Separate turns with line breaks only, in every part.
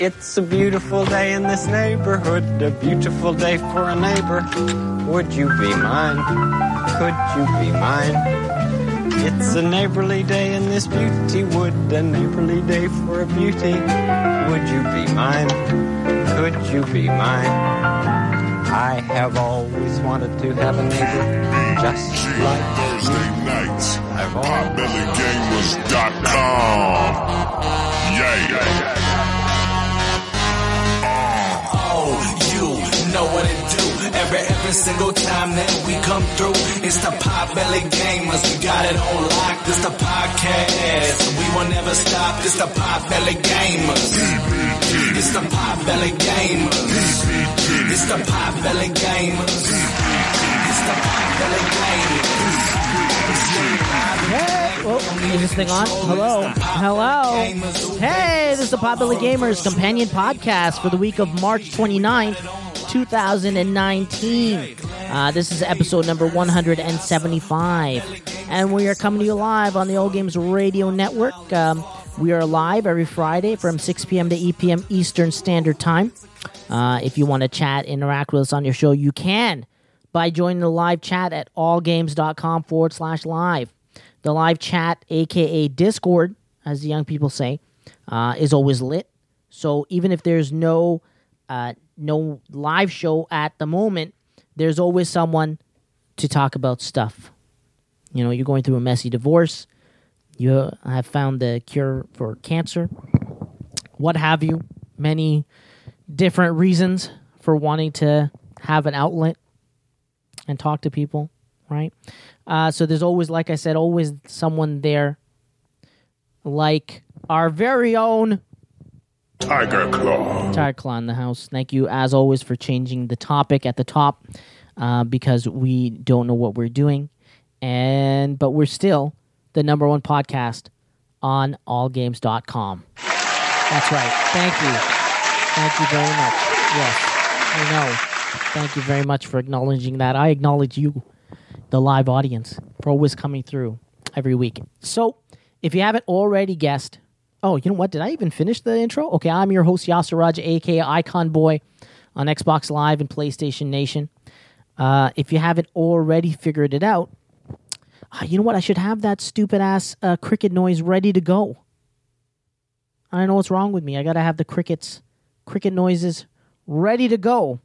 It's a beautiful day in this neighborhood, a beautiful day for a neighbor. Would you be mine? Could you be mine? It's a neighborly day in this beauty wood, a neighborly day for a beauty. Would you be mine? Could you be mine? I have always wanted to have a neighbor just like
Thursday nights at potbellygamers.com. Yeah.
Oh, you know what it do. Every every single time that we come through, it's the Pop Belly Gamers. We got it on lock. This the podcast. We will never stop. This the Pop Belly Gamers. It's the Pop Belly Gamers. It's the Pop Belly Gamers. It's the Pop Belly Gamers.
Oh, is this thing on? Hello. Hello. Hey, this is the Potbelly Gamers companion podcast for the week of March 29th, 2019. Uh, this is episode number 175. And we are coming to you live on the Old Games Radio Network. Um, we are live every Friday from 6 p.m. to 8 p.m. Eastern Standard Time. Uh, if you want to chat, interact with us on your show, you can by joining the live chat at allgames.com forward slash live. The live chat, aka Discord, as the young people say, uh, is always lit. So even if there's no uh, no live show at the moment, there's always someone to talk about stuff. You know, you're going through a messy divorce. You have found the cure for cancer. What have you? Many different reasons for wanting to have an outlet and talk to people, right? Uh, so there's always, like I said, always someone there, like our very own
Tiger Claw.
Tire Claw in the house. Thank you, as always, for changing the topic at the top uh, because we don't know what we're doing, and but we're still the number one podcast on allgames.com. That's right. Thank you. Thank you very much. Yes, I know. Thank you very much for acknowledging that. I acknowledge you, the live audience, for always coming through every week. So, if you haven't already guessed, oh, you know what? Did I even finish the intro? Okay, I'm your host, Yasser Raj, aka Icon Boy, on Xbox Live and PlayStation Nation. Uh, if you haven't already figured it out, ah, you know what? I should have that stupid ass uh, cricket noise ready to go. I don't know what's wrong with me. I gotta have the crickets, cricket noises ready to go.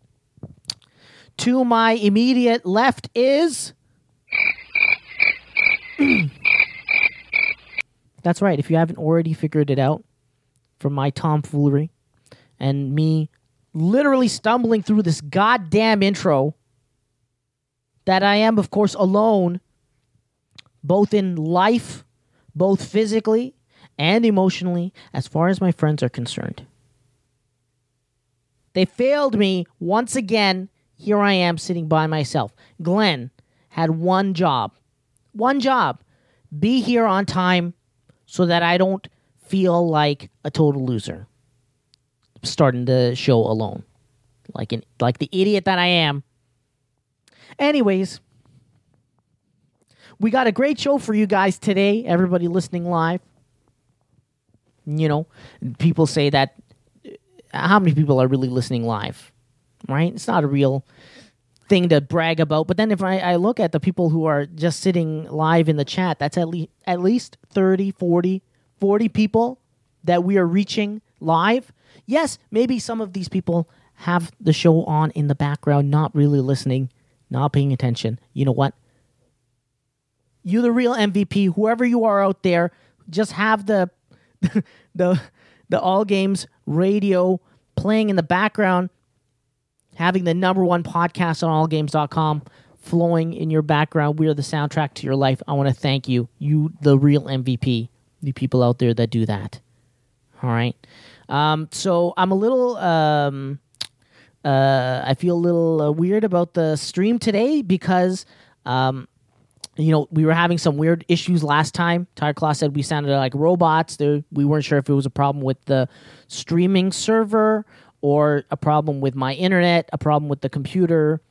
To my immediate left is. That's right. If you haven't already figured it out from my tomfoolery and me literally stumbling through this goddamn intro, that I am, of course, alone, both in life, both physically and emotionally, as far as my friends are concerned. They failed me once again. Here I am sitting by myself. Glenn had one job. One job. Be here on time so that I don't feel like a total loser starting the show alone. Like an like the idiot that I am. Anyways, we got a great show for you guys today, everybody listening live. You know, people say that how many people are really listening live, right? It's not a real thing to brag about. But then if I, I look at the people who are just sitting live in the chat, that's at, le- at least 30, 40, 40 people that we are reaching live. Yes, maybe some of these people have the show on in the background, not really listening, not paying attention. You know what? you the real MVP, whoever you are out there, just have the the the all games radio playing in the background, having the number one podcast on allgames.com flowing in your background. We are the soundtrack to your life. I want to thank you. You the real MVP, the people out there that do that. All right. Um, so I'm a little um, uh, I feel a little uh, weird about the stream today because you know, we were having some weird issues last time. Tire Claw said we sounded like robots. There, we weren't sure if it was a problem with the streaming server or a problem with my internet, a problem with the computer.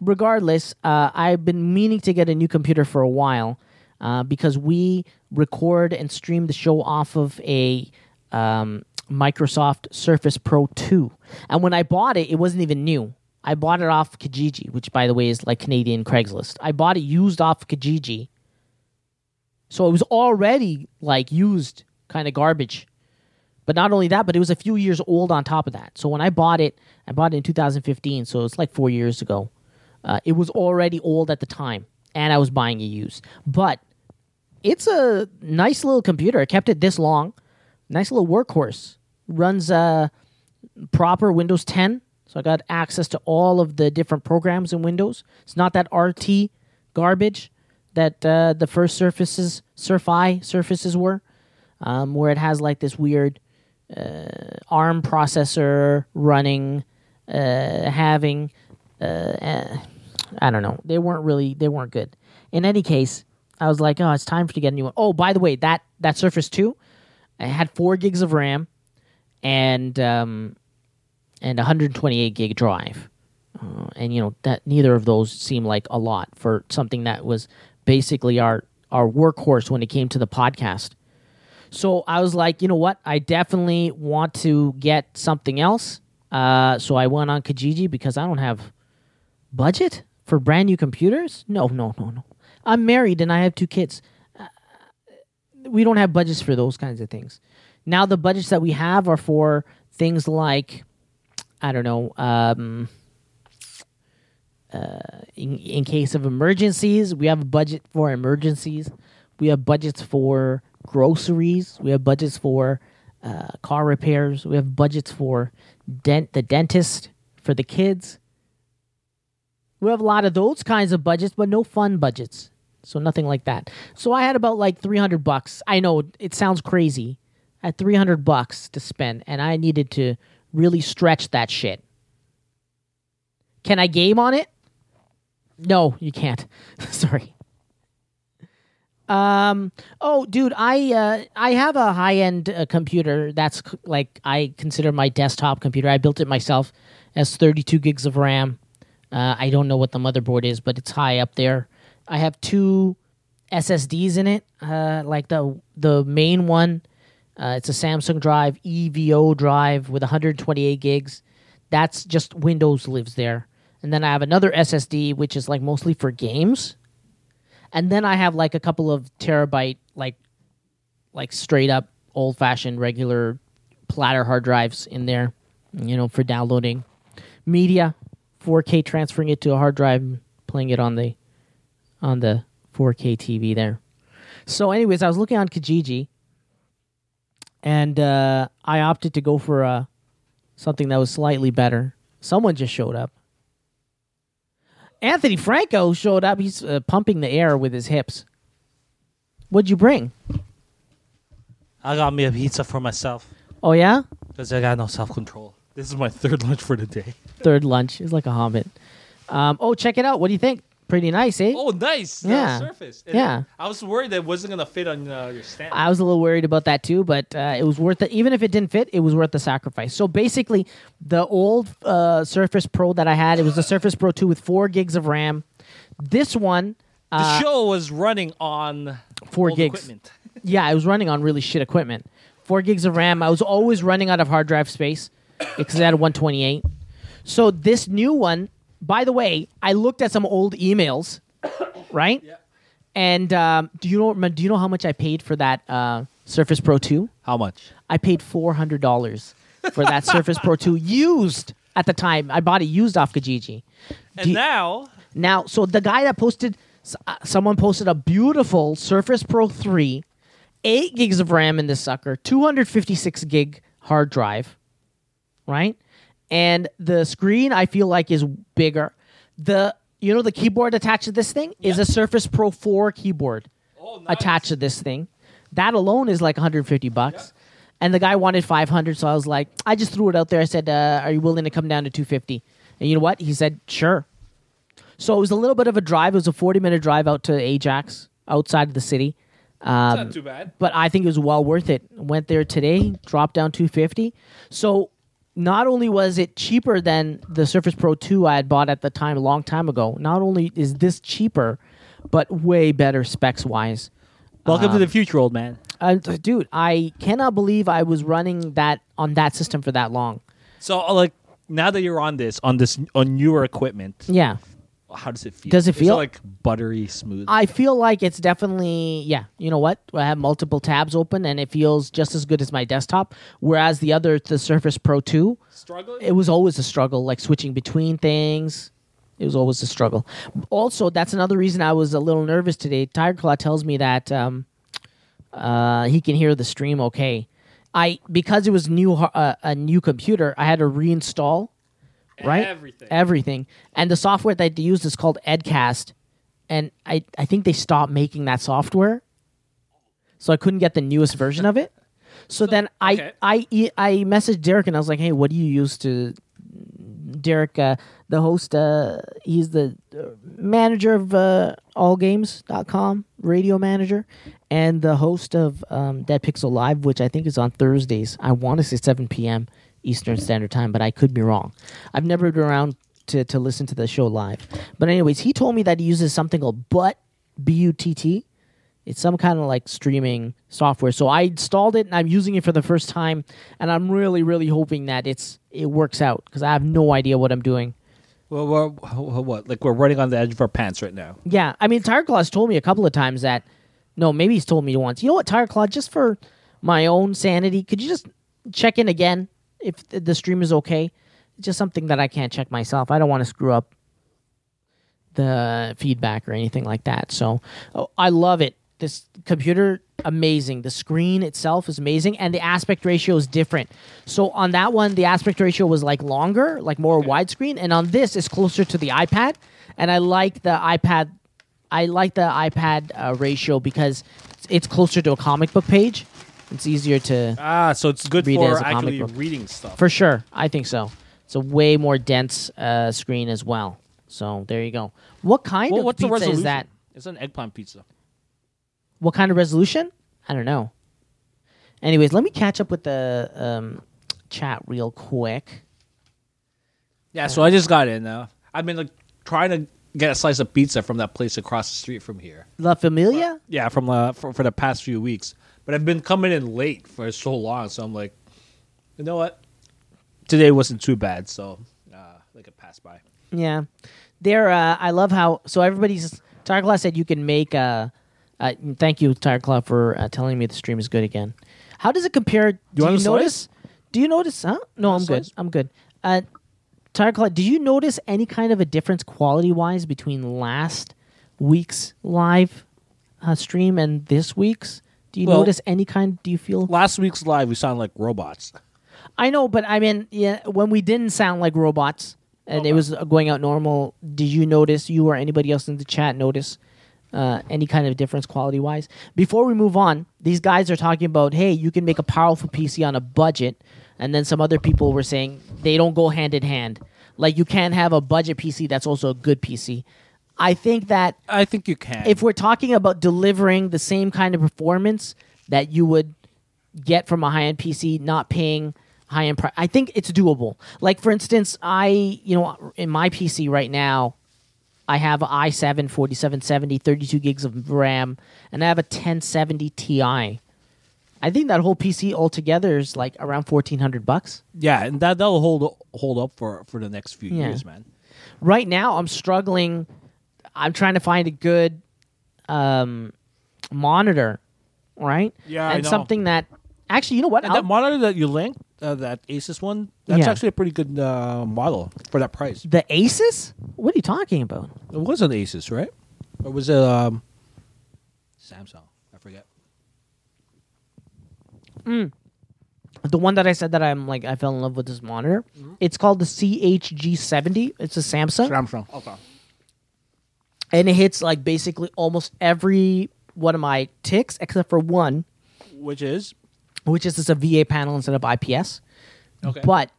Regardless, uh, I've been meaning to get a new computer for a while uh, because we record and stream the show off of a um, Microsoft Surface Pro 2. And when I bought it, it wasn't even new. I bought it off Kijiji, which, by the way, is like Canadian Craigslist. I bought it used off Kijiji. So it was already like used kind of garbage. But not only that, but it was a few years old on top of that. So when I bought it, I bought it in 2015, so it's like four years ago. Uh, it was already old at the time, and I was buying it used. But it's a nice little computer. I kept it this long. Nice little workhorse. Runs uh, proper Windows 10, so I got access to all of the different programs in Windows. It's not that RT garbage that uh, the first Surfaces, Surfi Surfaces were, um, where it has like this weird uh, ARM processor running, uh, having, uh, eh, I don't know. They weren't really, they weren't good. In any case, I was like, oh, it's time for to get a new one. Oh, by the way, that that Surface Two, I had four gigs of RAM, and um, and 128 gig drive. Uh, and you know that neither of those seem like a lot for something that was basically our our workhorse when it came to the podcast. So I was like, you know what? I definitely want to get something else. Uh, so I went on Kijiji because I don't have budget for brand new computers. No, no, no, no. I'm married and I have two kids. Uh, we don't have budgets for those kinds of things. Now the budgets that we have are for things like I don't know, um, uh, in, in case of emergencies, we have a budget for emergencies. We have budgets for groceries. We have budgets for uh, car repairs. We have budgets for dent the dentist for the kids. We have a lot of those kinds of budgets, but no fun budgets. So nothing like that. So I had about like 300 bucks. I know it sounds crazy. I had 300 bucks to spend and I needed to really stretch that shit. Can I game on it? No, you can't. Sorry. Um oh dude, I uh I have a high-end uh, computer that's c- like I consider my desktop computer. I built it myself. It has 32 gigs of RAM. Uh, I don't know what the motherboard is, but it's high up there. I have two SSDs in it. Uh, like the the main one, uh, it's a Samsung drive, EVO drive with 128 gigs. That's just Windows lives there. And then I have another SSD, which is like mostly for games. And then I have like a couple of terabyte, like like straight up old fashioned regular platter hard drives in there, you know, for downloading media, 4K, transferring it to a hard drive, playing it on the on the 4K TV there. So, anyways, I was looking on Kijiji, and uh, I opted to go for uh, something that was slightly better. Someone just showed up. Anthony Franco showed up. He's uh, pumping the air with his hips. What'd you bring?
I got me a pizza for myself
Oh yeah,
because I got no self control. This is my third lunch for the day.
third lunch is like a hobbit. Um, oh, check it out. What do you think? Pretty nice, eh?
Oh, nice.
Yeah.
Yeah. Surface. And
Yeah.
I was worried that it wasn't gonna fit on uh, your stand.
I was a little worried about that too, but uh, it was worth it. Even if it didn't fit, it was worth the sacrifice. So basically, the old uh, Surface Pro that I had, it was the Surface Pro 2 with four gigs of RAM. This one,
the show was running on
four
old
gigs.
Equipment.
yeah, I was running on really shit equipment. Four gigs of RAM. I was always running out of hard drive space because I had 128. So this new one, by the way, I looked at some old emails, right? And um, do you know? Do you know how much I paid for that uh, Surface Pro 2?
How much?
I paid four hundred dollars for that Surface Pro 2 used at the time. I bought it used off Kijiji.
And
you-
now
Now, so the guy that posted, s- uh, someone posted a beautiful Surface Pro 3, eight gigs of RAM in this sucker, two hundred fifty six gig hard drive, right? And the screen I feel like is bigger. The you know the keyboard attached to this thing is a Surface Pro 4 keyboard attached to this thing. That alone is like 150 bucks. And the guy wanted 500, so I was like, I just threw it out there. I said, uh, "Are you willing to come down to 250?" And you know what? He said, "Sure." So it was a little bit of a drive. It was a 40 minute drive out to Ajax, outside of the city. Um,
not too bad.
but I think it was well worth it. Went there today, dropped down 250. So not only was it cheaper than the Surface Pro 2 I had bought at the time a long time ago, not only is this cheaper, but way better specs wise. um,
Welcome to the future, old man.
uh, dude, I cannot believe I was running that on that system for that long.
So uh, like now that you're on this on this on newer equipment,
Yeah.
how does it feel?
Does it
Is
feel-
like buttery smooth?
I feel like it's definitely yeah. You know what? I have multiple tabs open and it feels just as good as my desktop. Whereas the other, the Surface Pro Two,
Struggling?
it was always a struggle, like switching between things. It was always a struggle. Also, that's another reason I was a little nervous today. Tiger Claw tells me that um, uh, he can hear the stream okay. I because it was new har- uh, a new computer, I had to reinstall right
Everything.
everything, and the software that they used is called Edcast, and I I think they stopped making that software, so I couldn't get the newest version of it. So, then I
okay.
I e- I messaged Derek and I was like, hey, what do you use to Derek, uh, the host, uh, he's the uh, manager of uh, allgames.com, radio manager, and the host of um, Dead Pixel Live, which I think is on Thursdays. I want to say 7 p.m. Eastern Standard Time, but I could be wrong. I've never been around to, to listen to the show live. But, anyways, he told me that he uses something called Butt, B U T T. It's some kind of like streaming software. So I installed it and I'm using it for the first time, and I'm really, really hoping that it's it works out because I have no idea what I'm doing.
Well, well, what, what? Like we're running on the edge of our pants right now.
Yeah, I mean, Tire Claw's told me a couple of times that. No, maybe he's told me once. You know what, Tire Claw, just for my own sanity, could you just check in again if th- the stream is okay? Just something that I can't check myself. I don't want to screw up the feedback or anything like that. So oh, I love it. This computer, amazing. The screen itself is amazing, and the aspect ratio is different. So on that one, the aspect ratio was like longer, like more widescreen, and on this, it's closer to the iPad. And I like the iPad. I like the iPad uh, ratio because it's closer to a comic book page. It's easier to
Ah, so it's good
Read it as
for
a comic
actually
book.
reading stuff.
for sure. I think so. It's a way more dense uh, screen as well. So there you go. What kind
well,
of
what's the
pizza
resolution?
is that?
It's an eggplant pizza.
What kind of resolution? I don't know. Anyways, let me catch up with the um, chat real quick.
Yeah, so I just got in now. I've been like trying to get a slice of pizza from that place across the street from here.
La Familia?
Yeah, from uh, for, for the past few weeks, but I've been coming in late for so long. So I'm like, you know what? Today wasn't too bad, so uh, like it passed by.
Yeah. They're, uh, I love how, so everybody's, Tire Claw said you can make, uh, uh, thank you, Tire Claw, for uh, telling me the stream is good again. How does it compare? Do you,
want a slice?
notice? Do you notice? Huh? No, I'm good.
slice?
I'm good. Uh, Tire Claw, did you notice any kind of a difference quality wise between last week's live uh, stream and this week's? Do you
Well-
notice any kind? Do you feel?
Last week's live, we sound like robots.
I know, but I mean, yeah, when we didn't sound like robots and it was uh, going out normal, did you notice you or anybody else in the chat notice uh, any kind of difference quality wise? Before we move on, these guys are talking about hey, you can make a powerful PC on a budget, and then some other people were saying they don't go hand in hand. Like you can't have a budget PC that's also a good PC. I think that
I think you can.
if we're talking about delivering the same kind of performance that you would get from a high end PC, not paying high end price, I think it's doable. Like for instance, I you know in my PC right now, I have a i7 4770, 32 gigs of RAM, and I have a 1070 Ti. I think that whole PC altogether is like around fourteen hundred bucks.
yeah, and that that'll hold hold up for for the next few
Yeah.
years, man.
right now I'm struggling. I'm trying to find a good um, monitor, right?
Yeah, I
and
know.
something that actually, you know what?
And that
I'll-
monitor that you linked, uh, that Asus one, that's
Yeah.
actually a pretty good uh, model for that price.
the Asus? What are you talking about?
It was an Asus, right? Or was it um, Samsung? I forget.
The one that I said that I'm like I fell in love with this monitor.
Mm-hmm.
It's called the CHG70. It's a Samsung,
Samsung. Okay.
and it hits like basically almost every one of my ticks except for one,
Which is
which is just a VA panel instead of IPS.
okay,
But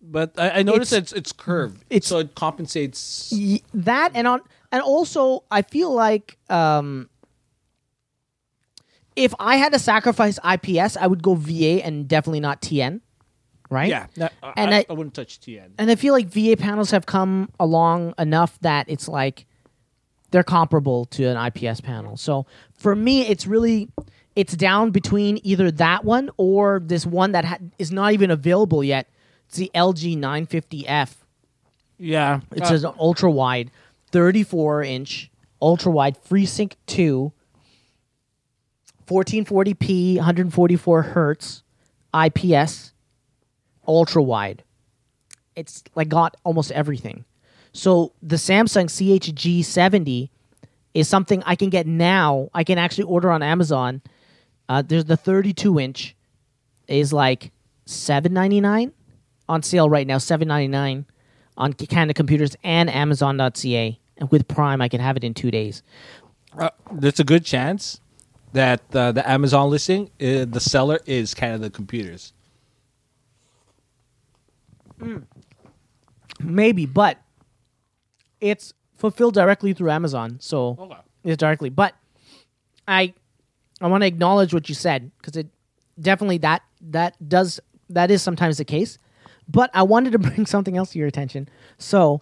but I, I noticed
It's-
it's, it's curved,
it's-
so it compensates.
Y- that and on and also I feel like um if I had to sacrifice IPS, I would go VA and definitely not TN, right?
Yeah, no, I-
And
I,
I-
I wouldn't touch TN.
And I feel like VA panels have come along enough that it's like they're comparable to an IPS panel. So for me, it's really it's down between either that one or this one that ha- is not even available yet. It's the LG 950F.
Yeah, Uh,
It says an ultra wide, 34 inch, ultra wide, FreeSync 2, 1440p, 144 hertz, IPS, ultra wide. It's like got almost everything. So the Samsung CHG70 is something I can get now. I can actually order on Amazon. Uh, there's the 32 inch is like 7.99 on sale right now 7.99 on C- Canada Computers and amazon.ca and with Prime I can have it in 2 days.
there's a good chance that uh, the Amazon listing, uh, the seller is Canada Computers.
Maybe, but it's fulfilled directly through Amazon. So
Okay.
it's directly, but I I want to acknowledge what you said cuz it definitely that that does that is sometimes the case. But I wanted to bring something else to your attention. So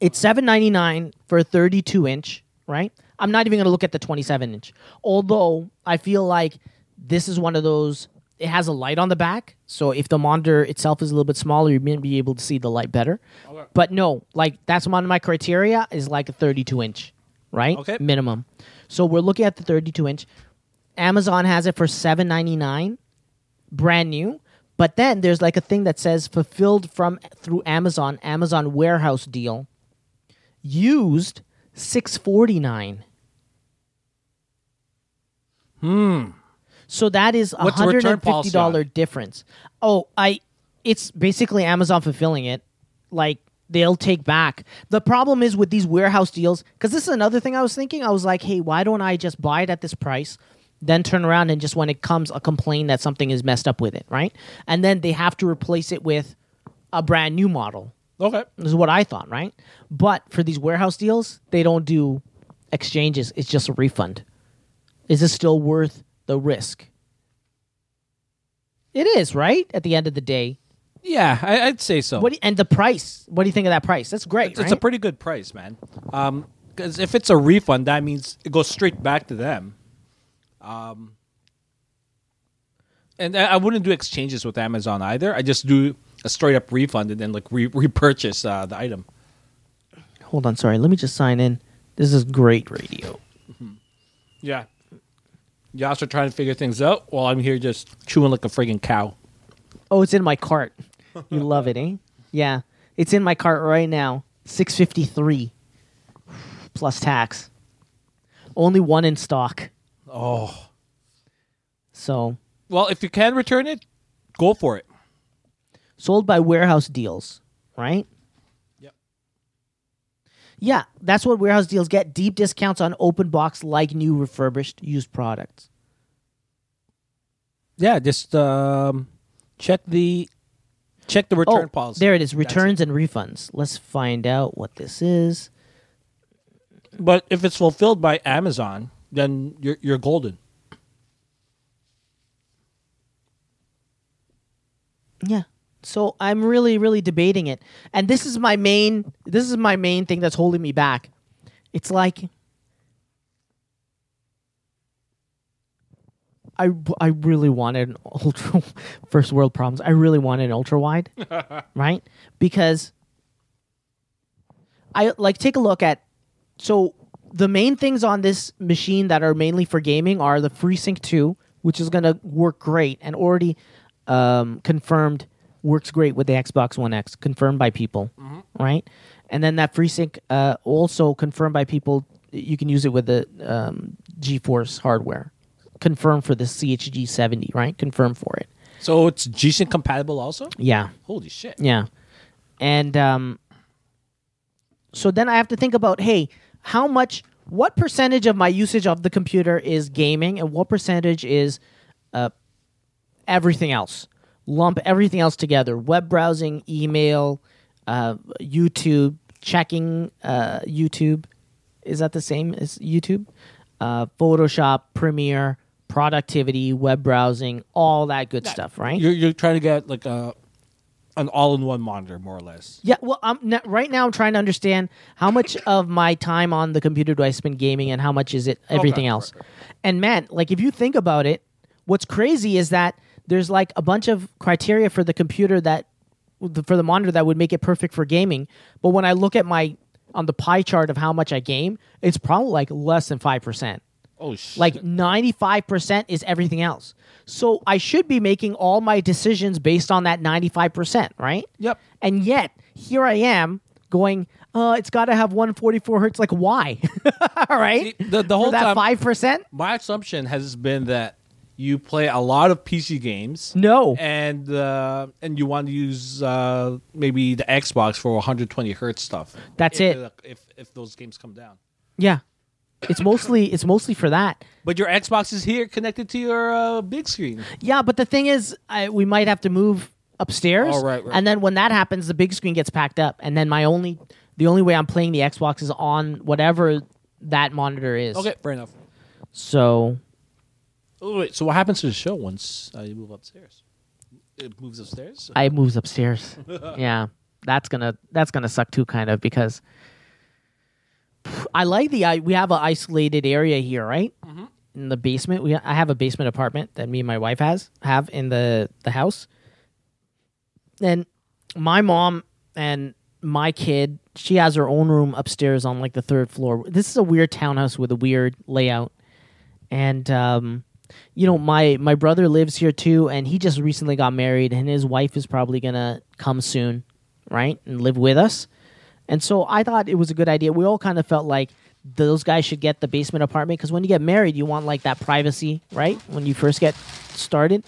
it's 7.99 for a 32 inch, right? I'm not even going to look at the 27 inch. Although I feel like this is one of those it has a light on the back, so if the monitor itself is a little bit smaller, you may be able to see the light better. But no, like that's one of my criteria is like a 32 inch, right?
Okay.
Minimum. So we're looking at the 32 inch. Amazon has it for 7.99 brand new. But then there's like a thing that says fulfilled from through Amazon, Amazon warehouse deal. Used 649. Hmm. So that is a
Hmm. What's the return policy on
$150 difference. Oh, I it's basically Amazon fulfilling it. Like they'll take back. The problem is with these warehouse deals cuz this is another thing I was thinking. I was like, "Hey, why don't I just buy it at this price?" then turn around and just when it comes, I'll complain that something is messed up with it, right? And then they have to replace it with a brand new model.
Okay.
This is what I thought, right? But for these warehouse deals, they don't do exchanges. It's just a refund. Is this still worth the risk? It is, right? At the end of the day.
Yeah, I, I'd say so.
What do you- and the price. What do you think of that price? That's great.
it's a
right?
pretty good price, man. Because if it's a refund, that means it goes straight back to them. Um, and I, I wouldn't do exchanges with Amazon either. I just do a straight up refund and then like re- repurchase uh, the item.
Hold on, sorry. Let me just sign in. This is great radio.
Yeah. You also trying to figure things out while I'm here just chewing like a friggin' cow.
Oh, it's in my cart. You love it, eh? Yeah, it's in my cart right now. Six fifty three plus tax. Only one in stock.
Oh.
So
Well, if you can return it, go for it.
sold by warehouse deals, right?
Yep.
Yeah, that's what warehouse deals get. Deep discounts on open box like new refurbished used products.
Yeah, just um, check the check the return
oh,
policy.
There it is.
That's
Returns and refunds. Let's find out what this is.
But if it's fulfilled by Amazon, then you're you're golden.
Yeah. So I'm really, really debating it. And this is my main this is my main thing that's holding me back. It's like I, I really wanted an ultra first world problems. I really wanted an ultra wide, right? Because I like take a look at so the main things on this machine that are mainly for gaming are the FreeSync 2, which is going to work great and already um, confirmed works great with the Xbox One X, confirmed by people, right? And then that FreeSync uh, also confirmed by people. You can use it with the um, GeForce hardware, confirmed for the CHG 70, right? Confirmed for it.
So it's GSync compatible also?
Yeah.
Holy shit.
Yeah. And um, so then I have to think about hey, how much, what percentage of my usage of the computer is gaming and what percentage is uh, everything else? Lump everything else together web browsing, email, uh, YouTube, checking uh, YouTube. Is that the same as YouTube? Uh, Photoshop, Premiere, productivity, web browsing, all that good stuff, right?
You're you're trying to get like a an all-in-one monitor, more or less.
Yeah, well, I'm n right now. I'm trying to understand how much of my time on the computer do I spend gaming, and how much is it everything
right,
else. And man, like if you think about it, what's crazy is that there's like a bunch of criteria for the computer that for the monitor that would make it perfect for gaming. But when I look at my on the pie chart of how much I game, it's probably like less than five percent.
Oh shit!
Like 95% is everything else. So I should be making all my decisions based on that 95%, right?
Yep.
And yet, here I am going, uh, it's got to have 144 hertz. Like, why? all right.
the, the whole
For that
time,
5%?
my assumption has been that you play a lot of PC games.
No.
and uh, and you want to use uh, maybe the Xbox for 120 hertz stuff.
That's
if,
it.
If if those games come down,
Yeah. It's mostly it's mostly for that.
but your Xbox is here connected to your uh, big screen.
Yeah, but the thing is, I, we might have to move upstairs,
Oh, right, right.
and then when that happens, the big screen gets packed up, and then my only the only way I'm playing the Xbox is on whatever that monitor is.
Okay, fair enough.
So
Oh, wait, so what happens to the show once uh, you move upstairs? It moves upstairs.
I moves upstairs. yeah, that's gonna that's gonna suck too, kind of because I like the I we have an isolated area here, right? In the basement, we I have a basement apartment that me and my wife has have in the the house, and my mom and my kid she has her own room upstairs on like the third floor. This is a weird townhouse with a weird layout, and um, you know my my brother lives here too and he just recently got married and his wife is probably gonna come soon right and live with us and so i thought it was a good idea we all kind of felt like those guys should get the basement apartment because when you get married you want like that privacy right when you first get started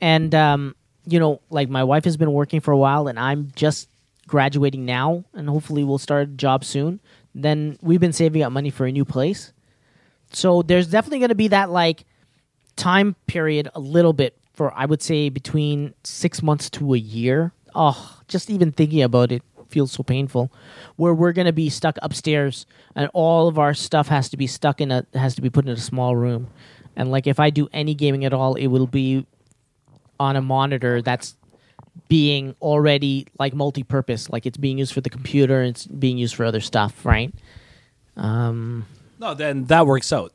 and um, you know like my wife has been working for a while and i'm just graduating now and hopefully we'll start a job soon then we've been saving up money for a new place so there's definitely going to be that like time period a little bit for I would say between six months to a year. Oh, just even thinking about it feels so painful. Where we're gonna be stuck upstairs and all of our stuff has to be stuck in a has to be put in a small room. And like if I do any gaming at all, it will be on a monitor that's being already like multi purpose. Like it's being used for the computer and it's being used for other stuff, right?
No, then that works out.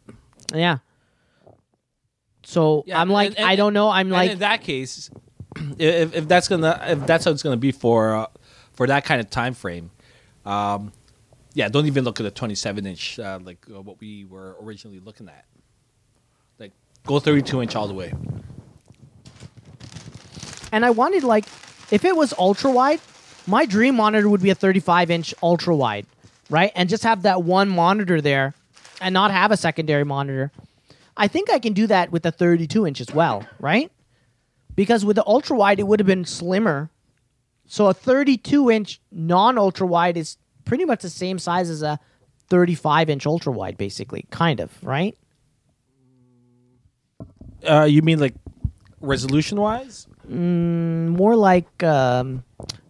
Yeah. So
Yeah,
I'm like,
and- and-
I don't know. I'm
and
like,
in that case, if, if that's gonna if that's how it's gonna be for uh, for that kind of time frame, um, yeah, don't even look at the 27 inch uh, like uh, what we were originally looking at. Like go 32 inch all the way.
and I wanted like if it was ultra wide, my dream monitor would be a 35 inch ultra wide, right? And just have that one monitor there and not have a secondary monitor. I think I can do that with the 32 inch as well, right? Because with the ultra wide, it would have been slimmer. So a 32 inch non ultra wide is pretty much the same size as a 35 inch ultra wide, basically, kind of, right?
Uh, you mean like resolution wise?
more like um,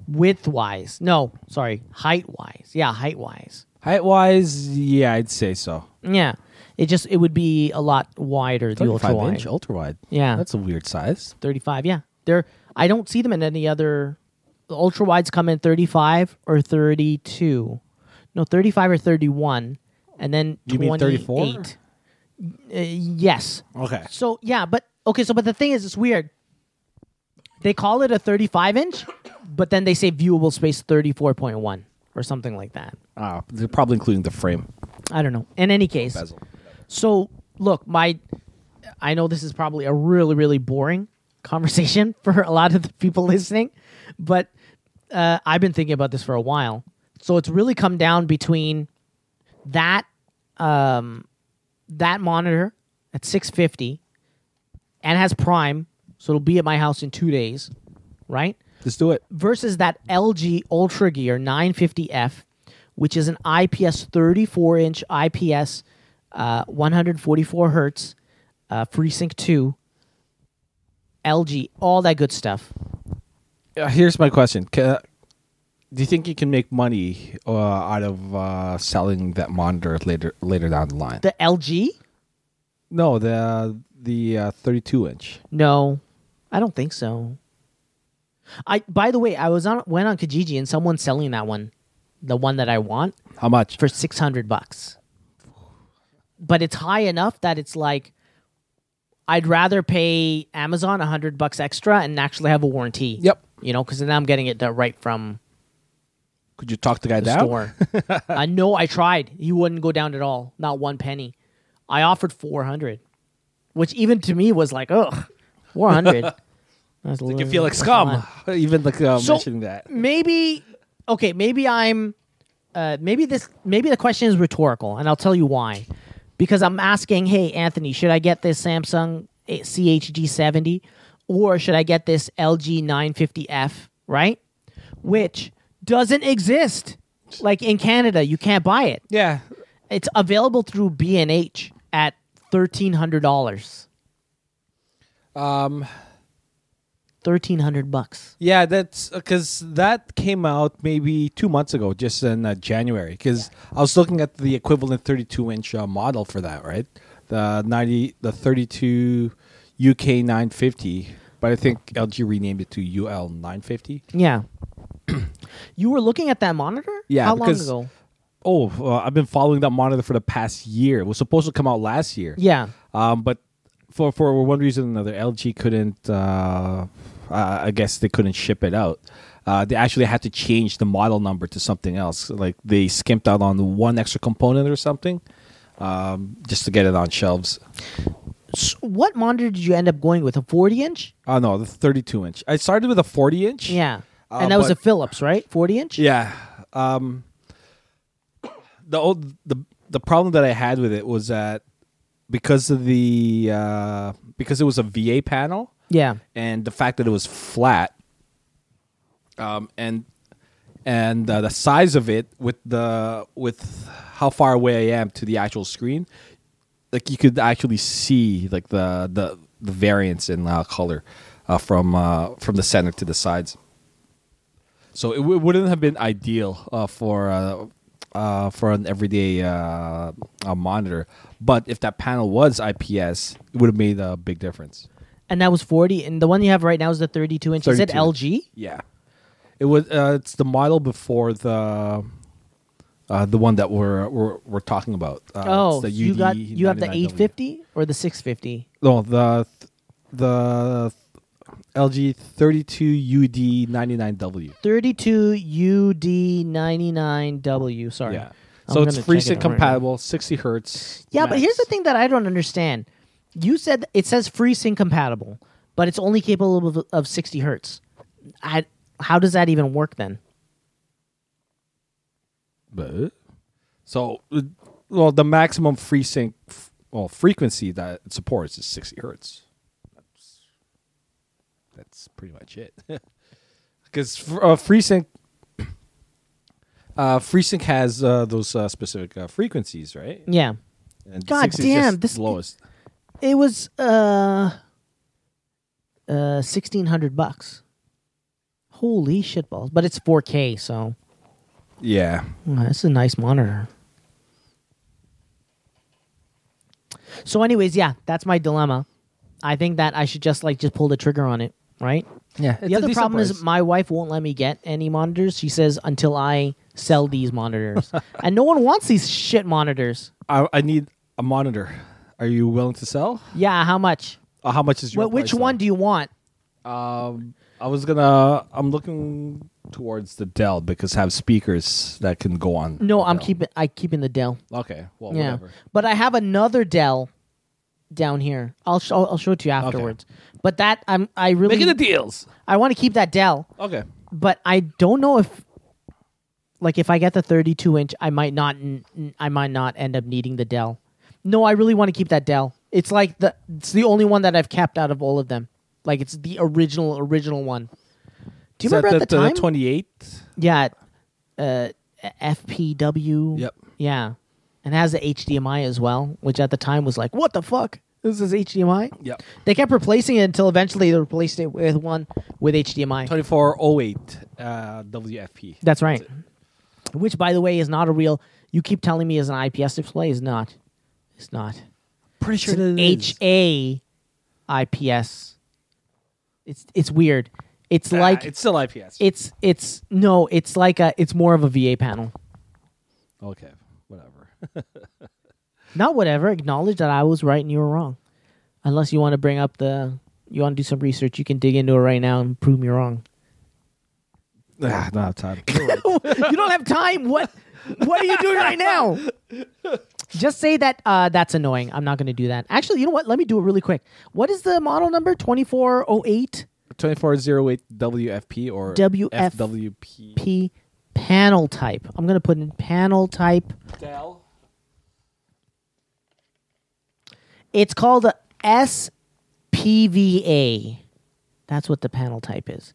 width wise. No, sorry, height wise. Yeah, height wise.
Height wise, yeah, I'd say so.
Yeah, it just it would be a lot wider. The ultra wide,
ultra wide.
Yeah. That's
a weird size.
thirty five. Yeah, they're I don't see them in any other. The ultra wides come in thirty five or thirty two, no thirty five or thirty one, and then
You mean 34?
28. Uh, yes.
Okay.
So yeah, but okay. So but the thing is, it's weird. They call it a 35 inch, but then they say viewable space 34.1 or something like that.
Uh, they're probably including the frame
I don't know. In any case,
bezel.
so look, my I know this is probably a really really boring conversation for a lot of the people listening, but uh, I've been thinking about this for a while. So it's really come down between that um, that monitor at 650 and has Prime, so it'll be at my house in two days, right?
Let's do it.
versus that LG Ultra Gear 950F, which is an IPS 34 inch IPS, uh, 144 hertz, uh, FreeSync 2, LG, all that good stuff.
Uh, here's my question: Ca Do you think you can make money uh, out of uh, selling that monitor later later down the line?
The LG?
no, the the uh, 32 inch.
No, I don't think so. I by the way, I was on went on Kijiji and someone's selling that one, the one that I want
How much?
for six hundred bucks. But it's high enough that it's like I'd rather pay Amazon hundred bucks extra and actually have a warranty.
Yep.
You know, because then I'm getting it right from
Could you talk the guy
the
down?
store. I know I tried. He wouldn't go down at all. Not one penny. I offered four hundred, which even to me was like, ugh, four hundred.
You can feel like scum even like uh,
So-
mentioning that.
maybe okay maybe i'm uh, maybe this maybe the question is rhetorical and i'll tell you why because i'm asking hey anthony should i get this samsung eh, chg70 or should i get this lg 950f right which doesn't exist like in canada you can't buy it
Yeah,
it's available through b&h at $1300
um,
1300 bucks
yeah, that's because that came out maybe two months ago, just in uh, January. Because I was looking at the equivalent 32 inch uh, model for that, right? The 90, the 32 UK 950, but I think LG renamed it to UL 950.
yeah you were looking at that monitor
Yeah,
how long
because-
ago
Oh, uh, I've been following that monitor for the past year. It was supposed to come out last year.
yeah
Um, but for for one reason or another, LG couldn't. Uh, uh, I guess they couldn't ship it out. Uh, they actually had to change the model number to something else. Like they skimped out on one extra component or something, um, just to get it on shelves.
S- what monitor did you end up going with? A 40 inch?
Oh no, the 32 inch. I started with a 40 inch.
Yeah.
Uh,
and that was a
but-
Philips, right? 40 inch?
Yeah. Um, the old the the problem that I had with it was that because of the uh, because it was a VA panel
Yeah.
and the fact that it was flat, um, and and uh, the size of it with the with how far away I am to the actual screen, like you could actually see like the the, the variance in uh, color uh, from uh, from the center to the sides. So it, w- wouldn't have been ideal uh, for uh, uh, for an everyday uh, uh, monitor, but if that panel was IPS, it would have made a big difference.
And that was 40. And the one you have right now is the 32 inch. Is it
32 inch.
LG?
Yeah, it was. Uh, it's the model before the uh, the one that we're we're, we're talking about. Uh,
oh,
it's the
you got
UD
you have the
99W.
850 or the 650?
No, the the LG thirty two UD ninety nine W.
32 UD 99W. Sorry.
Yeah.
I'm
So it's
gonna check
FreeSync
it out right now.
compatible, sixty hertz.
Yeah, but here's the
max.
thing that I don't understand. You said it says FreeSync compatible, but it's only capable of, of 60 hertz. I, how does that even work then?
But- So, uh, well, the maximum FreeSync f- well frequency that it supports is sixty hertz. That's that's pretty much it. Because uh, FreeSync, uh, FreeSync has uh, those uh, specific uh, frequencies, right?
Yeah.
And
God
60 is just
damn, this-
lowest.
It was uh uh sixteen hundred bucks. Holy shit balls! But it's four K, so
Yeah,
uh, it's a nice monitor. So, anyways, yeah, that's my dilemma. I think that I should just like just pull the trigger on it, right?
yeah.
the other problem is my wife won't let me get any monitors. She says until I sell these monitors, and no one wants these shit monitors.
I, I need a monitor. Are you willing to sell?
Yeah, how much?
Uh, how much is your?
Well, which
price on?
one do you want?
I was gonna. I'm looking towards the Dell because have speakers that can go on.
No,
the
I'm
Dell.
keeping. I keeping the Dell.
Okay. Well,
Yeah, Mm.
whatever.
but I have another Dell down here. I'll sh- I'll I'll show it to you afterwards. But that I'm I really
Making the deals.
I want to keep that Dell,
Okay.
but I don't know if like if I get the 32 inch, I might not n- n- I might not end up needing the Dell. No, I really want to keep that Dell. It's like the it's the only one that I've kept out of all of them. Like it's the original original one. Do you
Is that
remember at the, time?
28?
Yeah, uh, FPW.
Yep.
Yeah, and it has the HDMI as well, which at the time was like, what the fuck? This is HDMI.
Yep.
They kept replacing it until eventually they replaced it with one with HDMI.
2408 uh, WFP.
That's right. Which, by the way, is not a real. You keep telling me is an IPS display is not. It's not.
Pretty
It's an HA IPS. It's it's weird. It's
Nah,
like
Ah, it's still IPS.
it's it's no, it's like a it's more of a VA panel.
okay, whatever.
Not whatever. Acknowledge that I was right and you were wrong. Unless you want to bring up the, you want to do some research, you can dig into it right now and prove me wrong.
Ah, don't have time.
you don't have time. What? What are you doing right now? Just say that uh, that's annoying. I'm not going to do that. Actually, you know what? Let me do it really quick. What is the model number? 2408
2408 WFP or
WF.
FWP.
P panel type. I'm going to put in panel type.
Dell.
It's called a SPVA. That's what the panel type is.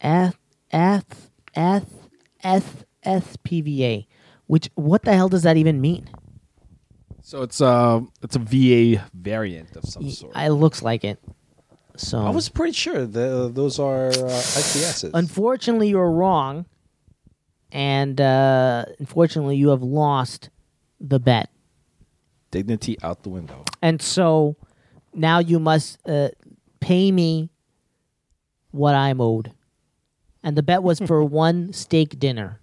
F F F F S P V A. Which what the hell does that even mean?
So it's uh it's a VA variant of some sort. I,
It looks like it. So
was pretty sure the, those are uh, IPSs.
unfortunately you're wrong and uh, unfortunately you have lost the bet
Dignity out the window.
and so now you must uh, pay me what i'm owed and the bet was for one steak dinner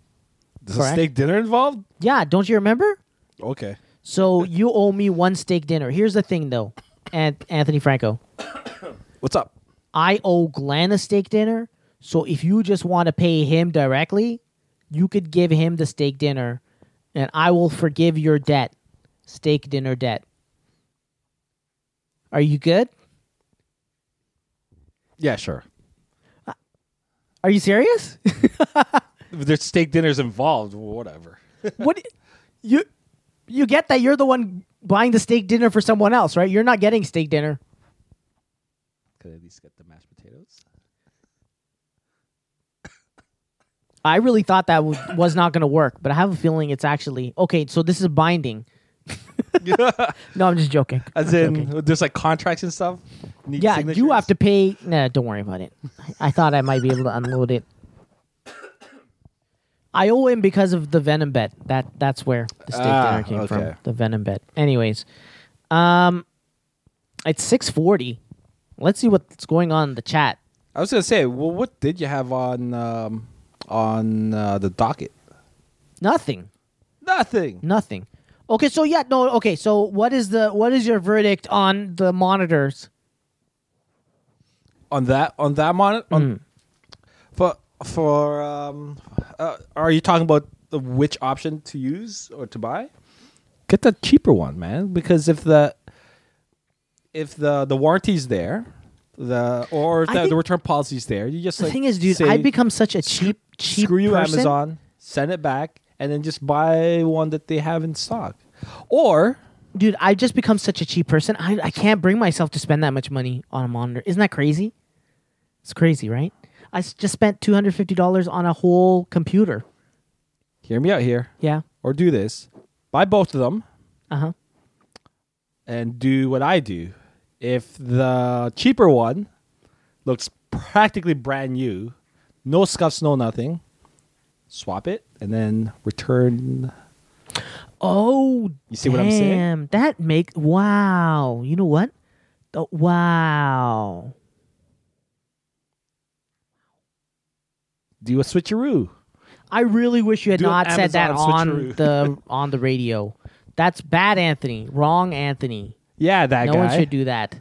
Does a
Correct.
steak dinner involved?
yeah don't you remember
Okay.
so you owe me one steak dinner here's the thing though and anthony franco
What's up?
I owe Glenn a steak dinner. So if you just want to pay him directly, you could give him the steak dinner and I will forgive your debt. Steak dinner debt. Are you good?
Yeah, sure.
Are you serious?
If there's steak dinners involved, whatever.
what you you get that you're the one buying the steak dinner for someone else, right? You're not getting steak dinner.
Could at least get the mashed potatoes.
I really thought that w- was not going to work, but I have a feeling it's actually okay. So this is binding. no, I'm just joking.
As in, there's like contracts and stuff. Need
Yeah, you
signatures?
have to pay. Nah, don't worry about it. I, I thought I might be able to unload it. I owe him because of the venom bet. That that's where the steak
Ah,
dinner came from.
okay.
The venom bet. Anyways, um, it's six forty. Let's see what's going on in the chat.
I was gonna say, well, what did you have on um, on uh, the docket?
Nothing.
Nothing.
Nothing. Okay, so yeah, no. Okay, so what is the what is your verdict on the monitors?
on that on that monitor
Mm.
on for for um uh, are you talking about the which option to use or to buy get the cheaper one man because if the if the the warranty's there the or
I
the, the
think-
return policy's there you just
The
like
thing is, dude,
say,
I've become such a cheap cheap
screw you
person.
amazon send it back and then just buy one that they have in stock or
dude i've just become such a cheap person I, I can't bring myself to spend that much money on a monitor isn't that crazy it's crazy right i s- just spent $250 on a whole computer
hear me out here
yeah
or do this buy both of them
uh-huh
and do what I do. If the cheaper one looks practically brand new, no scuffs, no nothing, swap it and then return.
oh
You see what I'm saying?
damn, that make wow you know what The- wow
Do a switcheroo.
i really wish you had
Do an
not said that
Amazon
on
switcheroo.
the on the radio that's bad anthony wrong anthony
Yeah, that
No
guy.
one should do that.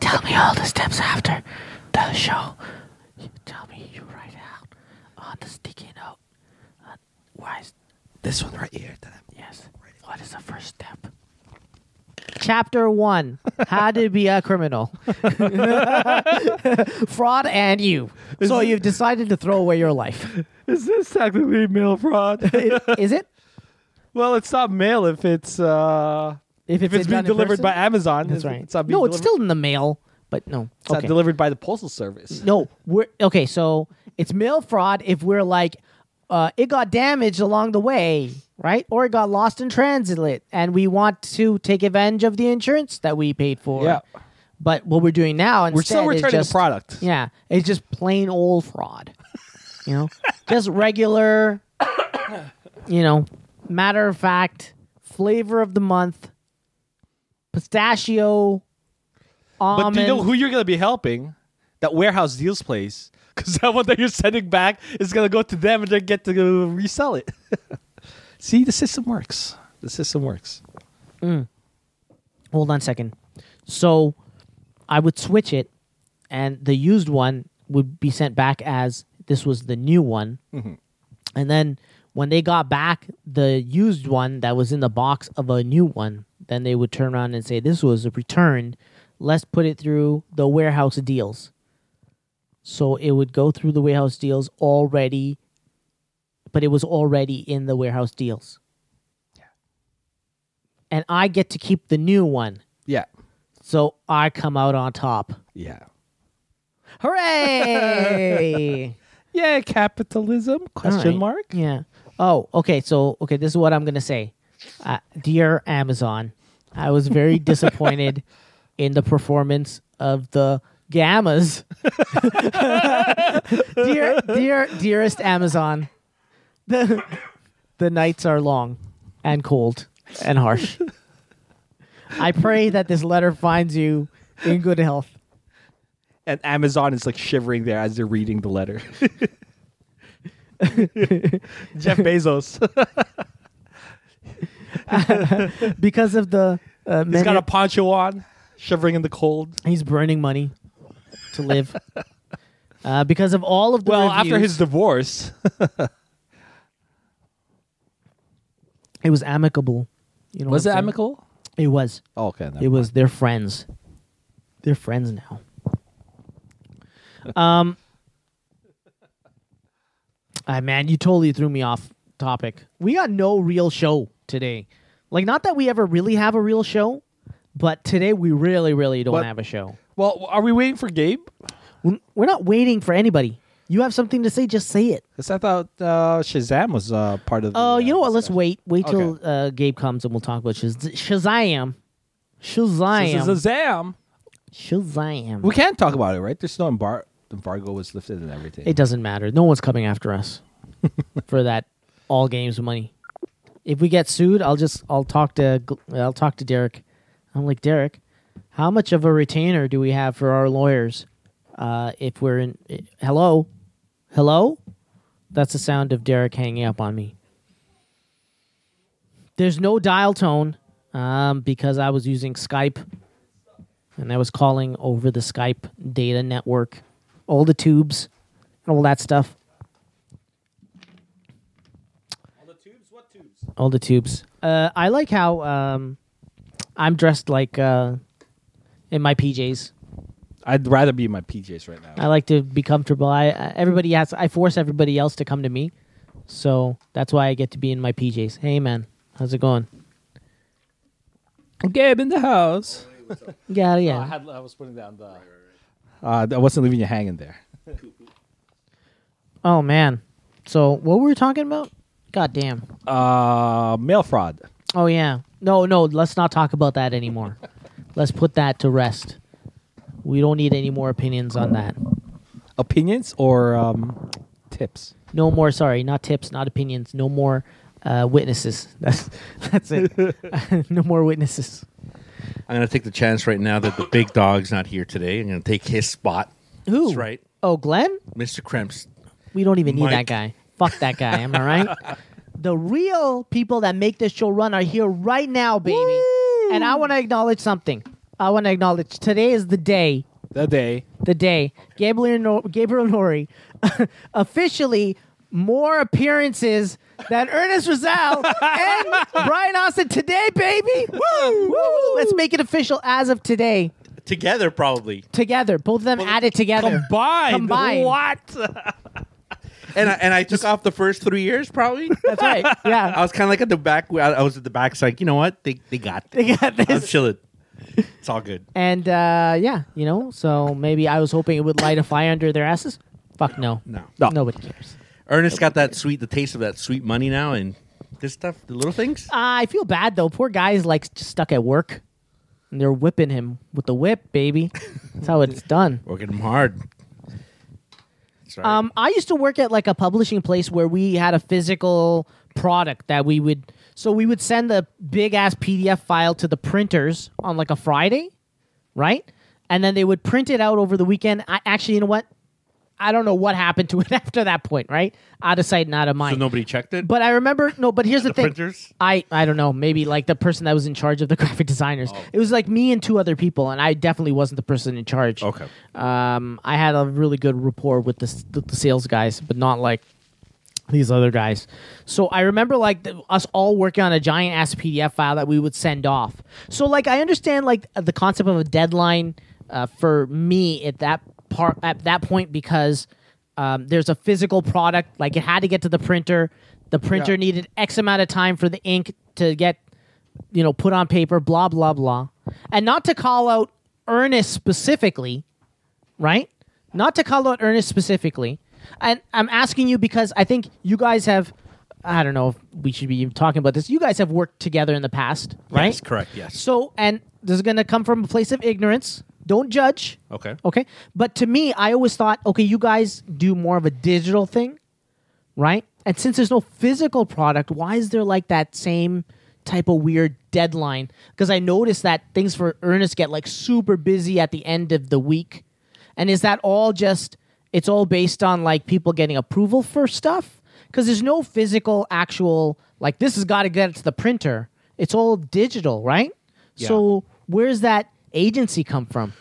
Tell me all the steps after the show. You tell me you write out on the sticky note. Uh, why is
this one right here. that I'm-
yes? What is the first step? Chapter one: How to be a criminal, fraud, and you. So you've decided to throw away your life.
Is this technically mail fraud?
Is it?
well, it's not mail if it's uh
If
if it's being
done in
delivered
person?
by Amazon.
that's
if
right.
It's not being
no, it's
delivered-
still in the mail, but no,
it's not delivered by the postal service.
No, we're okay. So it's mail fraud if we're like, uh, it got damaged along the way, right? Or it got lost in transit, and we want to take advantage of the insurance that we paid for.
Yeah.
But what we're doing now instead
We're still
is
returning
just-
the product.
Yeah, it's just plain old fraud. you know, just regular. You know, matter of fact, flavor of the month, pistachio,
But
almond.
do you know who you're going to be helping? that warehouse deals place because that one that you're sending back is gonna go to them and they get to go resell it. See, the system works. The system works.
hold on a second. So I would switch it, and the used one would be sent back as this was the new one. And then when they got back the used one that was in the box of a new one, then they would turn around and say, This was returned. Let's put it through the warehouse deals. So it would go through the warehouse deals already, but it was already in the warehouse deals. And I get to keep the new one.
Yeah.
So I come out on top.
Yeah.
Hooray!
Yeah, capitalism? Question
Alright.
mark.
Yeah. Oh, okay. So, okay, this is what I'm going to say. Uh, dear Amazon, I was very disappointed in the performance of the Gammas. dear, dear, dearest Amazon, the, the nights are long and cold and harsh. I pray that this letter finds you in good health.
And Amazon is like shivering there as they're reading the letter. Jeff Bezos.
Because of the uh,
He's
many-
got a poncho on, shivering in the cold.
He's burning money to live. Uh, because of all of the
Well, after
reviews-
his divorce,
it was amicable. You know
was it
what I'm saying?
amicable?
It was.
Oh, okay. never
It was. They're friends. They're friends now. Um, ah, man, you totally threw me off topic. We got no real show today. Like, not that we ever really have a real show, but today we really, really don't
What?
have a show.
Well, are we waiting for Gabe?
We're we're not waiting for anybody. You have something to say, just say it.
Because I thought uh, Shazam was uh, part of. the,
Oh,
uh,
you know what? Let's
discussion.
wait. Wait till
Okay.
uh, Gabe comes and we'll talk about Shaz- Shazam. Shazam.
Shazam. We
Shazam.
can't talk about it, right? There's no embar- embargo was lifted and everything.
It doesn't matter. No one's coming after us for that all games money. If we get sued, I'll just I'll talk to Gl- I'll talk to Derek. I'm like Derek, how much of a retainer do we have for our lawyers? Uh, if we're in, eh, hello, hello, that's the sound of Derek hanging up on me. There's no dial tone um, because I was using Skype and I was calling over the Skype data network, all the tubes, and all that stuff. All the tubes. Uh, I like how um, I'm dressed like uh, in my PJs.
I'd rather be in my PJs right now.
I like to be comfortable. I I- everybody has. I force everybody else to come to me, so that's why I get to be in my PJs. Hey man, how's it going?
Gabe in the house.
Yeah, yeah.
I had I was putting down the. Uh, I wasn't leaving you hanging there.
oh man. So what were we talking about? God damn.
Uh, mail fraud.
Oh yeah. No, no, let's not talk about that anymore. let's put that to rest. We don't need any more opinions on that.
Opinions or um, tips?
No more, sorry, not tips, not opinions, no more uh, witnesses. That's that's it. no more witnesses.
I'm going to take the chance right now that the big dog's not here today. I'm going to take his spot.
Who?
That's right.
Oh, Glenn?
Mr. Kremps.
We don't even need that
Mike.
guy. Fuck that guy, am I right? The real people that make this show run are here right now, baby. And I want to acknowledge something. I want to acknowledge today is the day
The day.
the day Gabriel Nor- Gabriel Nori officially more appearances than Ernest Rizal and Brian Austin today, baby. Woo! Woo! Let's make it official as of today.
Together, probably.
Together, both of them added together.
Combined.
Combined.
What?
And I, and I took off the first three years, probably.
That's right.
I
Yeah.
was kind of like at the back. I I was at the back, so like, you know what? They, they got this.
They got
I'm
this.
chilling. It's all good.
And uh, yeah, you know, so maybe I was hoping it would light a fire under their asses. Fuck no.
No.
Nobody cares.
Ernest got that sweet, the taste of that sweet money now, and this stuff, the little things.
I feel bad though. Poor guy's like just stuck at work. And they're whipping him with the whip, baby. That's how it's done.
Working them hard. That's right.
Um, I used to work at like a publishing place where we had a physical product that we would. So we would send the big ass PDF file to the printers on like a Friday, right? and then they would print it out over the weekend. I actually, you know what? I don't know what happened to it after that point, right? Out of sight, and out of mind.
So nobody checked it.
But I remember no. But here's the, thing.
printers?
I I don't know. Maybe like the person that was in charge of the graphic designers.
Oh.
It was like me and two other people, and I definitely wasn't the person in charge.
okay.
Um, I had a really good rapport with the s- the, the sales guys, but not like these other guys. So I remember like th- us all working on a giant ass PDF file that we would send off. So like I understand like uh, the concept of a deadline uh, for me at that part at that point because um, there's a physical product like it had to get to the printer. The printer needed X amount of time for the ink to get you know put on paper. Blah blah blah, and not to call out Ernest specifically right? Not to call out Ernest specifically. And I'm asking you because I think you guys have, I don't know if we should be even talking about this. You guys have worked together in the past, right?
Yes, correct. Yes.
So, and this is going to come from a place of ignorance. Don't judge.
Okay.
Okay. But to me, I always thought, okay, you guys do more of a digital thing, right? And since there's no physical product, why is there like that same type of weird deadline? Because I noticed that things for Ernest get like super busy at the end of the week. And is that all just, it's all based on like people getting approval for stuff? Because there's no physical, actual, like this has got to get to the printer. It's all digital, right? So where's that agency come from?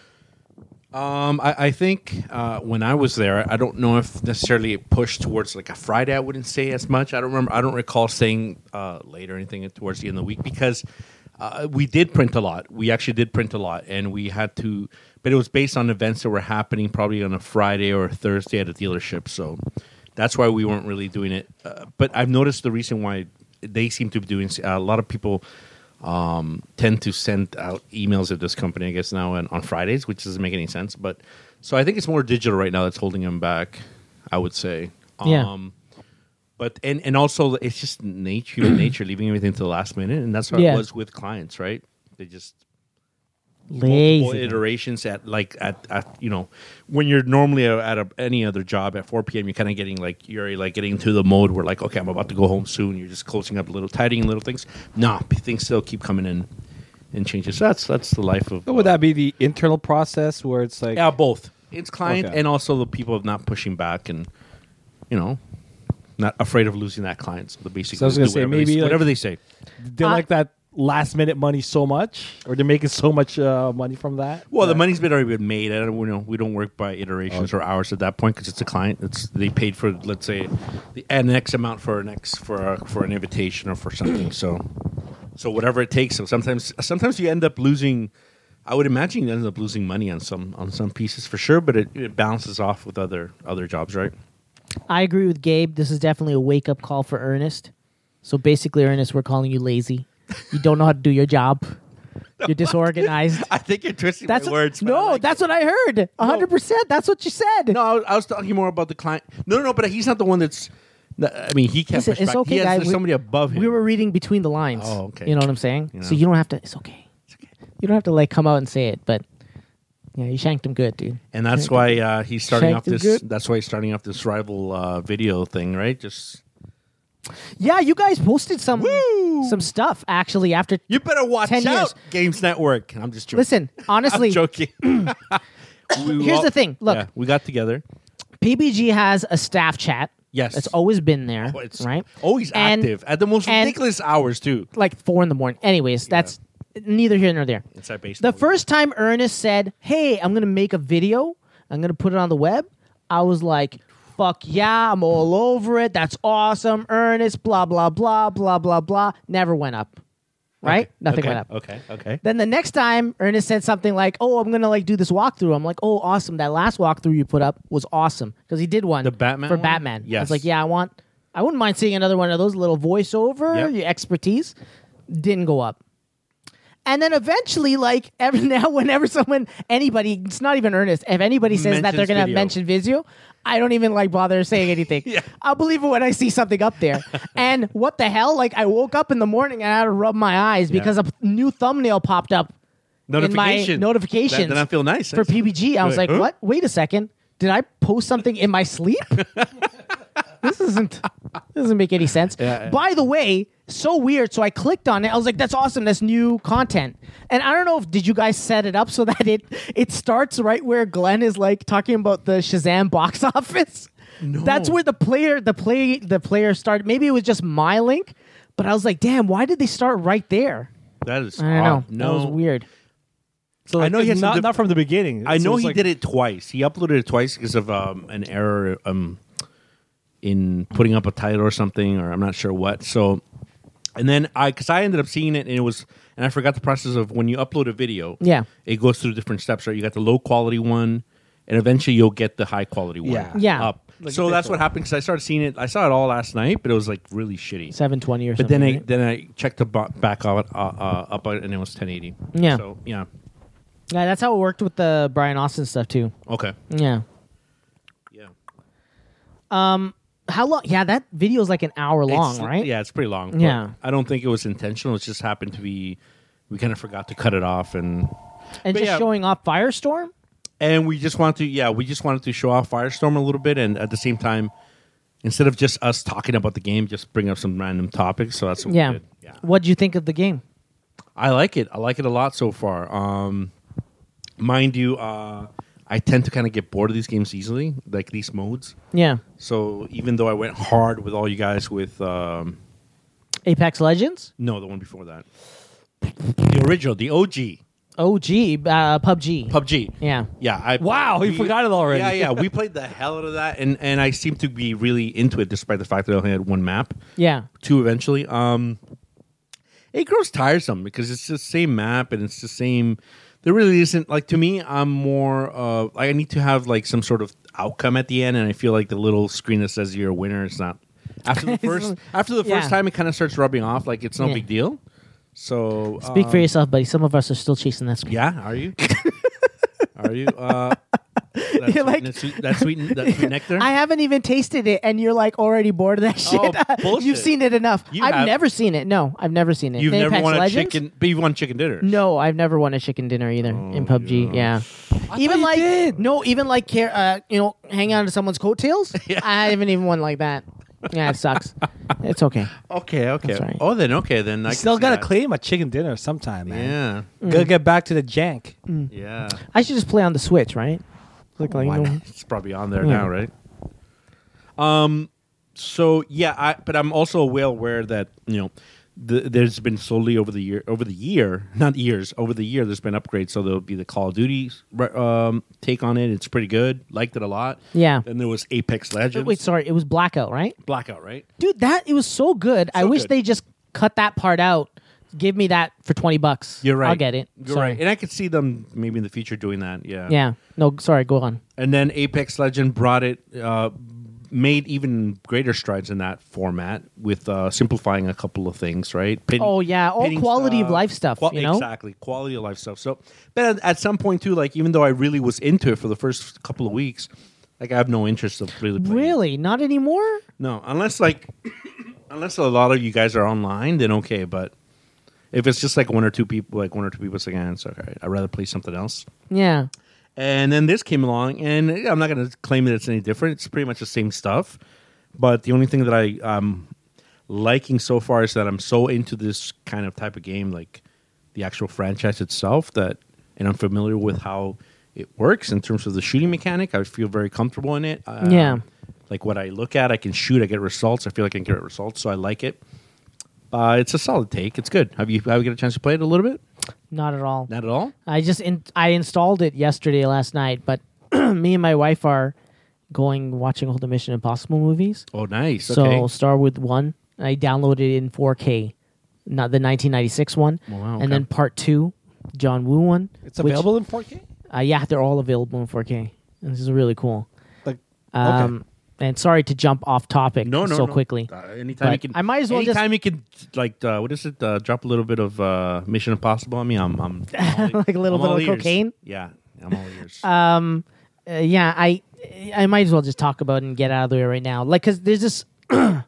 Um, I, I think uh, when I was there, I don't know if necessarily it pushed towards like a Friday. I wouldn't say as much. I don't remember. I don't recall saying uh, late or anything towards the end of the week because uh, we did print a lot. We actually did print a lot, and we had to. But it was based on events that were happening probably on a Friday or a Thursday at a dealership. So that's why we weren't really doing it. Uh, but I've noticed the reason why they seem to be doing a lot of people um, tend to send out emails at this company, I guess now and on Fridays, which doesn't make any sense. But so I think it's more digital right now that's holding them back. I would say, Um,
Yeah.
But and and also it's just nature, human nature, leaving everything to the last minute, and that's what
Yeah.
it was with clients, right? They just multiple
Lazy.
iterations at like at, at you know when you're normally at a, any other job at 4 p.m. You're kind of getting like you're like getting into the mode where like okay I'm about to go home soon. You're just closing up little tidying little things. Nah, p- things still keep coming in and changes. That's that's the life of.
Would that be the internal process where it's like,
Yeah, both. It's client
Okay.
and also the people of not pushing back and you know not afraid of losing that client. So the basic.
So I was gonna say, maybe, like-
whatever they say.
they like that last minute money so much, or they're making so much uh, money from that?
Well, the money's been already been made. I don't, we don't we don't work by iterations or hours at that point because it's a client. It's they paid for let's say the an X amount for an X for a, for an invitation or for something. So so whatever it takes. So sometimes sometimes you end up losing. I would imagine you end up losing money on some on some pieces for sure, but it, it balances off with other other jobs, right?
I agree with Gabe. This is definitely a wake up call for Ernest. So basically, Ernest, we're calling you lazy. You don't know how to do your job. You're disorganized.
I think you're twisting
That's
my words. but I
no.
like
that's what I heard. hundred percent. That's what you said.
No, I was, I was talking more about the client. No, no, no, but he's not the one that's. no, I mean, he can't
Listen,
push
it's
back.
okay,
he has,
guy.
There's
We-
somebody above him.
We were reading between the lines.
Oh, okay.
You know what I'm saying?
You
So
know.
you don't have to. It's okay. You don't have to like come out and say it, but yeah, you shanked him good, dude.
and that's why uh, he's starting
Check
off
the
this.
good-
That's why he's starting off this rival uh, video thing, right? Just
Yeah, you guys posted some some stuff actually after.
you better watch
10 years.
out, Games Network. I'm just joking.
Listen, honestly,
I'm joking. We
here's the thing. Look,
yeah, we got together.
PBG has a staff chat.
Yes.
it's always been there.
Oh, it's
right.
Always
And-
active at the most
and-
ridiculous hours too.
like four in the morning. Anyways, that's neither here nor there.
It's our base
The
level.
first time Ernest said, "Hey, I'm gonna make a video. I'm gonna put it on the web," I was like, "Fuck yeah, I'm all over it. That's awesome, Ernest." Blah blah blah blah blah blah. Never went up. Right? Nothing
okay.
went up.
Okay. Okay.
Then the next time Ernest said something like, "Oh, I'm gonna like do this walkthrough." I'm like, "Oh, awesome! That last walkthrough you put up was awesome because he did one
The Batman
for
one?
Batman." I
Yes.
was like, "Yeah, I want. I wouldn't mind seeing another one of those little voiceover
Yep.
your expertise." Didn't go up. And then eventually, like every now, whenever someone, anybody, it's not even Ernest, if anybody says that they're
Mentions
going to mention
video.
Vizio, I don't even like bother saying anything. I'll believe it when I see something up there. and what the hell? Like I woke up in the morning and I had to rub my eyes because a p- new thumbnail popped up in
Notification.
my notifications.
That- then I feel nice.
For PBG, I was like,
You're like, huh?
what? Wait a second. Did I post something in my sleep? this isn't this doesn't make any sense. By the way, so weird. So I clicked on it. I was like, that's awesome. That's new content. And I don't know if did you guys set it up so that it it starts right where Glenn is like talking about the Shazam box office. That's where the player the play the player started. Maybe it was just my link, but I was like, damn, why did they start right there?
That is
I don't know.
odd.
That
Oh, No,
was weird.
So
I know he had some
not,
diff-
not from the beginning.
I
So
know
it's
he
like-
did it twice. He uploaded it twice because of um, an error um, in putting up a title or something, or I'm not sure what. So, and then I, because I ended up seeing it, and it was, and I forgot the process of when you upload a video.
Yeah.
it goes through different steps. Right, you got the low quality one, and eventually you'll get the high quality one.
Yeah.
Yeah.
up. so that's what happened because I started seeing it. I saw it all last night, but it was like really shitty.
Seven twenty or
But
something.
then I
right?
then I checked the bo- back of it, uh, uh, up on it, and it was 1080.
Yeah.
So yeah.
Yeah, that's how it worked with the Brian Austin stuff too.
Okay.
Yeah.
Yeah.
How long? Yeah, that video's like an hour long,
It's-
right?
Yeah, it's pretty long. but
Yeah.
I don't think it was intentional. It just happened to be we kind of forgot to cut it off and
and
but
just
yeah.
showing off Firestorm.
and we just wanted to yeah, we just wanted to show off Firestorm a little bit and at the same time instead of just us talking about the game, just bring up some random topics. So that's what
Yeah.
we did. Yeah.
What'd you think of the game?
I like it. I like it a lot so far. Um, mind you, uh, I tend to kind of get bored of these games easily, like these modes.
Yeah.
So even though I went hard with all you guys with um,
Apex Legends,
no, the one before that, the original, the OG
OG, uh, PUBG.
PUBG.
Yeah.
Yeah, I
Wow, he
we-
forgot it already.
Yeah, yeah, we played the hell out of that, and and I seem to be really into it, despite the fact that I only had one map,
Yeah.
two eventually. Um, it grows tiresome because it's the same map and it's the same. There really isn't like to me. I'm more uh, I need to have like some sort of outcome at the end, and I feel like the little screen that says you're a winner is not. After the first, after the
Yeah.
first time, it kind of starts rubbing off. Like it's no
Yeah.
big deal. So uh,
Speak for yourself, buddy. Some of us are still chasing that screen.
yeah, are you? are you? Uh, that
You're
sweet,
like-
that sweet, that sweet, that sweet nectar.
I haven't even tasted it, and you're like already bored of that shit.
Oh, bullshit.
You've seen it enough.
You
I've
have-
never seen it. No, I've never seen it.
You've never
Apex
won a
Legends?
chicken, but you won chicken dinner.
No, I've never won a chicken dinner either
Oh,
in PUBG. Yeah, even like no, even like care, uh, you know, hang on to someone's coattails. I haven't even won like that. Yeah, it sucks. it's okay.
Okay, okay.
right.
Oh, then okay, then I
I still
got
gotta claim a chicken dinner sometime, man.
Yeah,
Gotta get back to the jank.
yeah.
I should just play on the Switch, right? Like, like no-
It's probably on there now, right? Um. So yeah, I but I'm also well aware that you know. The, there's been slowly over the year, over the year, not years, over the year. There's been upgrades, so there'll be the Call of Duty um, take on it. It's pretty good, liked it a lot.
Yeah.
Then there was Apex Legends.
Wait, sorry, it was blackout, right?
Blackout, right?
Dude, that it was so good. I
So
wish
good.
they just cut that part out. Give me that for twenty bucks.
You're right.
I'll get it.
You're
Sorry.
right. And I could see them maybe in the future doing that. Yeah.
Yeah. No, sorry. Go on.
And then Apex Legend brought it, uh, made even greater strides in that format with uh, simplifying a couple of things, right? Pin-
Oh, yeah. All
pinning
quality of life stuff, you know?
Exactly. Quality of life stuff. So, but at, at some point, too, like, even though I really was into it for the first couple of weeks, like, I have no interest of really playing it.
Really? Not anymore?
No, unless like unless a lot of you guys are online, then okay. But if it's just like one or two people, like one or two people, it's like, eh, it's okay. I'd rather play something else.
Yeah.
And then this came along, and I'm not going to claim that it's any different. It's pretty much the same stuff. But the only thing that I um liking so far is that I'm so into this kind of type of game, like the actual franchise itself, that and I'm familiar with how it works in terms of the shooting mechanic. I feel very comfortable in it. Uh,
Yeah.
like what I look at, I can shoot, I get results. I feel like I can get results, so I like it. Uh, it's a solid take. It's good. Have you have you got a chance to play it a little bit?
Not at all.
Not at all.
I just in, I installed it yesterday last night, but me and my wife are going watching all the Mission Impossible movies.
Oh, nice.
So
okay.
Star with one, I downloaded it in 4K, not the 1996 one,
wow, okay.
and then part two, John Woo one.
It's available in 4K.
Uh, yeah, they're all available in 4K. This is really cool.
Like,
Um, And sorry to jump off topic
no, no,
so
no.
quickly.
Uh, anytime
But
you can,
I might as well just-
Anytime you can, like, uh, what is it? Uh, drop a little bit of uh, Mission Impossible on me. I'm, I'm, I'm all-
Like a little
I'm all
bit of
ears.
cocaine?
Yeah, I'm all ears.
Uh, yeah, I I might as well just talk about it and get out of the way right now. Like, cause there's this there's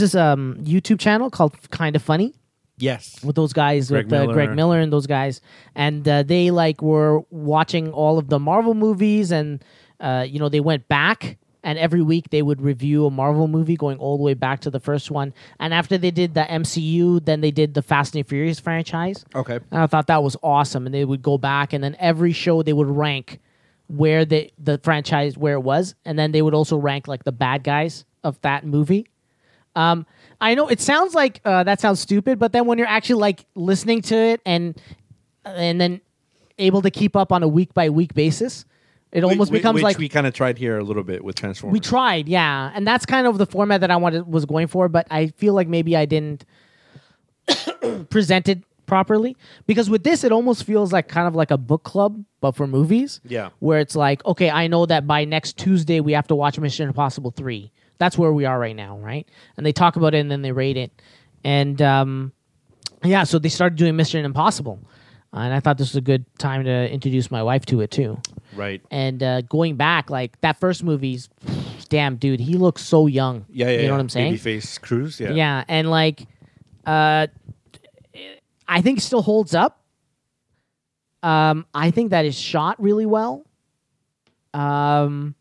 this um YouTube channel called Kind of Funny.
yes.
with those guys
Greg
with uh, Greg
Miller.
Miller and those guys, and uh, they like were watching all of the Marvel movies, and uh, you know they went back and every week they would review a Marvel movie going all the way back to the first one. And after they did the MCU, then they did the Fast and Furious franchise.
Okay.
And I thought that was awesome. And they would go back and then every show they would rank where the the franchise where it was, and then they would also rank like the bad guys of that movie. Um, I know it sounds like uh, that sounds stupid, but then when you're actually like listening to it and and then able to keep up on a week by week basis, it almost
Wh- wh-
becomes
which
like
we kind of tried here a little bit with Transformers.
we tried, yeah, and that's kind of the format that I wanted was going for. But I feel like maybe I didn't present it properly because with this, it almost feels like kind of like a book club, but for movies.
Yeah.
where it's like, okay, I know that by next Tuesday we have to watch Mission Impossible three. That's where we are right now, right? And they talk about it and then they rate it, and um, yeah, so they started doing Mission Impossible, and I thought this was a good time to introduce my wife to it too
Right.
and uh, going back, like that first movie's, damn dude, he looks so young.
Yeah, yeah.
you know
yeah.
what I'm saying?
Babyface Cruz. Yeah.
Yeah. and like, uh, I think it still holds up. Um, I think that is shot really well. Um,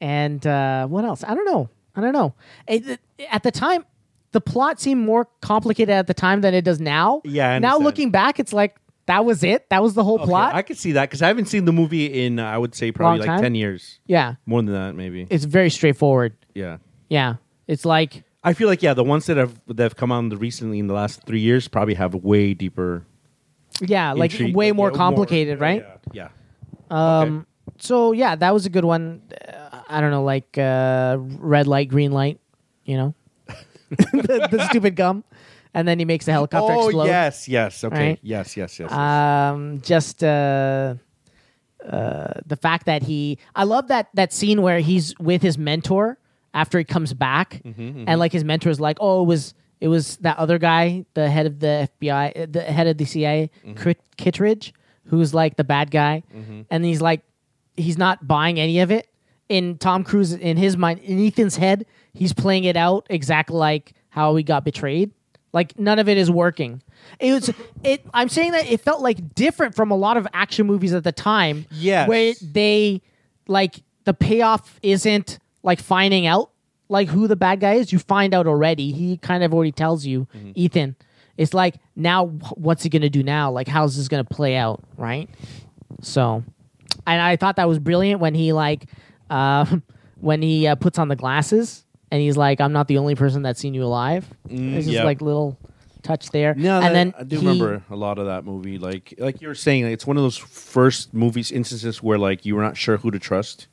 and uh, what else? I don't know. I don't know. It- at the time, the plot seemed more complicated at the time than it does now.
Yeah, I
now
understand.
looking back, it's like that was it. That was the whole
Okay,
plot.
I could see that because I haven't seen the movie in uh, I would say
Long
probably like
time?
ten years,
yeah,
more than that maybe.
it's very straightforward.
yeah.
Yeah, it's like.
I feel like yeah, the ones that have that have come out in the- recently in the last three years probably have way deeper,
Yeah, like
intrigue-
way
yeah,
more complicated, right? Um,
Yeah. Okay.
So yeah, that was a good one. Uh, I don't know, like uh, red light, green light, you know, the, the stupid gum, and then he makes the helicopter
Oh
explode.
yes, yes. Okay.
Right?
Yes, yes, yes. yes.
Um, just uh, uh, the fact that he, I love that that scene where he's with his mentor after he comes back, and like his mentor is like, "Oh, it was it was that other guy, the head of the FBI, uh, the head of the CIA, Kit- Kittredge, who's like the bad guy," and he's like, he's not buying any of it. In Tom Cruise, in his mind, in Ethan's head, he's playing it out exactly like how he got betrayed. Like none of it is working. It was it. I'm saying that it felt like different from a lot of action movies at the time.
Yes.
where they like the payoff isn't like finding out like who the bad guy is. You find out already. He kind of already tells you,
Mm-hmm.
Ethan. It's like now, wh- what's he gonna do now? Like how's this gonna play out, right? So, and I thought that was brilliant when he like, uh, when he uh, puts on the glasses and he's like, "I'm not the only person that's seen you alive." it's just
Mm, yep.
like little touch there.
No,
and
that-
then
I do
he-
remember a lot of that movie. Like like you were saying, like, it's one of those first movies instances where like you were not sure who to trust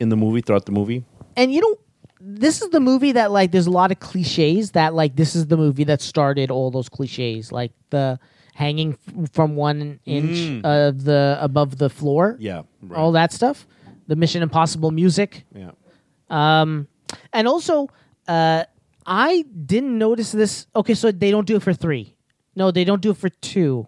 in the movie throughout the movie.
And you know, this is the movie that like there's a lot of cliches that like this is the movie that started all those cliches, like the hanging f- from one inch of the above the floor.
Mm. Yeah, right.
all that stuff. The Mission Impossible music. Um,
Yeah.
And also, uh, I didn't notice this. Okay, so they don't do it for three. No, they don't do it for two.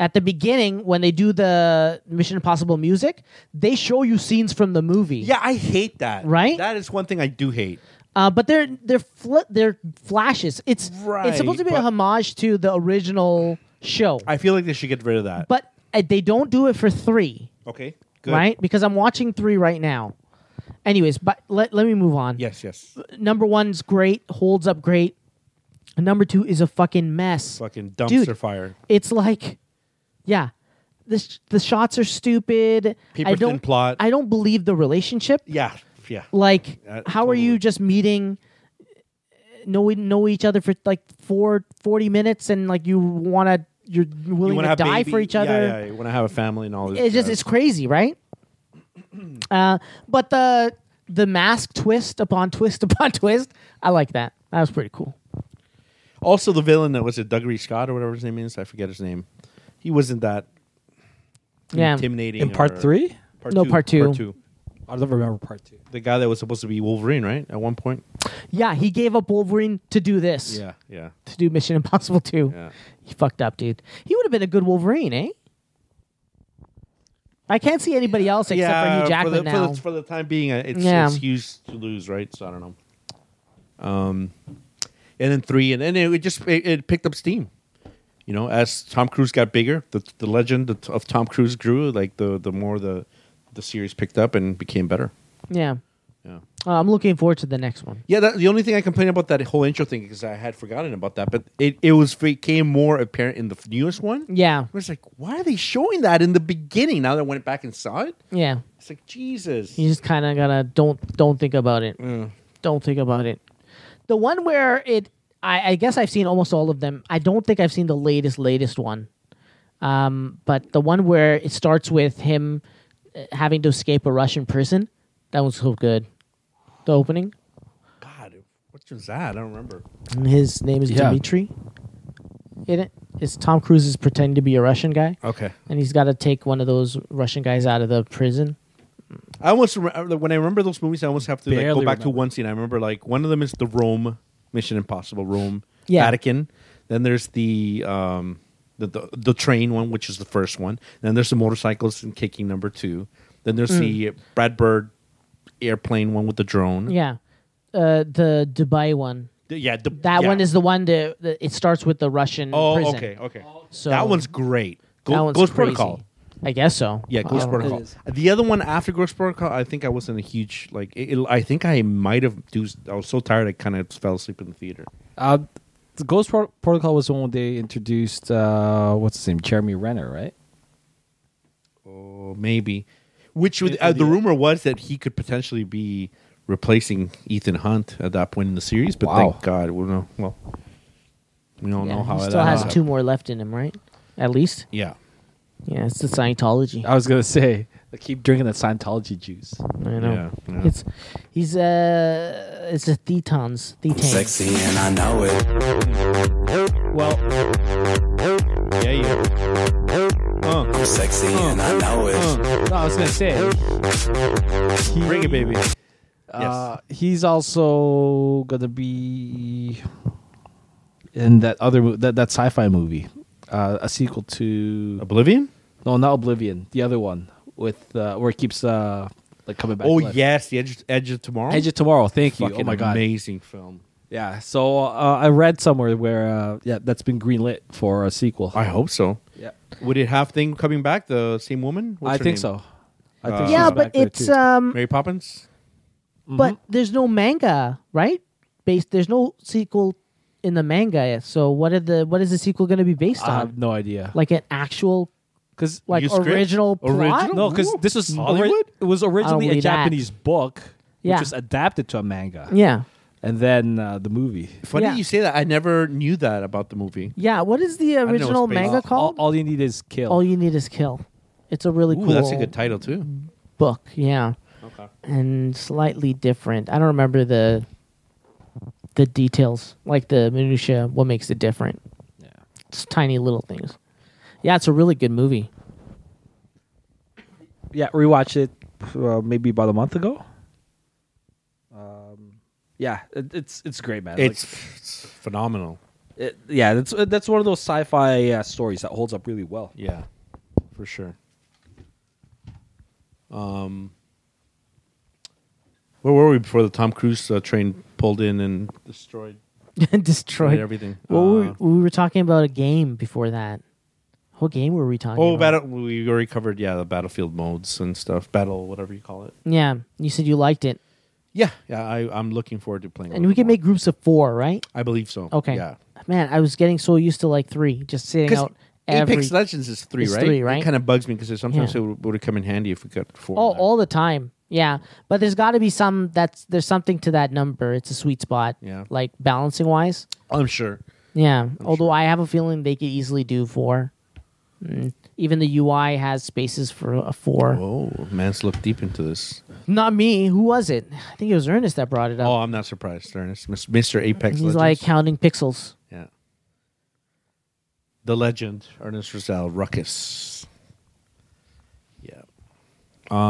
At the beginning, when they do the Mission Impossible music, they show you scenes from the movie.
Yeah, I hate that.
Right?
That is one thing I do hate.
Uh, but they're they're fl- they're flashes. It's
Right,
it's supposed to be a
but-
homage to the original show.
I feel like they should get rid of that.
but uh, they don't do it for three,
okay. Good.
right? Because I'm watching three right now. Anyways, but let let me move on.
Yes, yes.
number one's great, holds up great. Number two is a fucking mess.
Fucking dumpster
Dude.
fire.
It's like, yeah, the sh- the shots are stupid.
Paper
I
thin
don't
plot.
I don't believe the relationship.
Yeah. Yeah.
Like,
Uh,
how
totally.
are you just meeting? uh, Know we know each other for like four, 40 minutes, and like you wanna you're willing
wanna
to
have
die
baby-
for each
yeah,
other
Yeah, You want to have a family and all this.
it's just
jazz.
it's crazy, right? Uh, but the the mask twist upon twist upon twist, I like that. That was pretty cool.
also the villain that was it Dougley Scott or whatever his name is. I forget his name. He wasn't that
Yeah,
intimidating.
In part
or-
three?
Part
No, part two.
Part two.
I don't remember part two.
The guy that was supposed to be Wolverine, right? At one point.
yeah, he gave up Wolverine to do this.
Yeah.
to do Mission Impossible two.
Yeah.
He fucked up, dude. He would have been a good Wolverine, eh? I can't see anybody else except for Hugh Jackman
for the,
now.
For the, for the time being, uh, it's,
Yeah.
it's huge to lose, right? So I don't know. Um, and then three, and then it, it just it, it picked up steam. You know, as Tom Cruise got bigger, the the legend of Tom Cruise grew. Like the the more the the series picked up and became better.
yeah,
Yeah.
Uh, I'm looking forward to the next one.
Yeah, that, the only thing I complain about that whole intro thing because I had forgotten about that, but it, it was became more apparent in the f- newest one.
Yeah.
I was like, why are they showing that in the beginning? Now that I went back and saw it,
Yeah.
it's like Jesus.
You just kind of gotta don't don't think about it. Don't think about it. The one where it, I, I guess I've seen almost all of them. I don't think I've seen the latest latest one, um, but the one where it starts with him uh, having to escape a Russian prison. That was so good. The opening.
God, what was that? I don't remember.
And his name is
Yeah.
Dimitri. In it, it's Tom Cruise is pretending to be a Russian guy,
Okay,
and he's got to take one of those Russian guys out of the prison.
I almost remember when I remember those movies. I almost have to like, go
Barely
back to
remember.
one scene. I remember like one of them is the Rome Mission Impossible, Rome,
Yeah.
Vatican. Then there's the um the, the the train one, which is the first one. Then there's the motorcycles and kicking number two. Then there's
Hmm.
the Brad Bird airplane one with the drone.
Yeah, uh, the Dubai one.
The- yeah. The,
That
yeah.
one is the one that, that it starts with the Russian.
Oh,
prison.
okay, okay.
So
that one's great. Go,
that one's
Ghost
crazy.
Protocol.
I guess so.
Yeah, Ghost
Wow.
Protocol. The other one after Ghost Protocol, I think I was in a huge like. It, it- I think I might have. dozed- I was so tired, I kind of fell asleep in the theater.
Uh, the Ghost Pro- Protocol was the one they introduced. Uh, what's his name? Jeremy Renner, right?
Or Oh, maybe, which would, uh, the rumor was that he could potentially be replacing Ethan Hunt at that point in the series. But
Wow.
thank God, we know. Well, we don't
Yeah,
know how
he
that
still has
happened.
two more left in him, right? At least.
Yeah,
Yeah, it's the Scientology.
I was gonna say, like, keep drinking that Scientology juice.
I know.
yeah, yeah.
It's he's uh it's a thetons thetans.
Sexy and I know it.
well, yeah, yeah. Uh,
Sexy and I know it.
No, I was gonna say, he-
bring it, baby.
Uh, he's also gonna be in that other mo- that that sci-fi movie, uh, a sequel to
Oblivion.
no, not Oblivion, the other one with uh, where it keeps uh, like coming back.
Oh
to life.
yes, the Edge, Edge of Tomorrow.
Edge of Tomorrow. Thank you.
Fucking
Oh my god.
amazing film.
Yeah. So uh, I read somewhere where uh, yeah that's been greenlit for a sequel.
I hope so.
yeah.
Would it have thing coming back? The same woman? What's
I
her
think
name? Uh,
so. I think
Yeah,
she's
but
back there,
it's
too.
um
Mary Poppins.
but
Mm-hmm.
there's no manga, right? Based there's no sequel in the manga yet. So what are the what is the sequel going to be based
I
on?
have no idea.
Like an actual
Because
like
New script?
original plot?
Original?
no, because
Ooh,
this was ori-
Hollywood?
it was originally a
read that.
Japanese book,
Yeah.
which was adapted to a manga.
Yeah.
and then uh, the movie.
Funny
Yeah.
you say that. I never knew that about the movie.
Yeah, what is the
know it's
original
based-
manga
All-
All,
called?
all you need is kill.
All you need is kill. It's a really
Ooh,
cool
that's a good title too.
book, yeah. And slightly different. I don't remember the the details, like the minutia, what makes it different.
Yeah.
It's tiny little things. Yeah, it's a really good movie.
yeah, rewatched it uh, maybe about a month ago. Um, yeah, it, it's it's great, man. Like,
It's, it's phenomenal.
it- yeah, that's uh, that's one of those sci-fi uh, stories that holds up really well.
Yeah, for sure. Um, where were we before the Tom Cruise uh, train pulled in and destroyed
Destroyed.
everything?
Well,
Uh,
we, were, we were talking about a game before that. What game were we talking
oh,
about?
battle. We already covered yeah the battlefield modes and stuff. Battle, whatever you call it.
Yeah, you said you liked it.
Yeah, yeah. I, I'm looking forward to playing. a
And
little
we can
more.
make groups of four, right?
I believe so.
Okay.
Yeah.
Man, I was getting so used to like three, just sitting out every.
Apex Legends is three,
It's
right?
three, right?
It kind of bugs me because sometimes
Yeah.
it would, would have come in handy if we got four.
Oh,
in there.
all the time. Yeah, but there's got to be some that's there's something to that number. It's a sweet spot.
Yeah.
like balancing wise.
I'm sure.
Yeah. Although I have a feeling they could easily do four. Mm. Even the UI has spaces for a four.
Oh, man's looked deep into this.
Not me. Who was it? I think it was Ernest that brought it up.
Oh, I'm not surprised, Ernest. Mis- Mr. Apex
He's
Legends.
like counting pixels.
yeah. The legend, Ernest Rosal Ruckus. Yeah. Um.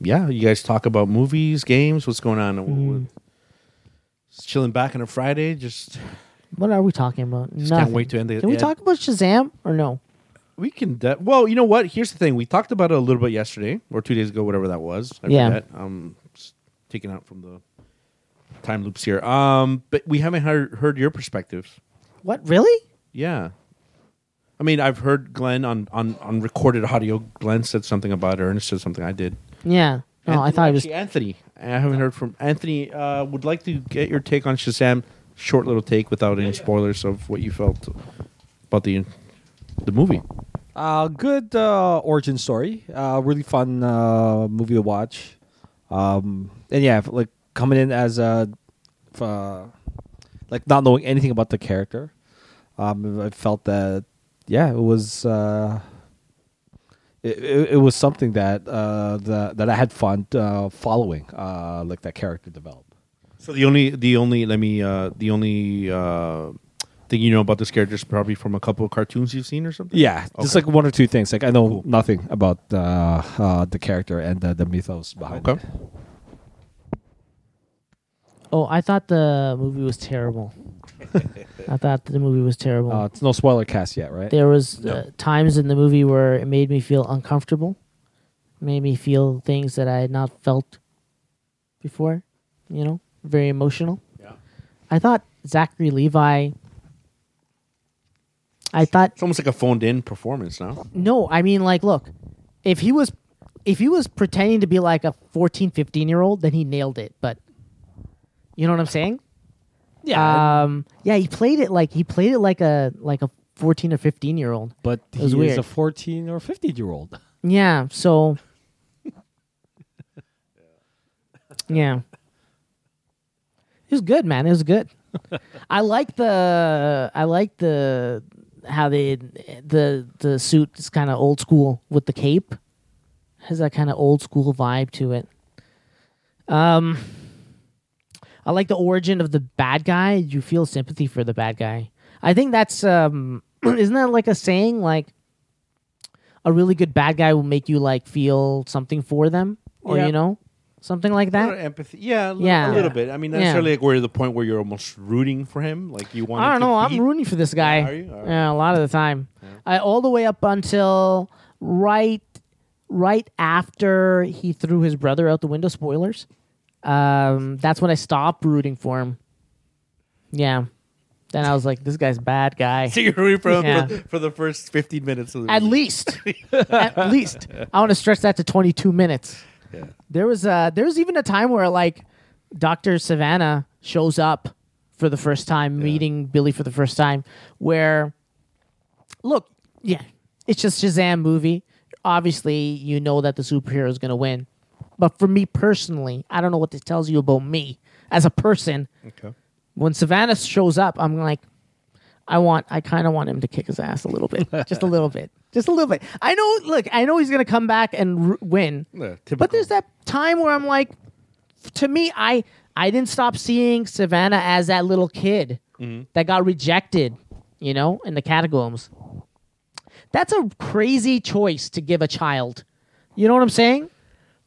Yeah, you guys talk about movies, games. What's going on? Just chilling back on a Friday. Just
What are we talking about?
Just
Nothing.
can't wait to end the-
Can we
yeah.
talk about Shazam or no?
We can. De- well, you know what? Here's the thing. We talked about it a little bit yesterday or two days ago, whatever that was. I
Yeah.
forget. Um, s- taken out from the time loops here. Um, but we haven't heard heard your perspective.
What really?
Yeah. I mean, I've heard Glenn on, on, on recorded audio. Glenn said something about it. Ernest said something. I did.
Yeah. Oh, I thought it was-
actually, Anthony. I haven't heard from Anthony. Uh, would like to get your take on Shazam. Short little take without any spoilers of what you felt about the the movie.
Uh, good uh, origin story. Uh, really fun uh, movie to watch. Um, and yeah, f- like coming in as a, f- uh, like not knowing anything about the character, um, I felt that yeah, it was uh, it, it, it was something that uh, that that I had fun uh, following, uh, like that character develop.
So the only the only let me uh, the only uh, thing you know about this character is probably from a couple of cartoons you've seen or something.
Yeah, just like one or two things. Like I know nothing about uh, uh, the character and the, the mythos behind.
Okay.
it.
Oh, I thought the movie was terrible. I thought the movie was terrible.
Uh, it's no spoiler cast yet, right?
there was uh, times in the movie where it made me feel uncomfortable, made me feel things that I had not felt before. You know, very emotional. Yeah. I thought Zachary Levi. I thought
It's almost like a phoned in performance now.
no, I mean like look, if he was if he was pretending to be like a 14, 15 year old, then he nailed it, but you know what I'm saying?
Uh,
Yeah. Um yeah, he played it like he played it like a like a 14 or 15 year old.
But
It
he
was
is
weird.
a 14 or 15 year old.
Yeah, so Yeah. It was good, man. It was good. I like the I like the how they the the suit is kind of old school with the cape. Has that kind of old school vibe to it. Um I like the origin of the bad guy. You feel sympathy for the bad guy. I think that's um isn't that like a saying like a really good bad guy will make you like feel something for them or
Yeah.
you know something like
A
that.
lot of empathy, yeah, a li-
Yeah.
a little bit. I mean, not
Yeah.
necessarily like we're at the point where you're almost rooting for him, like you want.
I
him
don't
to
know. I'm
beat-
rooting for this guy.
Yeah, are you? All right.
Yeah, a lot of the time. I, all the way up until right, right after he threw his brother out the window. Spoilers. Um, that's when I stopped rooting for him. Yeah. Then I was like, this guy's a bad guy.
So you're rooting for him
Yeah.
for, for the first 15 minutes of the
At
movie.
least, at least, I want to stretch that to 22 minutes. There was uh there was even a time where like Doctor Savannah shows up for the first time, meeting Billy for the first time. Where, look, yeah, it's just Shazam movie. Obviously, you know that the superhero is going to win, but for me personally, I don't know what this tells you about me as a person.
Okay.
When Savannah shows up, I'm like, I want, I kind of want him to kick his ass a little bit, just a little bit, just a little bit. I know, look, I know he's gonna come back and r- win,
Yeah, typical.
but there's that time where I'm like, to me, I I didn't stop seeing Savannah as that little kid
Mm-hmm.
that got rejected, you know, in the catacombs. That's a crazy choice to give a child. You know what I'm saying?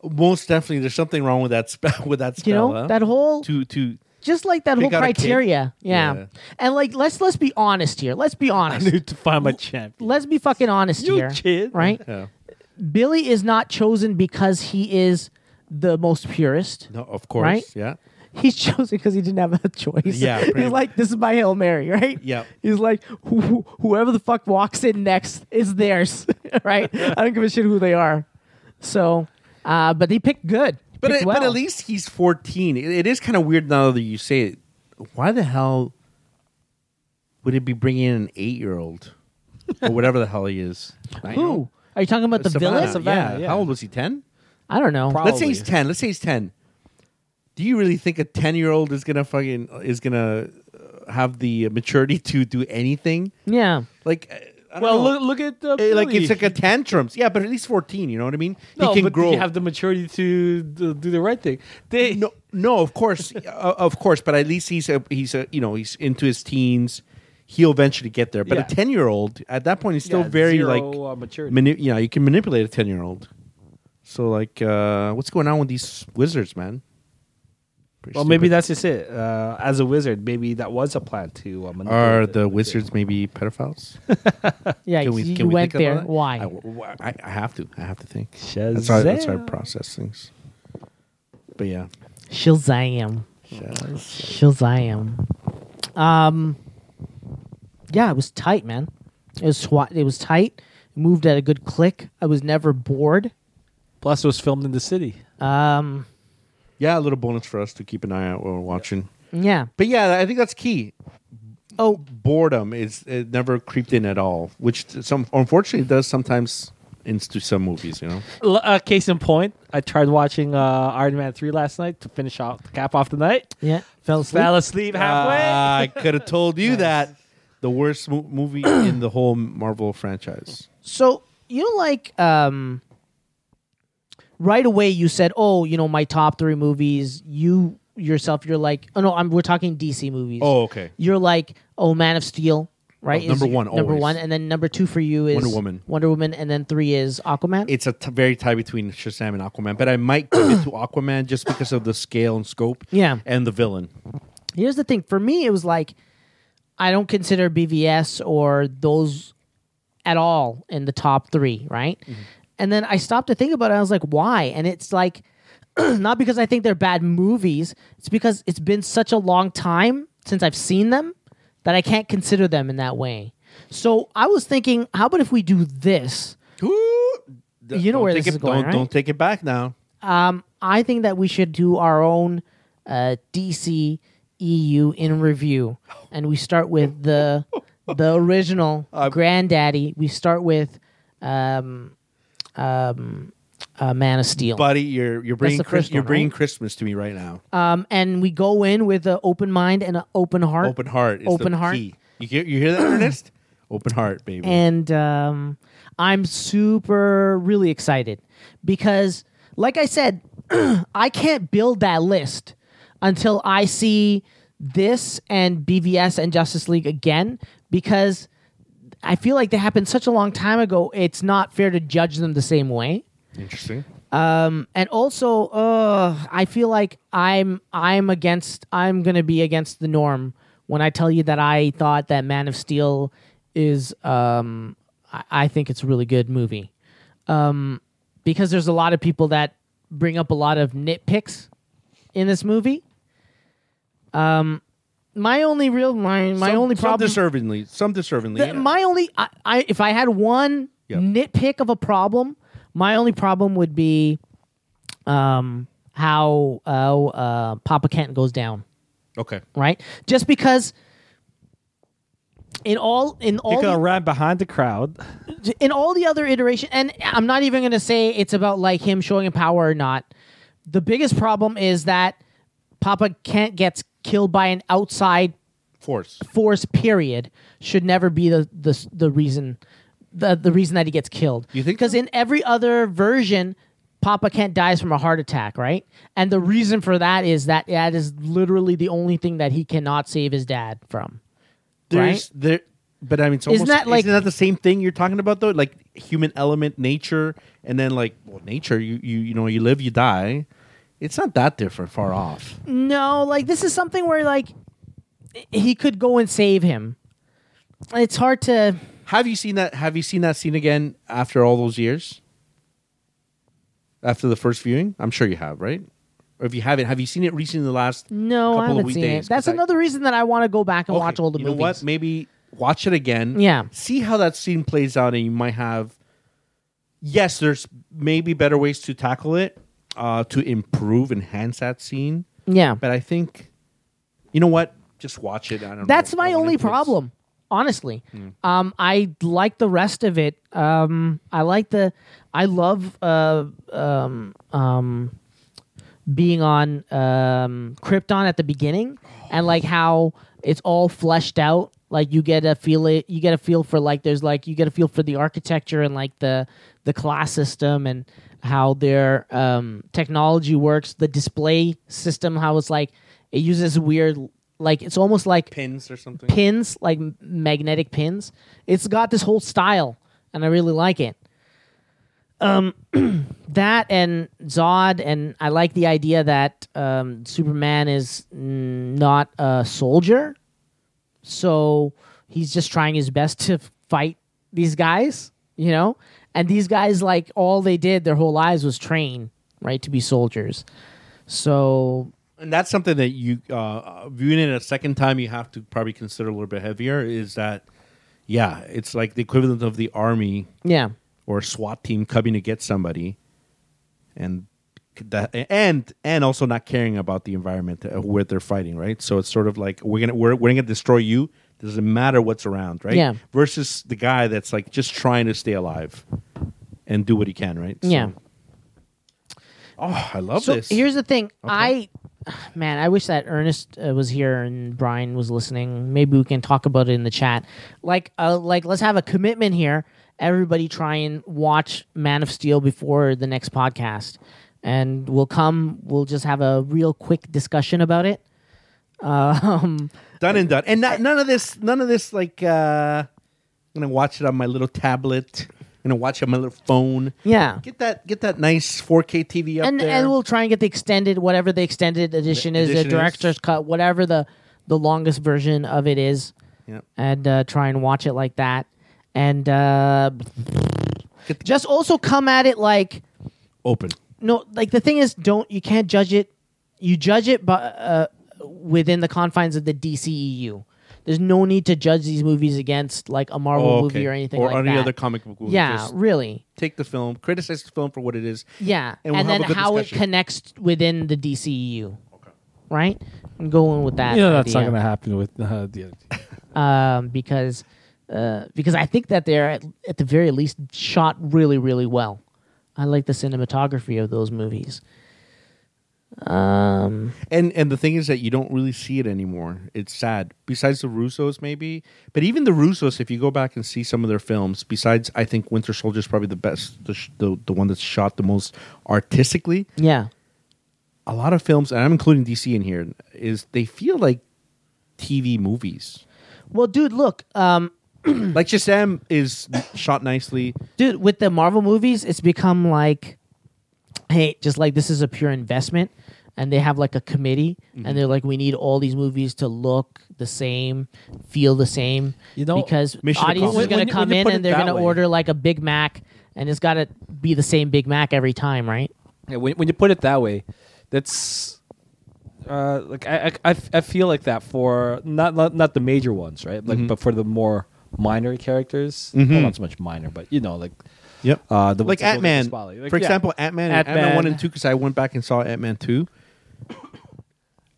Most definitely, there's something wrong with that spell. With that spell,
You know
huh?
that whole
to to.
just like that
Pick
whole
out a kid.
criteria, yeah.
Yeah.
And like, let's let's be honest here. Let's be honest.
need to find my champion.
let's be fucking honest
You
here,
kid.
right?
Yeah.
Billy is not chosen because he is the most purist.
No, of course.
Right?
Yeah.
He's chosen because he didn't have a choice.
Yeah, pretty
he's like, this is my hail mary, right?
Yep.
He's like, who, who- whoever the fuck walks in next is theirs, right? I don't give a shit who they are. So, uh, but they picked good.
But
Picked
it, but
well.
at least he's 14. It, it is kind of weird now that you say it. Why the hell would it be bringing in an eight year old or whatever the hell he is? I
who
know.
are you talking about? The
Savannah,
villain?
yeah.
yeah.
How old was he? 10?
I don't know.
Let's say he's 10. Let's say he's 10. Do you really think a 10 year old is going to fucking, is going to have the maturity to do anything?
Yeah.
Like, uh, I don't
Well,
know.
look, look at the
Eh, like it's like a tantrums. Yeah, but at least 14, you know what I mean?
no,
he can
but
grow.
You have the maturity to do do the right thing. They
no, no, of course, uh, of course. But at least he's a he's a you know he's into his teens. He'll eventually get there. But
Yeah.
a ten year old at that point is still
Yeah,
very
zero,
like
uh, maturity.
mani- yeah, you can manipulate a ten year old. So like, uh, what's going on with these wizards, man? Pretty
well, maybe
stupid.
that's just it. Uh, as a wizard, maybe that was a plan to uh, manipulate
are
it.
the wizards maybe pedophiles?
Yeah.
Can we,
you
can we
went
think about
there.
that?
Why?
I, wh- I, I have to. I have to think. That's how, that's how I process things. But yeah,
Shazam. Shazam. Um, yeah, it was tight, man. It was swa- it was tight. It moved at a good click. I was never bored.
Plus, it was filmed in the city.
Um,
Yeah, a little bonus for us to keep an eye out while we're watching.
yeah.
But yeah, I think that's key.
Oh,
Boredom is it never creeped in at all, which t- some unfortunately does sometimes into some movies. You know,
L- uh, case in point, I tried watching uh, Iron Man three last night to finish off cap off the night.
yeah. Fell asleep.
Fell asleep halfway.
Uh,
Ah, I could have told you that the worst mo- movie in the whole Marvel franchise.
So you know, like um, right away you said, "Oh, you know, my top three movies." You yourself, you're like, "Oh no, I'm, we're talking DC movies."
Oh, okay.
You're like, "Oh, Man of Steel." Right,
Oh,
is
number
your-
one,
number
always.
one, and then number two for you is
Wonder Woman.
Wonder Woman, and then three is Aquaman.
It's a t- very tie between Shazam and Aquaman, but I might give it to Aquaman just because of the scale and scope.
Yeah.
and the villain.
Here's the thing: for me, it was like I don't consider BVS or those at all in the top three, right?
Mm-hmm.
And then I stopped to think about it. I was like, why? And it's like not because I think they're bad movies. It's because it's been such a long time since I've seen them that I can't consider them in that way. So I was thinking, how about if we do this? You know
Don't
where
take
this
it,
is going,
Don't,
right?
don't take it back now.
I think that we should do our own uh, DC EU in review, and we start with the the original granddaddy. We start with um, um, uh, Man of Steel,
buddy, you're you're bringing
the
Chris,
first
you're
one,
bringing
right?
Christmas to me right now.
um, and we go in with an open mind and an open heart.
open heart, is the
open heart.
key. You hear, you hear that, Ernest? Open heart, baby.
and um, I'm super really excited because, like I said, I can't build that list until I see this and BVS and Justice League again because I feel like they happened such a long time ago. It's not fair to judge them the same way
Interesting.
and also uh, i feel like i'm i'm against i'm gonna be against the norm when i tell you that i thought that man of steel is um i, I think it's a really good movie um because there's a lot of people that bring up a lot of nitpicks in this movie um my only real my my
Some-
only problem
Some deservingly. Some deservingly.
the- my only I, I if I had one
Yep.
nitpick of a problem, my only problem would be um how uh, uh Papa Kent goes down,
okay.
right? Just because in all in all
He could
the-
have ran behind the crowd.
in all the other iteration and i'm not even going to say it's about like him showing a power or not the biggest problem is that papa kent gets killed by an outside
Force.
force period should never be the the, the reason the, the reason that he gets killed
You think
because
so?
in every other version papa kent dies from a heart attack right and the reason for that is that that is literally the only thing that he cannot save his dad from
There's there. But I mean, it's
Isn't
almost,
that like-
isn't that the same thing you're talking about though? Like human element, nature, and then like well, nature. You you you know you live, you die. It's not that different, far off.
No, like this is something where like he could go and save him. It's hard to.
Have you seen that? Have you seen that scene again after all those years? After the first viewing, I'm sure you have, right? Or if you haven't, have you seen it recently? In the last
No,
couple
I haven't
of
seen
weekdays?
it. That's
'Cause I-
another reason that I want to go back and
Okay,
watch all the
you
movies.
Know what? Maybe watch it again.
Yeah.
See how that scene plays out, and you might have. Yes, there's maybe better ways to tackle it, uh, to improve, enhance that scene.
Yeah,
But I think, you know what? Just watch it. I don't.
that's
know.
my
I wanna
only
improve.
problem. Honestly,
Hmm.
um, I like the rest of it. Um, I like the. I love uh, um, um, being on um, Krypton at the beginning, and like how it's all fleshed out. Like you get a feel it, you get a feel for like there's like you get a feel for the architecture and like the the class system and how their um, technology works, the display system, how it's like it uses weird like it's almost like
Pins or something.
pins, like m- magnetic pins. It's got this whole style, and I really like it. Um, that and Zod, and I like the idea that um, Superman is mm, not a soldier, so he's just trying his best to f- fight these guys, you know. And these guys, like all they did their whole lives was train, right, to be soldiers. So
and that's something that you uh, uh, viewing it a second time you have to probably consider a little bit heavier is that yeah it's like the equivalent of the army
yeah,
or swat team coming to get somebody and the and and also not caring about the environment uh, where they're fighting, right? So it's sort of like we're gonna we're, we're gonna destroy you. Doesn't matter what's around, right?
Yeah.
Versus the guy that's like just trying to stay alive and do what he can, right? So-
Yeah.
Oh, I love
So
this.
here's the thing. I, man, I wish that Ernest uh, was here and Brian was listening. Maybe we can talk about it in the chat. Like, uh, like let's have a commitment here. Everybody try and watch Man of Steel before the next podcast, and we'll come. We'll just have a real quick discussion about it.
done and done. And not, none of this, none of this. Like, uh, I'm gonna watch it on my little tablet. I'm gonna watch it on my little phone.
Yeah.
Get that, get that nice 4K TV up
and
there.
and we'll try and get the extended whatever the extended edition is,
edition
the
is.
director's cut, whatever the the longest version of it is,
Yep.
and uh, try and watch it like that, and uh,
Get the-
just also come at it like
open.
no, like the thing is, don't you can't judge it. You judge it, but uh, within the confines of the DCEU. There's no need to judge these movies against like a Marvel
Oh,
movie
okay.
or anything
or
like
any
that.
other comic book movie.
Yeah,
Just
really.
take the film, criticize the film for what it is.
Yeah, and,
And we'll have
then
a good
how
discussion.
it connects within the DCEU. Right? I'm going with that.
You know that's not
idea.
going to happen with uh, the other.
Um, because, uh, because I think that they're at, at the very least shot really, really well. I like the cinematography of those movies. Um,
And and the thing is that you don't really see it anymore. It's sad. Besides the Russos, maybe, but even the Russos, if you go back and see some of their films, besides I think Winter Soldier is probably the best, the, sh- the the one that's shot the most artistically.
yeah,
a lot of films, and I'm including DC in here, is they feel like TV movies.
well, dude, look, um,
like Shazam is shot nicely.
dude, with the Marvel movies, it's become like, hey, just like this is a pure investment, and they have like a committee,
Mm-hmm.
and they're like, we need all these movies to look the same, feel the same,
You know,
because
Mission
audience is
accomplished.
going
When
to
you-
come
when you
in
put
and
it
they're
that
going to
way.
order like a Big Mac, and it's got to be the same Big Mac every time, right?
Yeah, when, when you put it that way, that's
Uh, like
like I I- I, f- I feel like that for
not not, not the major ones, right? Like, but for the more minor characters, well, not so much minor, but you know, like
Yep.
uh, the ones
like
that don't get
Ant
the
Man,
spotlight. Like,
for
yeah.
example, Ant Man, Ant Man
Ant-Man.
one and two, because I went back and saw Ant Man two.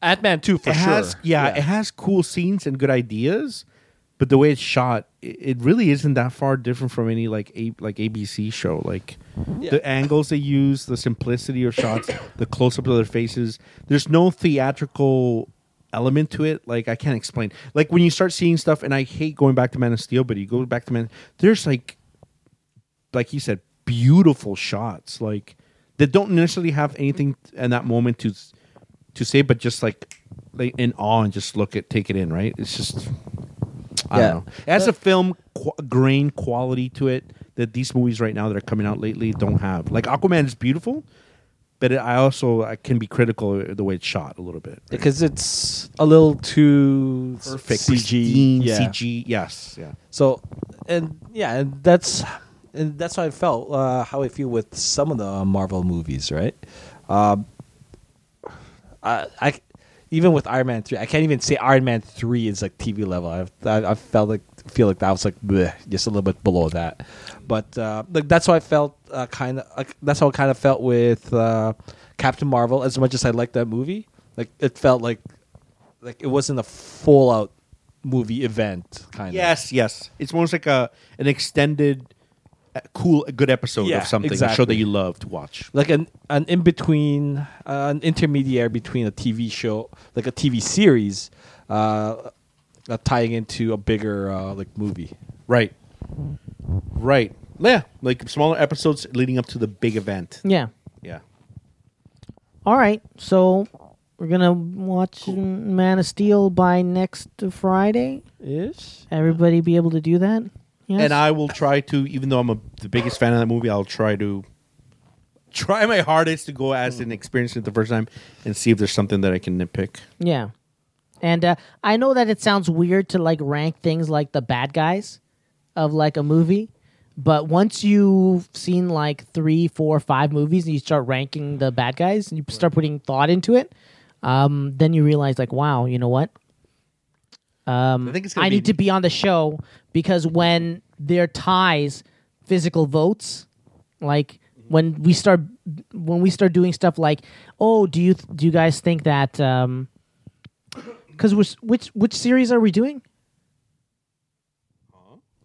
Ant Man two for
it
sure.
has, yeah, it has cool scenes and good ideas, but the way it's shot, it, it really isn't that far different from any like a like ABC show. Like the angles they use, the simplicity of shots, the close ups of their faces. There's no theatrical element to it. Like I can't explain. Like when you start seeing stuff, and I hate going back to Man of Steel, but you go back to Man. There's like like you said, beautiful shots, like that don't necessarily have anything in that moment to to say, but just like like in awe and just look at take it in, right? It's just I
Yeah.
don't know. It has a film qu- grain quality to it that these movies right now that are coming out lately don't have. Like Aquaman is beautiful, but it, I also I can be critical of the way it's shot a little bit. right?
because it's a little too
Perfect
CG,
pristine
yeah.
CG, yes, yeah.
So, and yeah, and that's and that's how I felt. Uh, how I feel with some of the uh, Marvel movies, right? Um, I, I even with Iron Man three, I can't even say Iron Man three is like TV level. I've, I I felt like feel like that was like bleh, just a little bit below that, but uh, like that's how I felt. Uh, kind of like that's how I kind of felt with uh, Captain Marvel. As much as I liked that movie, like it felt like like it wasn't a full out movie event kind of
Yes, yes. It's almost like a an extended, uh, cool, a good episode
Yeah,
of something, a show
exactly.
that you love to watch.
like an an in between, uh, an intermediary between a TV show, like a TV series, uh, uh, tying into a bigger uh, like movie.
Right, right. Yeah, like smaller episodes leading up to the big event.
Yeah.
Yeah,
All right, so we're gonna watch Man of Steel by next Friday.
Ish.
Everybody be able to do that? Yes?
and I will try to, even though I'm a, the biggest fan of that movie, I'll try to try my hardest to go as and experience it the first time and see if there's something that I can nitpick.
Yeah. And uh, I know that it sounds weird to like rank things like the bad guys of like a movie, but once you've seen like three, four, five movies and you start ranking the bad guys and you start putting thought into it, um, then you realize like, wow, you know what?
I think it's. Gonna
I
be,
need to be on the show because when there ties physical votes, like when we start when we start doing stuff like, oh, do you do you guys think that? um Because which which which series are we doing?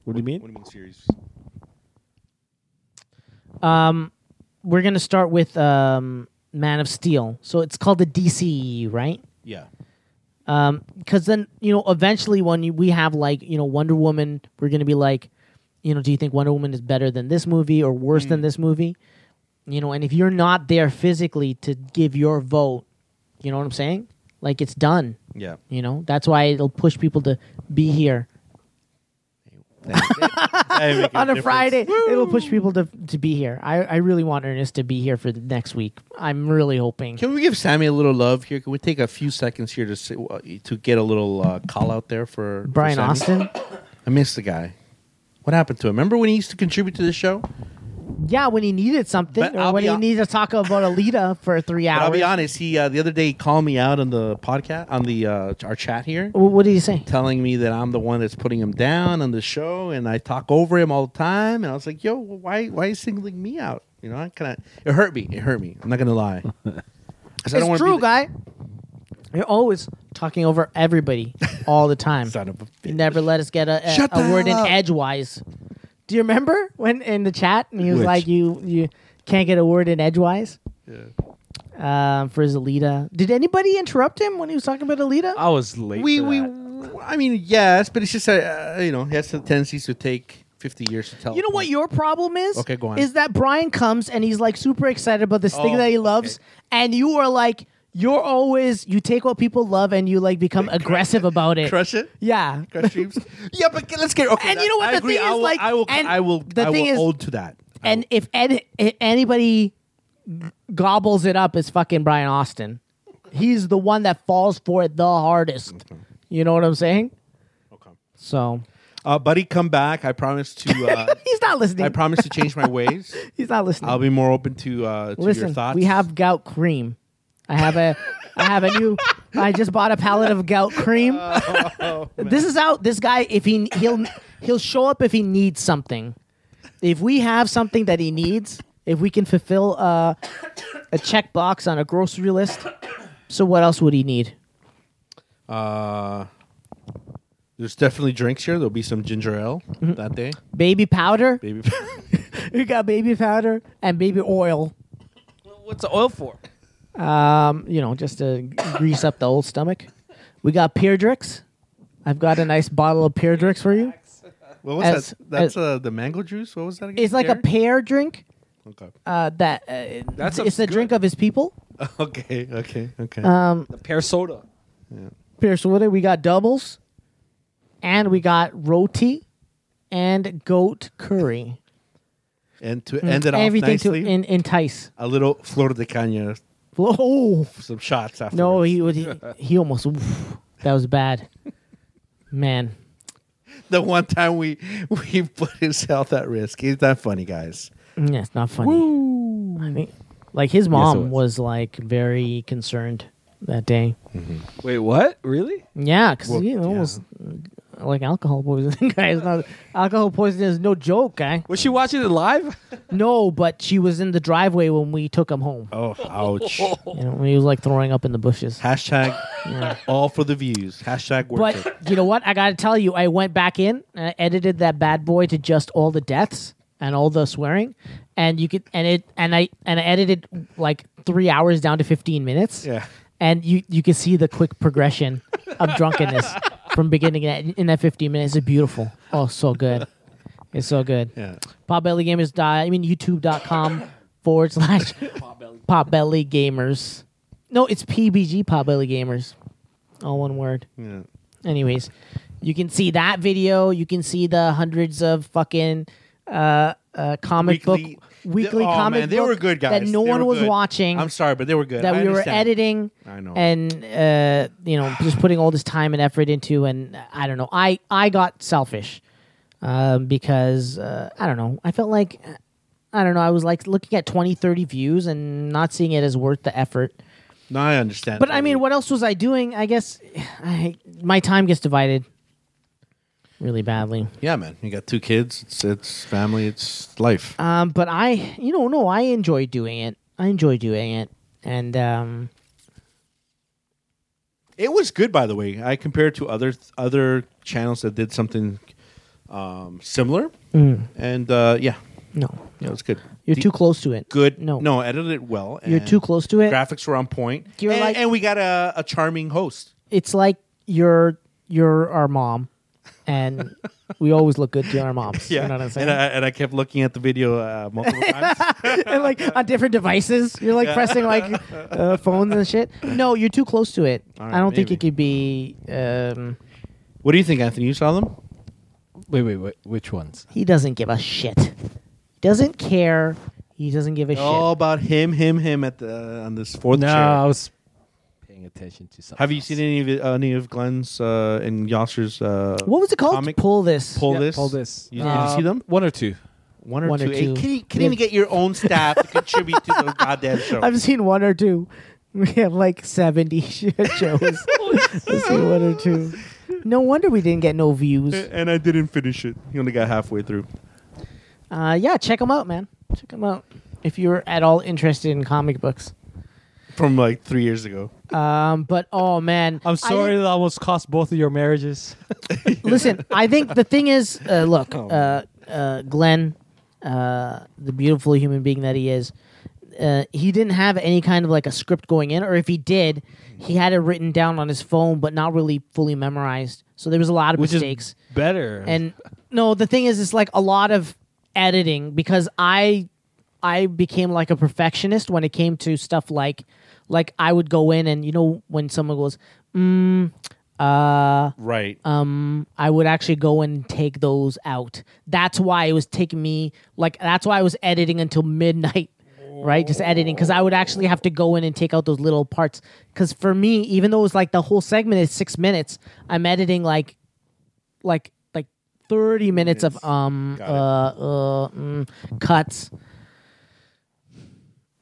What do you mean?
What do you mean series?
We're gonna start with um Man of Steel, so it's called the DCEU, E, right?
Yeah.
because then you know eventually when you, we have like you know Wonder Woman, we're gonna be like, you know, do you think Wonder Woman is better than this movie or worse
Hmm.
than this movie? You know, and if you're not there physically to give your vote, you know what I'm saying? Like it's done.
Yeah.
You know, that's why it'll push people to be here on a Friday. It'll push people to to be here. I I really want Ernest to be here for the next week. I'm really hoping.
Can we give Sammy a little love here? Can we take a few seconds here to say, uh, to get a little uh, call out there for for
Brian
Sammy?
Austin.
I miss the guy. What happened to him? Remember when he used to contribute to the show?
Yeah, when he needed something,
But
or
I'll
when
be
he
hon-
needed to talk about Alita for three
But
hours.
I'll be honest. He uh, the other day he called me out on the podcast on the uh, our chat here,
Wh- What did he say?
telling me that I'm the one that's putting him down on the show, and I talk over him all the time. And I was like, "Yo, why why are you singling me out? You know, I kind of it hurt me. It hurt me. I'm not gonna lie. 'Cause I
it's
wanna
true,
be the-
guy. You're always talking over everybody all the time.
Son of a
you
bitch.
never let us get a, a,
Shut
a
the
word in
hell up.
edgewise. Do you remember when in the chat and he was
Which?
like, "You you can't get a word in edgewise." Yeah. Um, for his Alita, did anybody interrupt him when he was talking about Alita?
I
Oh.
was late.
we
for
we
that.
I mean yes, but it's just uh, you know he has the tendencies to take fifty years to tell.
You know what your problem is?
Okay, go on.
Is that Brian comes and he's like super excited about this thing
Oh,
that he loves, and you are like, you're always you take what people love and you like become aggressive about it.
crush it.
Yeah.
Crush dreams. yeah, but let's get okay.
And you know what
I
the
agree.
thing
I
is,
will,
like-
I will
and
I will
the
I
thing
will
is-
hold to that. I
And if, any, if anybody g- gobbles it up, it's fucking Brian Austin. He's the one that falls for it the hardest. You know what I'm saying?
will. Mm-hmm. Okay.
So
Uh, buddy, come back. I promise to. Uh,
he's not
I
listening.
promise to change my ways.
he's not listening.
I'll be more open to uh, to your
Listen,
thoughts.
we have gout cream. I have a, I have a new. I just bought a pallet of gout cream.
Oh,
this is out. This guy, if he he'll he'll show up if he needs something. If we have something that he needs, if we can fulfill uh, a checkbox on a grocery list, so what else would he need?
There's definitely drinks here. There'll be some ginger ale
Mm-hmm.
that day.
Baby powder.
Baby,
We got baby powder and baby oil. Um,
What's the oil for?
you know, just to grease up the old stomach. We got Peerdrix. I've got a nice bottle of Peerdrix for you.
what was
As-
that? That's
as-
uh, the mango juice. What was that again?
It's like a pear drink
a. Okay.
uh, that uh,
That
it's
sounds
the drink
good.
of his people.
okay. Okay. Okay.
Uh,
The pear soda.
Pierce Wooded. We got doubles, and we got roti and goat curry.
and to end it off
mm, Everything
nicely,
to en- entice.
a little flor de caña,
Oh
some shots after.
no, he would. He, he almost. oof, that was bad, man.
the one time we we put his health at risk. He's not funny, guys.
Mm, Yeah, it's not funny. I think, like his mom
was.
was. like very concerned that day.
Wait, what? Really?
Yeah, because
Well,
you know, almost uh, like alcohol poisoning. guys, not, alcohol poisoning is no joke, guy.
Was she watching it live?
No, but she was in the driveway when we took him home.
Oh, ouch.
You know, when he was like throwing up in the bushes.
Hashtag all for the views. Hashtag worth it.
But you know what? I got to tell you, I went back in and I edited that bad boy to just all the deaths and all the swearing, and you could and it and I and I edited like three hours down to fifteen minutes.
Yeah.
and you you can see the quick progression of drunkenness from beginning to end in that fifteen minutes. It's beautiful. Oh, so good. It's so good.
Yeah.
Potbelly Gamers. dot- I mean, YouTube.com forward slash Potbelly Gamers. No, it's PBG Potbelly Gamers. All one word.
Yeah.
Anyways, you can see that video. You can see the hundreds of fucking uh, uh, comic
Weekly-
book weekly
oh,
comic
man, they
book
were good, guys.
that no
They
one
were
was
good.
watching.
I'm sorry, but they were good.
that
I
we were
understand.
editing
I know.
and uh, you know just putting all this time and effort into and I don't know I I got selfish um, because uh, I don't know I felt like uh, I don't know I was like looking at 20 30 views and not seeing it as worth the effort
No, I understand.
but I mean what else was I doing I guess I, my time gets divided really badly
Yeah, man. You got two
Uh,
kids. It's it's family. It's life.
Um, but I, you know, no, I enjoy doing it. I enjoy doing it, and um,
It was good, by the way. I compared to other other channels that did something um, similar,
Mm.
and uh, yeah,
no,
yeah, it was good.
you're
The-
too close to it.
Good.
No,
no, edited it well.
You're
and
too close to it.
Graphics were on point.
You're
and,
like-
and we got a, a charming host.
It's like you're you're our mom, and we always look good to our moms. you know what I'm saying.
And I, and I kept looking at the video uh, multiple times.
and like on different devices. You're like pressing like uh, phones and shit. No, you're too close to it.
right,
I don't think
maybe.
it could be. Um,
What do you think, Anthony? You saw them?
Wait, wait, wait. Which ones?
he doesn't give a shit. Doesn't care. He doesn't give a
All
shit.
about him, him, him at the on this fourth
No, I
chair.
was
Paying attention to something.
Have you
else.
seen any of it- any of Glenn's uh, and Yasser's? Uh,
What was it called?
Comic-
Pull this.
pull
Yeah,
this.
pull this.
You, did you see them?
Uh, One or two.
One or
one or
two. Hey,
two.
can you, can
Yeah.
you get your own staff to contribute to the goddamn show?
I've seen one or two. We have like seventy shit shows. I've seen one or two. No wonder we didn't get no views.
and I didn't finish it. He only got halfway through.
Uh, yeah, check them out, man. Check them out if you're at all interested in comic books.
From like three years ago.
Um, but oh man, I
I'm sorry
think-
that almost cost both of your marriages.
Listen, I think the thing is, uh, look,
Oh,
uh, uh, Glenn, uh, the beautiful human being that he is, uh, he didn't have any kind of like a script going in, or if he did, he had it written down on his phone, but not really fully memorized. So there was a lot of
Which is
mistakes.
Better.
And no, the thing is, it's like a lot of editing because I, I became like a perfectionist when it came to stuff like, like I would go in and you know when someone goes, mm, uh.
Right.
um, I would actually go and take those out. That's why it was taking me like that's why I was editing until midnight, right? Just editing because I would actually have to go in and take out those little parts. Because for me, even though it's like the whole segment is six minutes, I'm editing like, like like thirty minutes, of um uh, uh mm, cuts.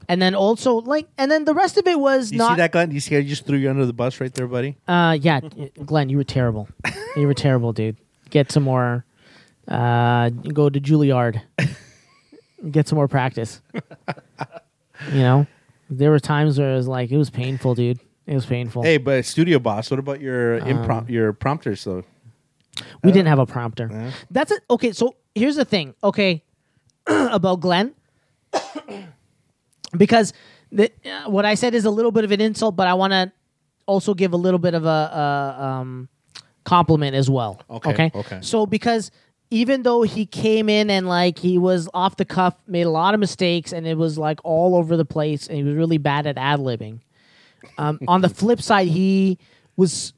And then also like, and then the rest of it was
you
not.
see that, Glenn? You see I just threw you under the bus right there, buddy?
Uh, yeah, Glenn, you were terrible. You were terrible, dude. Get some more. Uh, go to Juilliard. Get some more practice. You know, there were times where it was like it was painful, dude. It was painful.
Hey, but studio boss, what about your
Um,
imprompt your prompters though?
we didn't have a prompter. That's it. Okay, so here's the thing. Okay, about Glenn, because the, uh, what I said is a little bit of an insult, but I want to also give a little bit of a, a um, compliment as well.
Okay,
Okay.
okay.
So because even though he came in and like he was off the cuff, made a lot of mistakes, and it was like all over the place, and he was really bad at ad libbing. Um, on the flip side, he was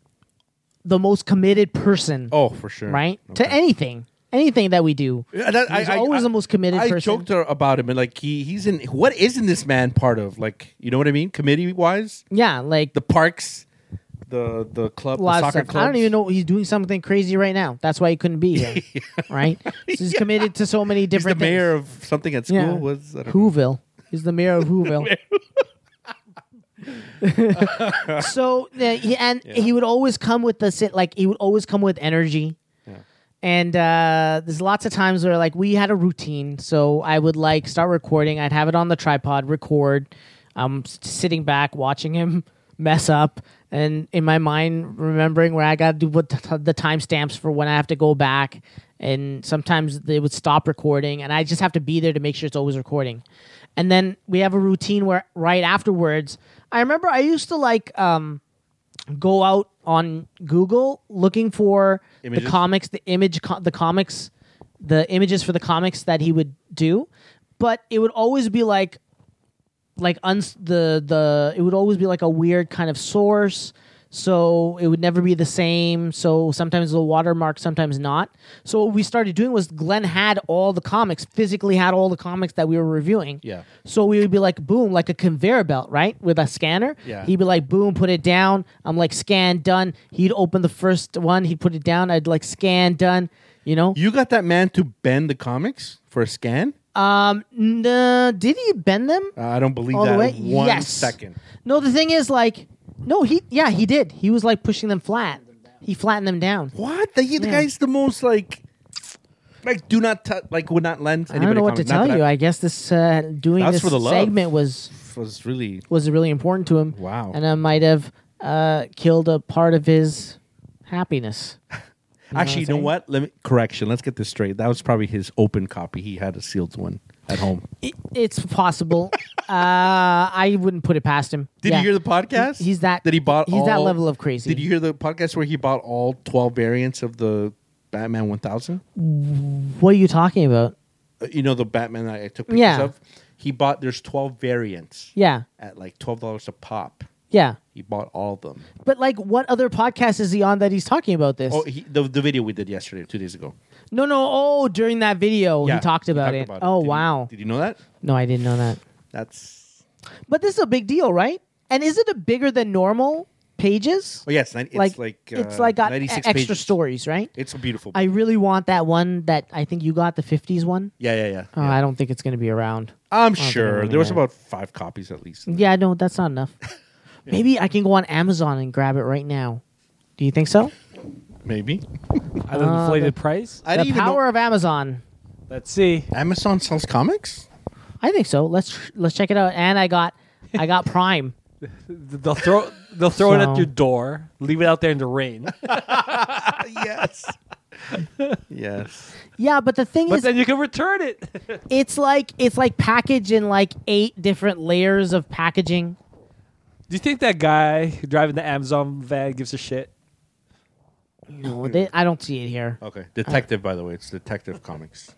the most committed person
Oh, for sure.
right? To anything, anything that we do.
Yeah, that-
He's always the most committed
I
person.
joked about him and like he he's in what isn't this man part of? Like you know what I mean? Committee wise,
Yeah, like
the parks, the the club,
a lot
the
of
soccer
stuff. I don't
clubs.
even know he's doing something crazy right now. That's why he couldn't be here, right? So he's committed to so many
He's the
different.
mayor of something at school.
things.
Was I don't know.
Whoville. He's the mayor of Whoville. so yeah, he- and he would always come with the sit like he would always come with energy. And uh, there's lots of times where like we had a routine, so I would like start recording. I'd have it on the tripod, record. I'm s- sitting back watching him mess up, and in my mind remembering where I got to do what t- the timestamps for when I have to go back. And sometimes they would stop recording, and I just have to be there to make sure it's always recording. And then we have a routine where right afterwards, I remember I used to like. Um, go out on Google looking for the
Images?
comics, the image, co- the comics, the images for the comics that he would do, but it would always be like, like uns the the it would always be like a weird kind of source. So it would never be the same. So sometimes the watermark, sometimes not. So what we started doing was Glenn had all the comics, physically had all the comics that we were reviewing.
Yeah.
So we would be like, boom, like a conveyor belt, right? With a scanner.
Yeah.
He'd be like, boom, put it down. I'm like, scan, done. He'd open the first one, he'd put it down. I'd like, scan, done. You know?
You got that man to bend the comics for a scan?
Nah, Um, uh, did he bend them?
Uh, I don't believe
all the
that
way?
in one
yes.
second.
No, the thing is, like, no, he, yeah, he did. He was like pushing them flat. He flattened them down.
What? The, the guy's the most like, like do not touch, like would not lend.
I don't know what to tell you. I guess this uh, doing
That's
this
for the love.
segment was
life was really
was really important to him.
Wow.
And I might have uh, killed a part of his happiness.
Actually, you know
I'm saying?
what? Let me correction. Let's get this straight. That was probably his open copy. He had a sealed one at home.
I- it's possible. uh, I wouldn't put it past him.
Did
Yeah.
you hear the podcast?
He- he's that-
That he bought.
he's that
all-
level of crazy.
Did you hear the podcast where he bought all twelve variants of the Batman One Thousand? Uh,
What are you talking about?
You know the Batman that I took pictures
Yeah.
of. He bought. There's twelve variants.
Yeah,
At like twelve dollars a pop.
yeah.
He bought all of them.
But like, what other podcast is he on that he's talking about this?
Oh, he, the the video we did yesterday, two days ago.
no, no. Oh, during that video,
Yeah,
he talked about, it. Oh,
Did you-
wow.
Did you know that?
no, I didn't know that.
That's
But this is a big deal, right? And is it a bigger than normal pages?
oh yes. It's like, uh,
it's like got e-
96
extra
pages.
stories, right?
It's a beautiful.
I really want that one that I think you got the '50s one.
yeah, yeah, yeah.
Oh, I don't think it's going to be around.
I'm
think I'm
sure
gonna
there was
get it.
about five copies at least.
Yeah, no, that's not enough. Maybe I can go on Amazon and grab it right now. Do you think so?
Maybe
At an inflated price?
I
the power of Amazon.
Let's see.
Amazon sells comics.
I think so. Let's let's check it out. And I got I got Prime.
They'll throw they'll throw it at
So-
your door, leave it out there in the rain.
yes. yes.
Yeah, but the thing
but
is,
then you can return it.
it's like it's like packaged in like eight different layers of packaging.
Do you think that guy driving the Amazon van gives a shit?
No, they, I don't see it Oh. here.
Okay. Detective, by the way, it's Detective Comics.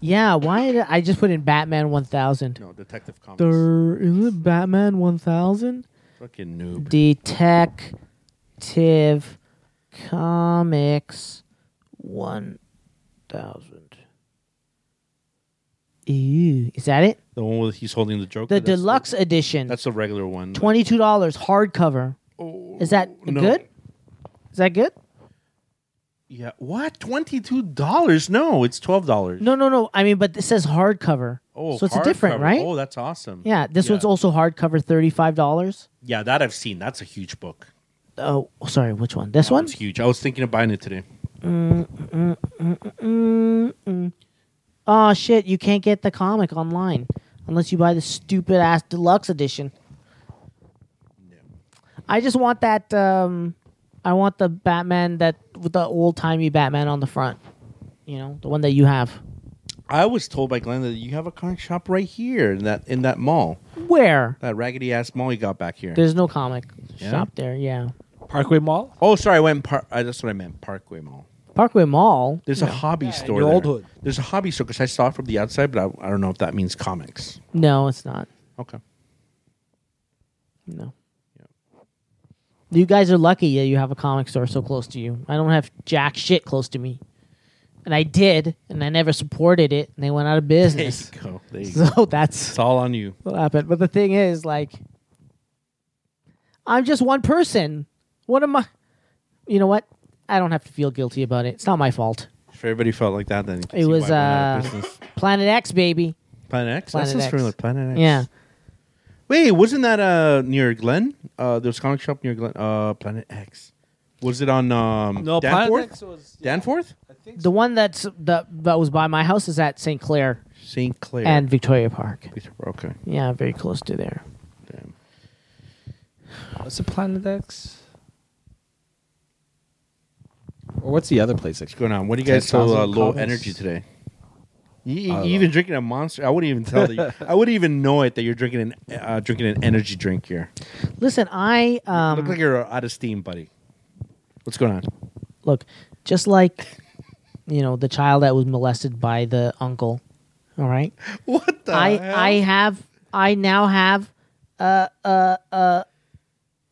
Yeah, why did I just put in Batman One Thousand?
No, Detective Comics.
There is it Batman One Thousand.
Fucking noob.
Detective Comics 1000. Ew. Is that it?
the one where he's holding the Joker.
The
that's
deluxe edition.
that's the regular one.
$22 hardcover. is that
no.
good? Is that good?
Yeah. What? Twenty two dollars? No, it's twelve dollars.
No, no, no. I mean, but this says hardcover.
Oh,
so it's
hardcover.
different, right?
Oh, that's awesome.
yeah, this one's also hardcover, $35.
Yeah, that I've seen. That's a huge book.
Oh, sorry, which one? This one?
It's huge. I was thinking of buying it today.
Oh shit, you can't get the comic online unless you buy the stupid ass deluxe edition. I just want that um I want the Batman that with the old timey Batman on the front. You know, the one that you have.
I was told by Glenn that you have a comic shop right here in that in that mall,
Where?
that raggedy ass mall you got back here.
There's no comic
Uh, Yeah?
shop there, yeah.
Parkway Mall?
oh, sorry, I went. Par- I, that's what I meant. Parkway Mall.
Parkway Mall.
There's a hobby store.
your
there.
old hood.
There's a hobby store because I saw it from the outside, but I, I don't know if that means comics.
No, it's not.
Okay.
No. You guys are lucky that you have a comic store so close to you. I don't have jack shit close to me. And I did, and I never supported it, and they went out of
There you
business.
go. There you go.
So that's
It's all on you.
what happened. But the thing is, like, I'm just one person. What am I? You know what? I don't have to feel guilty about it. It's not my fault.
If everybody felt like that, then you can
It
see
was,
why we're out of
uh,
business.
Planet X, baby.
Planet X.
Planet
that sounds
X.
familiar. Planet X.
Yeah.
Wait, wasn't that uh near Glen? Uh, there was a comic shop near Glen. Uh, Planet X. Was it on um
No, Planet
Danforth?
X was
Danforth,
The one that's the, that was by my house is at St. Clair
St. Clair,
and Victoria Park.
okay.
Yeah, very close to there.
Damn.
What's the Planet X? Or what's the other place?
What's going on? What are you guys so uh,
10,000
low
copies.
energy today? You, you E-, even drinking a monster? I wouldn't even tell that. You, I wouldn't even know it that you're drinking an uh, drinking an energy drink here.
Listen, I um,
Look like you're out of steam, buddy. What's going on?
look, just like you know the child that was molested by the uncle. All right.
What the?
I
hell?
I have I now have uh uh uh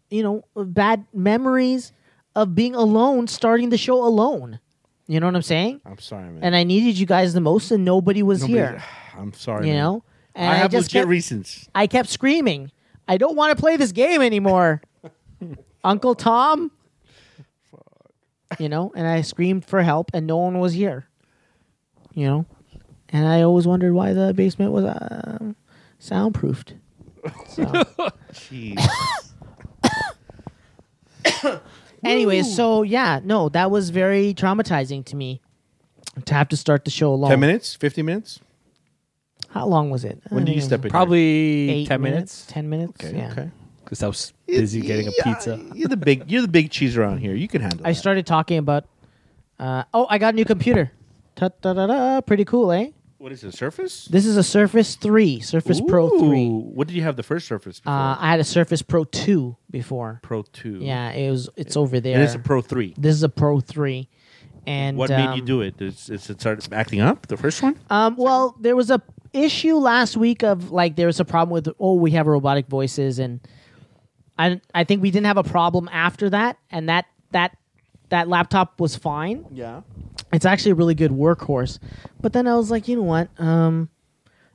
you know bad memories of being alone starting the show alone. You know what I'm saying?
I'm sorry, man.
And I needed you guys the most and nobody was
Nobody's-
here.
I'm sorry.
You
man.
know? And
I have
just
legit
kept,
reasons.
I kept screaming, I don't want to play this game anymore. Uncle Tom. You know, and I screamed for help and no one was here. You know? And I always wondered why the basement was um soundproofed. So.
Jeez.
Anyways, so yeah, no, that was very traumatizing to me to have to start the show alone.
Ten minutes? Fifty minutes?
How long was it? Uh,
When do you step in?
Probably
Eight
ten
minutes,
minutes.
ten minutes.
Okay.
yeah.
Okay.
Because I was busy getting a pizza.
You're the big. You're the big cheese around here. You can handle.
I
that.
started talking about. Uh, oh, I got a new computer. Ta da da da! Pretty cool, eh?
What is it? Surface.
This is a Surface Three, Surface Pro
Ooh,
Three.
What did you have the first Surface before?
Uh, I had a Surface Pro Two before.
Pro Two.
Yeah, it was. It's over there.
And it's a Pro Three.
This is a Pro Three, and
What made you
um,
do it? Is, is it started acting up? The first one.
Um, well, there was a issue last week of like there was a problem with oh we have robotic voices and I I think we didn't have a problem after that and that that that laptop was fine.
yeah.
It's actually a really good workhorse, but then I was like you know what um,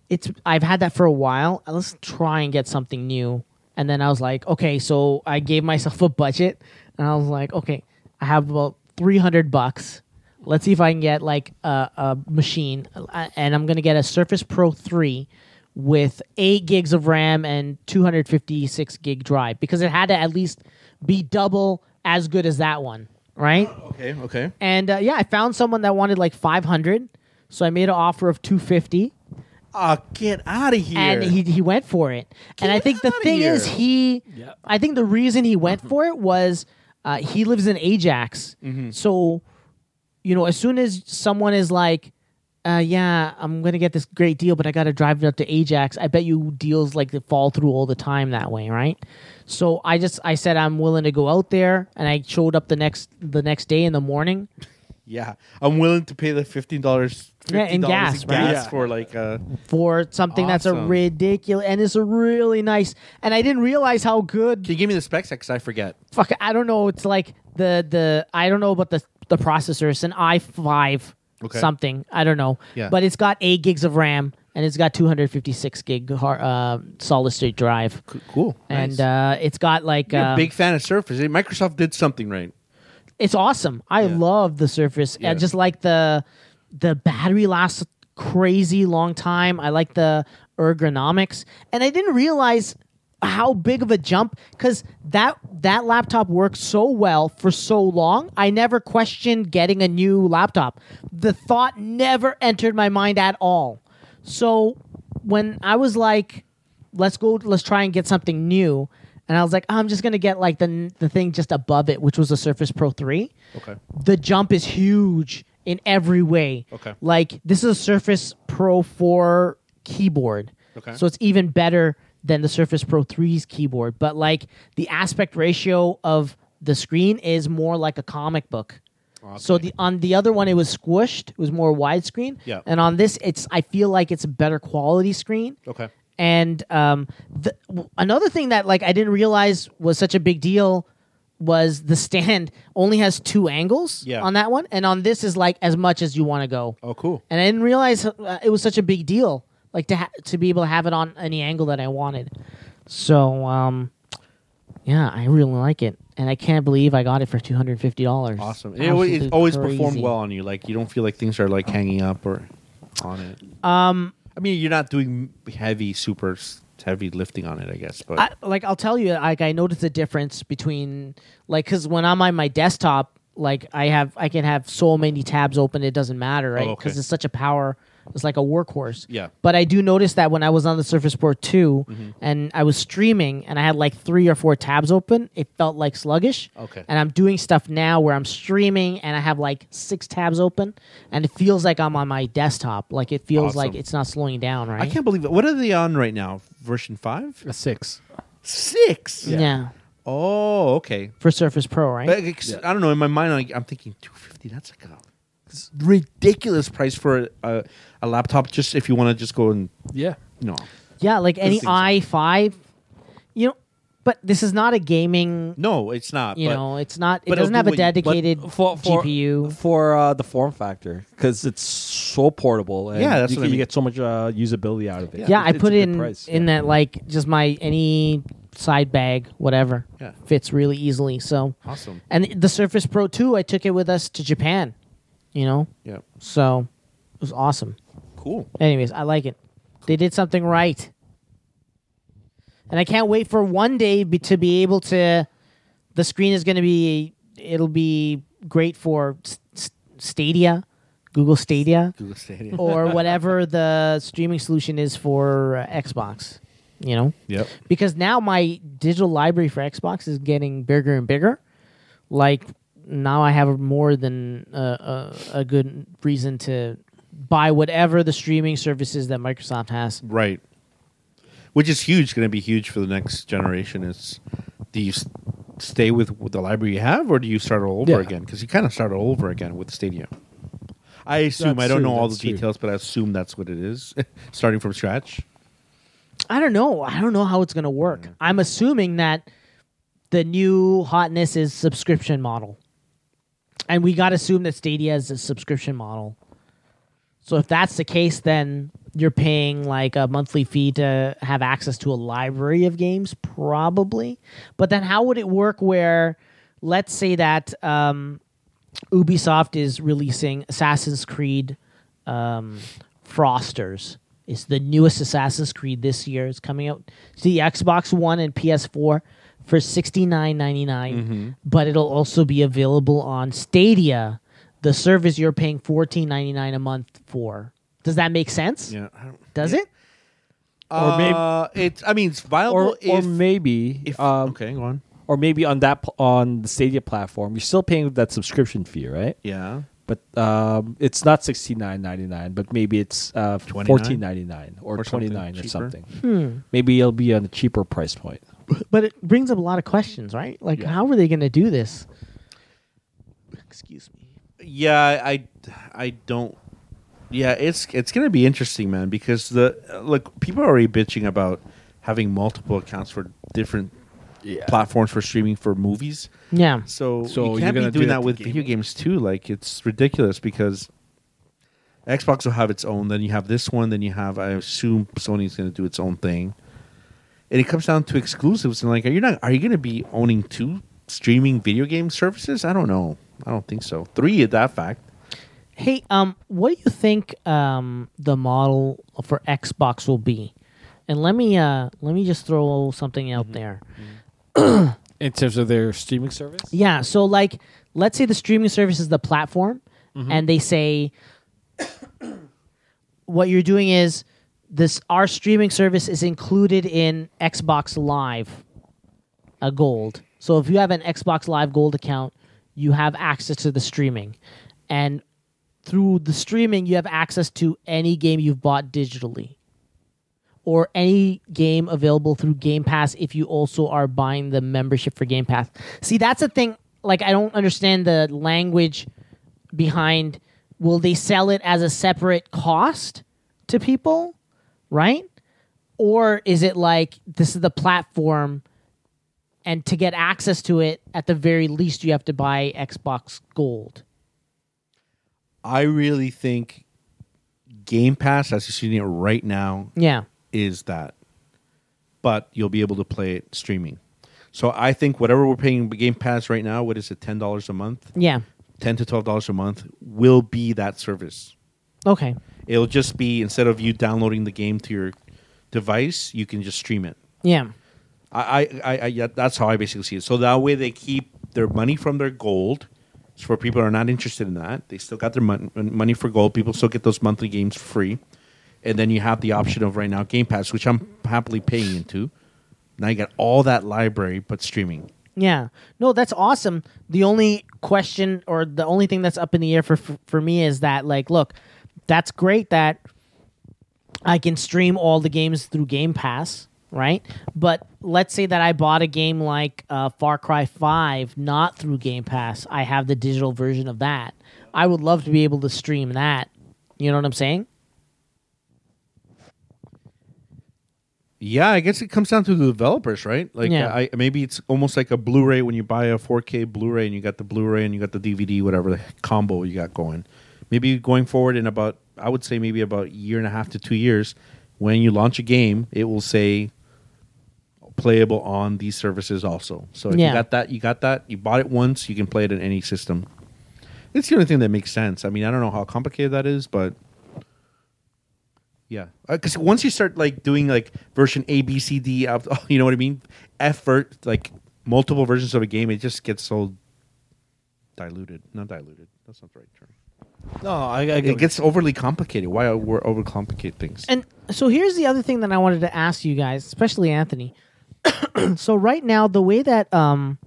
it's I've had that for a while. Let's try and get something new. And then I was like okay, so I gave myself a budget and I was like okay, I have about three hundred bucks. Let's see if I can get like a, a machine, Uh, and I'm gonna get a Surface Pro three with eight gigs of RAM and 256 gig drive because it had to at least be double as good as that one, right?
Okay. Okay.
And uh, yeah, I found someone that wanted like 500, so I made an offer of 250,
Oh, get out of here.
and he he went for it. and I think the
outta
thing is
here.
he, I think the reason he went for it was uh, he lives in Ajax,
Mm-hmm.
so you know as soon as someone is like. Uh, yeah, I'm gonna get this great deal, but I gotta drive it up to Ajax. I bet you deals like that fall through all the time that way, right? So I just I said I'm willing to go out there, and I showed up the next the next day in the morning,
yeah, I'm willing to pay the fifteen dollars.
Yeah, and gas, right? Yeah.
for like uh,
for something that's a
Awesome.
ridiculous and it's a really nice and i didn't realize how good
Can you give me the specs? Because I forget.
fuck i don't know it's like the the i don't know about the the processor it's an i5
Okay.
something i don't know
Yeah.
but it's got 8 gigs of ram and it's got 256 gig har- uh, solid state drive
Cool.
and uh, it's got like
You're
uh,
a big fan of Surface. Microsoft did something right.
it's awesome. I love the Surface. I
Yeah.
just like the the battery lasts a crazy long time. I like the ergonomics, and I didn't realize how big of a jump because that that laptop worked so well for so long. I never questioned getting a new laptop. The thought never entered my mind at all. So when I was like, let's go let's try and get something new and i was like i'm just gonna get like the the thing just above it which was the surface pro 3
Okay.
the jump is huge in every way
Okay.
like this is a surface pro 4 keyboard
Okay.
so it's even better than the surface pro 3's keyboard but like the aspect ratio of the screen is more like a comic book so the on the other one it was squished it was more widescreen
Yeah.
and on this it's i feel like it's a better quality screen
Okay.
and um, the, w- another thing that like I didn't realize was such a big deal was the stand only has two angles
Yeah.
on that one, and on this is like as much as you want to go.
Oh, cool.
And I didn't realize uh, it was such a big deal, like to ha- to be able to have it on any angle that I wanted. So um, yeah, I really like it, and I can't believe I got it for two hundred fifty dollars.
Awesome. It, always- it always performed well on you. Like you don't feel like things are like hanging up or on it. Um, I mean, you're not doing heavy, super s- heavy lifting on it, I guess. But
I, like I'll tell you, like I noticed the difference between like because when I'm on my desktop, like I have I can have so many tabs open, it doesn't matter, right?
Oh, okay.
Because it's such a power. It's like a workhorse.
Yeah. Mm-hmm.
But I do notice that when I was on the Surface Pro 2 and I was streaming and I had like three or four tabs open, it felt like sluggish.
Okay.
And I'm doing stuff now where I'm streaming and I have like six tabs open and it feels like I'm on my desktop. Like it feels like
Awesome.
it's not slowing down, right?
I can't believe it. What are they on right now? Version five,
A six.
six.
Yeah.
Oh, okay.
For Surface Pro, right?
But, ex- I don't know. In my mind, like, I'm thinking 250. That's like a ridiculous price for a, a laptop. Just if you want to just go and
Yeah.
no.
Yeah, like any
things are-
i5, you know, but this is not a gaming,
No, it's not.
you
but
know, it's not it
but it'll
doesn't have
do
a
what you- but
dedicated
for, for
GPU.
for uh, the form factor because it's so portable. And
Yeah, that's
you,
what
get-
I
you
mean.
get so much uh, usability out of it.
yeah, I
It's a
put
good
in
price,
in
yeah.
that like just my any side bag, whatever.
Yeah.
Fits really easily. So
Awesome.
And the Surface Pro 2, I took it with us to Japan, you know.
Yeah.
So it was awesome.
Cool.
Anyways, I like it. They did something right. And I can't wait for one day be, to be able to. The screen is going to be. It'll be great for s- s- Stadia Google Stadia,
Google Stadia.
or whatever the streaming solution is for uh, Xbox. You know,
Yep.
because now my digital library for Xbox is getting bigger and bigger. Like now, I have more than uh, a, a good reason to buy whatever the streaming services that Microsoft has.
Right. Which is huge, going to be huge for the next generation. Is do you s- stay with, with the library you have, or do you start all over
Yeah.
again? Because you kind of start all over again with Stadia. I assume
That's
I don't
true,
know all the
that's true.
details, but I assume that's what it is, starting from scratch.
I don't know. I don't know how it's going to work. I'm assuming that the new hotness is subscription model. And we got to assume that Stadia is a subscription model. So if that's the case, then you're paying like a monthly fee to have access to a library of games, probably. But then how would it work where, let's say that um, Ubisoft is releasing Assassin's Creed um, Frosters. It's the newest Assassin's Creed this year. It's coming out to the Xbox One and PS4 for sixty nine ninety nine, but it'll also be available on Stadia, the service you're paying fourteen ninety nine a month for. Does that make sense?
Yeah, I don't,
Does it?
or maybe Uh, it's. I mean, it's viable.
or
if,
or maybe
if-
um,
okay, go on.
or maybe on that pl- on the Stadia platform, you're still paying that subscription fee, right?
Yeah,
But um, it's not sixty nine ninety nine, but maybe it's uh,
29?
fourteen ninety nine or,
Or something
twenty nine or
cheaper.
something.
Hmm.
Maybe it'll be on a cheaper price point.
But it brings up a lot of questions, right? Like, how are they going to do this? Excuse me.
yeah i i don't yeah it's it's gonna be interesting man because the look people are already bitching about having multiple accounts for different platforms for streaming for movies
Yeah.
so,
So
you
you're
can't be
gonna do
doing
that
that
to
with video games too like it's ridiculous because xbox will have its own then you have this one then you have i assume sony's gonna do its own thing and it comes down to exclusives and like are you not are you going to be owning two streaming video game services i don't know i don't think so three at that fact
Hey, um, what do you think um the model for Xbox will be? And let me uh let me just throw something out there.
in terms of their streaming service.
Yeah, so like let's say the streaming service is the platform and they say what you're doing is this our streaming service is included in Xbox Live a gold. So if you have an Xbox Live Gold account, you have access to the streaming. And through the streaming, you have access to any game you've bought digitally or any game available through Game Pass if you also are buying the membership for Game Pass. See, that's the thing. Like, I don't understand the language behind will they sell it as a separate cost to people, right? Or is it like this is the platform and to get access to it at the very least you have to buy Xbox Gold.
I really think Game Pass, as you're seeing it right now,
Yeah.
is that. But you'll be able to play it streaming. So I think whatever we're paying Game Pass right now, what is it, ten dollars a month,
Yeah.
ten to twelve dollars a month, will be that service.
Okay.
It'll just be instead of you downloading the game to your device, you can just stream it.
Yeah.
I, I, I, I yeah, that's how I basically see it. So that way they keep their money from their gold. So for people who are not interested in that, they still got their mon- money for gold. People still get those monthly games for free, and then you have the option of right now Game Pass, which I'm happily paying into. Now you got all that library, but streaming.
Yeah. No, that's awesome. The only question or the only thing that's up in the air for for, for me is that like look, that's great that I can stream all the games through Game Pass, right? But let's say that I bought a game like uh, Far Cry 5 not through Game Pass. I have the digital version of that. I would love to be able to stream that. You know what I'm saying?
Yeah, I guess it comes down to the developers, right? Like,
Yeah.
I, maybe it's almost like a Blu-ray when you buy a 4K Blu-ray and you got the Blu-ray and you got the DVD, whatever the combo you got going. Maybe going forward in about, I would say maybe about a year and a half to two years, when you launch a game, it will say playable on these services also. So if
Yeah.
you got that, you got that. You bought it once, you can play it in any system. It's the only thing that makes sense. I mean, I don't know how complicated that is, but yeah, because once you start like doing like version A, B, C, D, up- you know what I mean? Effort like multiple versions of a game, it just gets so diluted. Not diluted. That's not the right term.
No, I, I
It gets overly complicated. Why we're overcomplicate things?
And so here's the other thing that I wanted to ask you guys, especially Anthony. so right now, the way that um,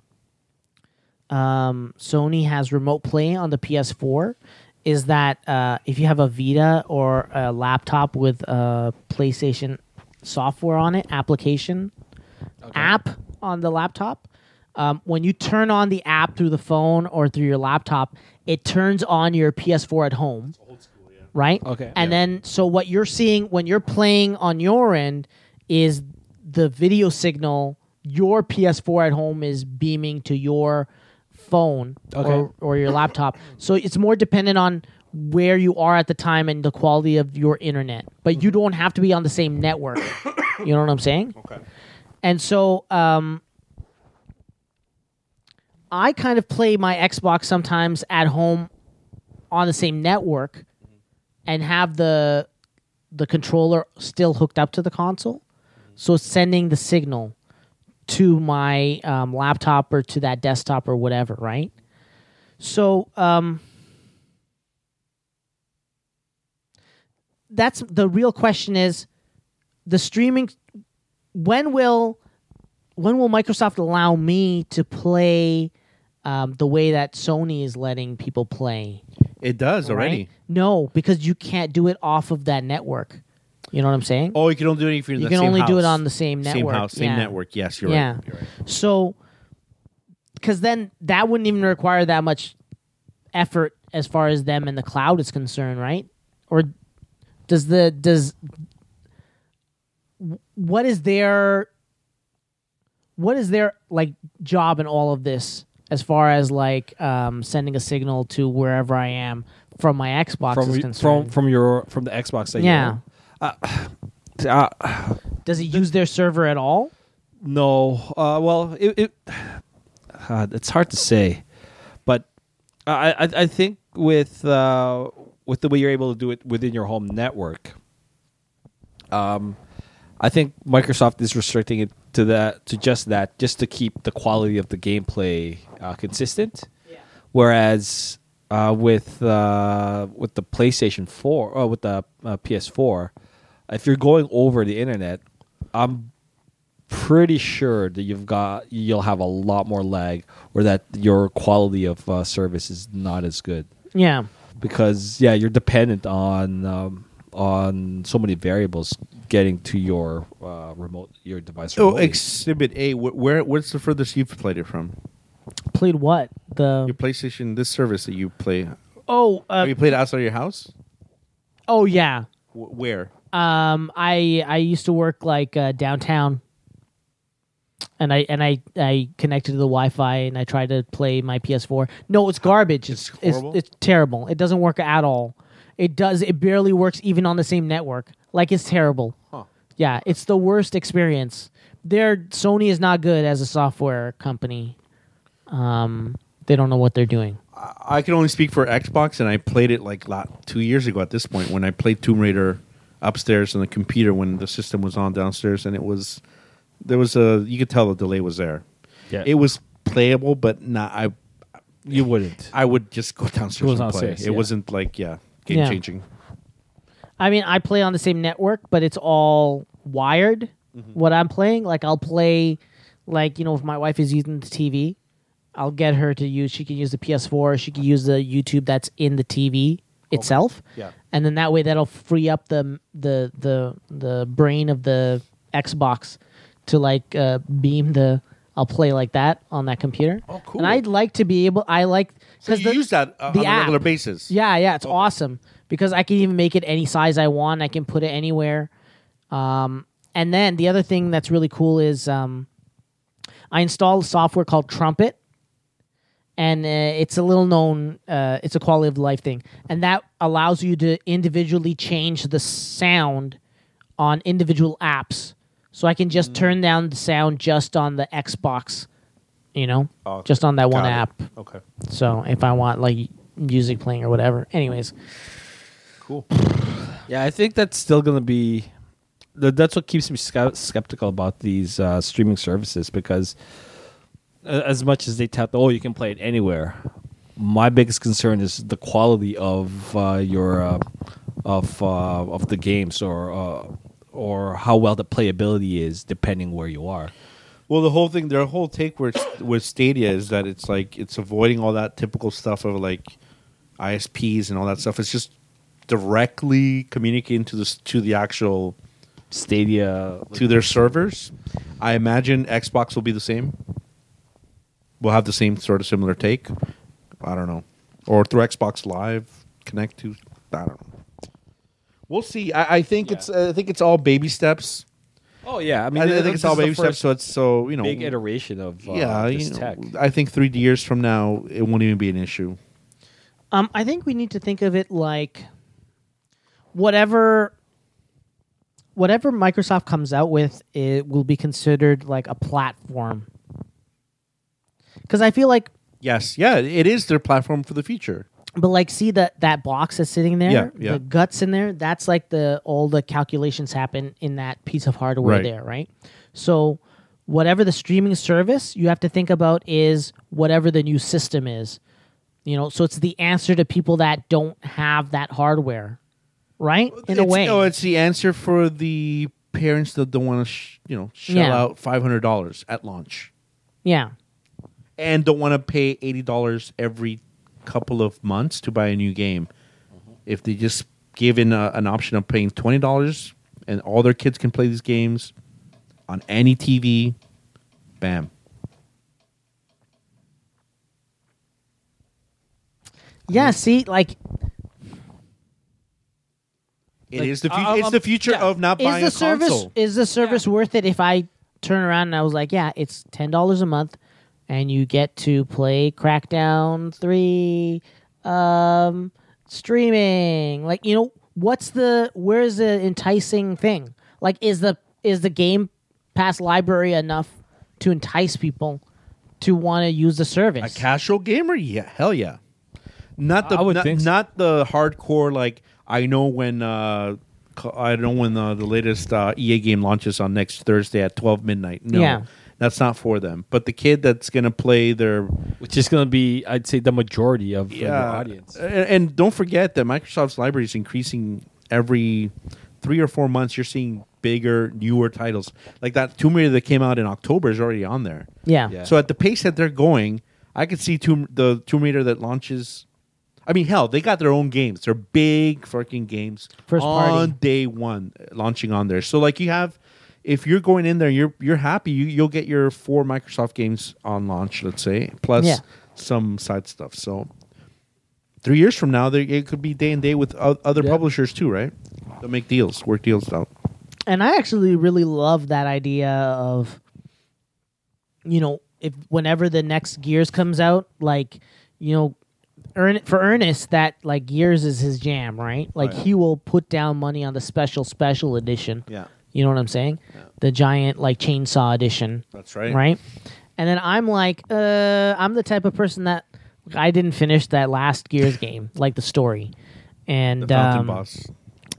um, Sony has remote play on the PS4 is that uh, if you have a Vita or a laptop with a PlayStation software on it, application app on the laptop. Um, when you turn on the app through the phone or through your laptop, it turns on your PS4 at home right?
Okay.
And then so what you're seeing when you're playing on your end is the video signal your PS4 at home is beaming to your phone or,
Okay.
or your laptop. So it's more dependent on where you are at the time and the quality of your internet. But you don't have to be on the same network. you know what I'm saying? Okay. And so um I kind of play my Xbox sometimes at home on the same network and have the the controller still hooked up to the console, so it's sending the signal to my um, laptop or to that desktop or whatever, right? So um, that's the real question: is the streaming? When will when will Microsoft allow me to play um, the way that Sony is letting people play?
It does already.
right? No, because you can't do it off of that network. You know what I'm saying?
Oh, you can only do it if you're in
You
the
can
same
only do it
house.
on the same network,
Same house, same
yeah.
network. Yes, you're
yeah.
right. You're right.
So, because then that wouldn't even require that much effort as far as them and the cloud is concerned, right? Or does the does what is their what is their like job in all of this as far as like um, sending a signal to wherever I am from my Xbox is
from
concerned?
from from your from the Xbox. That
yeah.
You own. Uh,
Does it use their server at all?
No. Uh, well, it, it uh, it's hard to say, but I I, I think with uh, with the way you're able to do it within your home network, um, I think Microsoft is restricting it to that to just that just to keep the quality of the gameplay uh, consistent. Whereas uh, with uh, with the PlayStation Four or with the uh, PS4, if you're going over the internet, I'm pretty sure that you've got you'll have a lot more lag or that your quality of uh, service is not as good
Yeah.
because yeah you're dependent on um, on so many variables getting to your uh, remote your device
So
remotely.
Oh, Exhibit A, wh- where where's the furthest you've played it from?
Played what? The
Your PlayStation, this service that you play.
Oh, uh,
Have you played outside of your house?
oh yeah.
Wh- Where?
Um, I I used to work like uh, downtown, and I and I I connected to the Wi-Fi and I tried to play my PS4. No, it's garbage. It's
It's
it's,
horrible?
it's terrible. It doesn't work at all. It does. It barely works even on the same network. Like it's terrible. Yeah, it's the worst experience. Their Sony is not good as a software company. Um, they don't know what they're doing.
I can only speak for Xbox, and I played it like lot two years ago. At this point, when I played Tomb Raider upstairs on the computer when the system was on downstairs, and it was there was a you could tell the delay was there.
Yeah.
it was playable, but not. I
you wouldn't
I would just go downstairs
Go
and
downstairs,
play. It
yeah.
wasn't like yeah, game
Yeah.
changing.
I mean, I play on the same network, but it's all wired.
Mm-hmm.
What I'm playing, like I'll play, like you know, if my wife is using the TV, I'll get her to use. She can use the PS4. She can use the YouTube that's in the TV itself.
Yeah.
And then that way, that'll free up the the the the brain of the Xbox to like uh, beam the. I'll play like that on that computer. Oh,
cool.
And I'd like to be able. I like
So
because
you use that uh,
the
on a regular
app.
basis.
yeah, yeah, it's awesome because I can even make it any size I want. I can put it anywhere. Um, and then the other thing that's really cool is um, I installed software called Trumpet, and uh, it's a little known. Uh, it's a quality of life thing, and that allows you to individually change the sound on individual apps. So I can just
Mm.
turn down the sound just on the Xbox, you know, just on that one
got it.
app.
Okay.
So if I want like music playing or whatever. Anyways,
yeah i think that's still gonna be th- that's what keeps me sca- skeptical about these uh, streaming services because a- as much as they tout, oh, you can play it anywhere.
my biggest concern is the quality of uh, your uh, of uh, of the games or uh, or how well the playability is depending where you are.
Well, the whole thing, their whole take with with Stadia is that it's like it's avoiding all that typical stuff of like ISPs and all that stuff. It's just directly communicating to the s- to the actual
Stadia
to their servers. I imagine Xbox will be the same. We'll have the same sort of similar take. I don't know, or through Xbox Live connect to. I don't know. We'll see. I, I think it's I think it's all baby steps.
Oh yeah, I
I,
mean,
I
this is
think it's all
the
baby steps.
first
So it's so you know
big iteration of uh,
yeah,
this
you know,
tech.
I think three years from now it won't even be an issue.
Um, I think we need to think of it like whatever whatever Microsoft comes out with, it will be considered like a platform. Because I feel like,
Yes, yeah, it is their platform for the future.
but like, see that that box that's sitting there,
Yeah, yeah.
the guts in there. That's like the all the calculations happen in that piece of hardware
Right.
there, right? So whatever the streaming service you have to think about is whatever the new system is. You know, so it's the answer to people that don't have that hardware, right? In a
It's-
way.
oh, it's the answer for the parents that don't want to, sh- you know, shell
Yeah.
out five hundred dollars at launch
Yeah.
and don't want to pay eighty dollars every couple of months to buy a new game. If they just given a, an option of paying twenty dollars and all their kids can play these games on any TV, bam.
Yeah, see, like
It is the future.
I'll-
it's the
I'll-
future
yeah.
of not
is
buying
the
a
service
console.
is the service worth it if I turn around and I was like, yeah, it's ten dollars a month and you get to play Crackdown three um streaming. Like, you know, what's the where's the enticing thing? Like is the is the game pass library enough to entice people to want to use the
A
service?
casual gamer? Yeah, hell yeah. Not the
I would
not,
think so.
not the hardcore like I know when uh co- I know when uh, the latest uh, EA game launches on next Thursday at 12 midnight. No.
Yeah.
That's not for them. But the kid that's going to play their uh,
which is going to be, I'd say, the majority of uh, your
yeah,
audience.
And, and don't forget that Microsoft's library is increasing every 3 or 4 months you're seeing bigger newer titles. Like that Tomb Raider that came out in October is already on there.
yeah.
Yeah.
So at the pace that they're going, I could see Tomb, the Tomb Raider that launches. I mean, hell, they got their own games. They're big fucking games
First
on
party.
day one uh, launching on there. So like you have, if you're going in there, you're you're happy. You you'll get your four Microsoft games on launch, let's say, plus
Yeah.
some side stuff. So three years from now, there it could be day and day with o- other publishers too, right? They'll make deals, work deals out.
and I actually really love that idea of, you know, if whenever the next Gears comes out, like, you know, earn for Ernest that like Gears is his jam, right? Like he will put down money on the special special edition.
Yeah.
you know what I'm saying? The giant like chainsaw edition
That's right.
right? And then I'm like, uh, I'm the type of person that I didn't finish that last Gears game, like the story, and
Fountain
um,
Boss.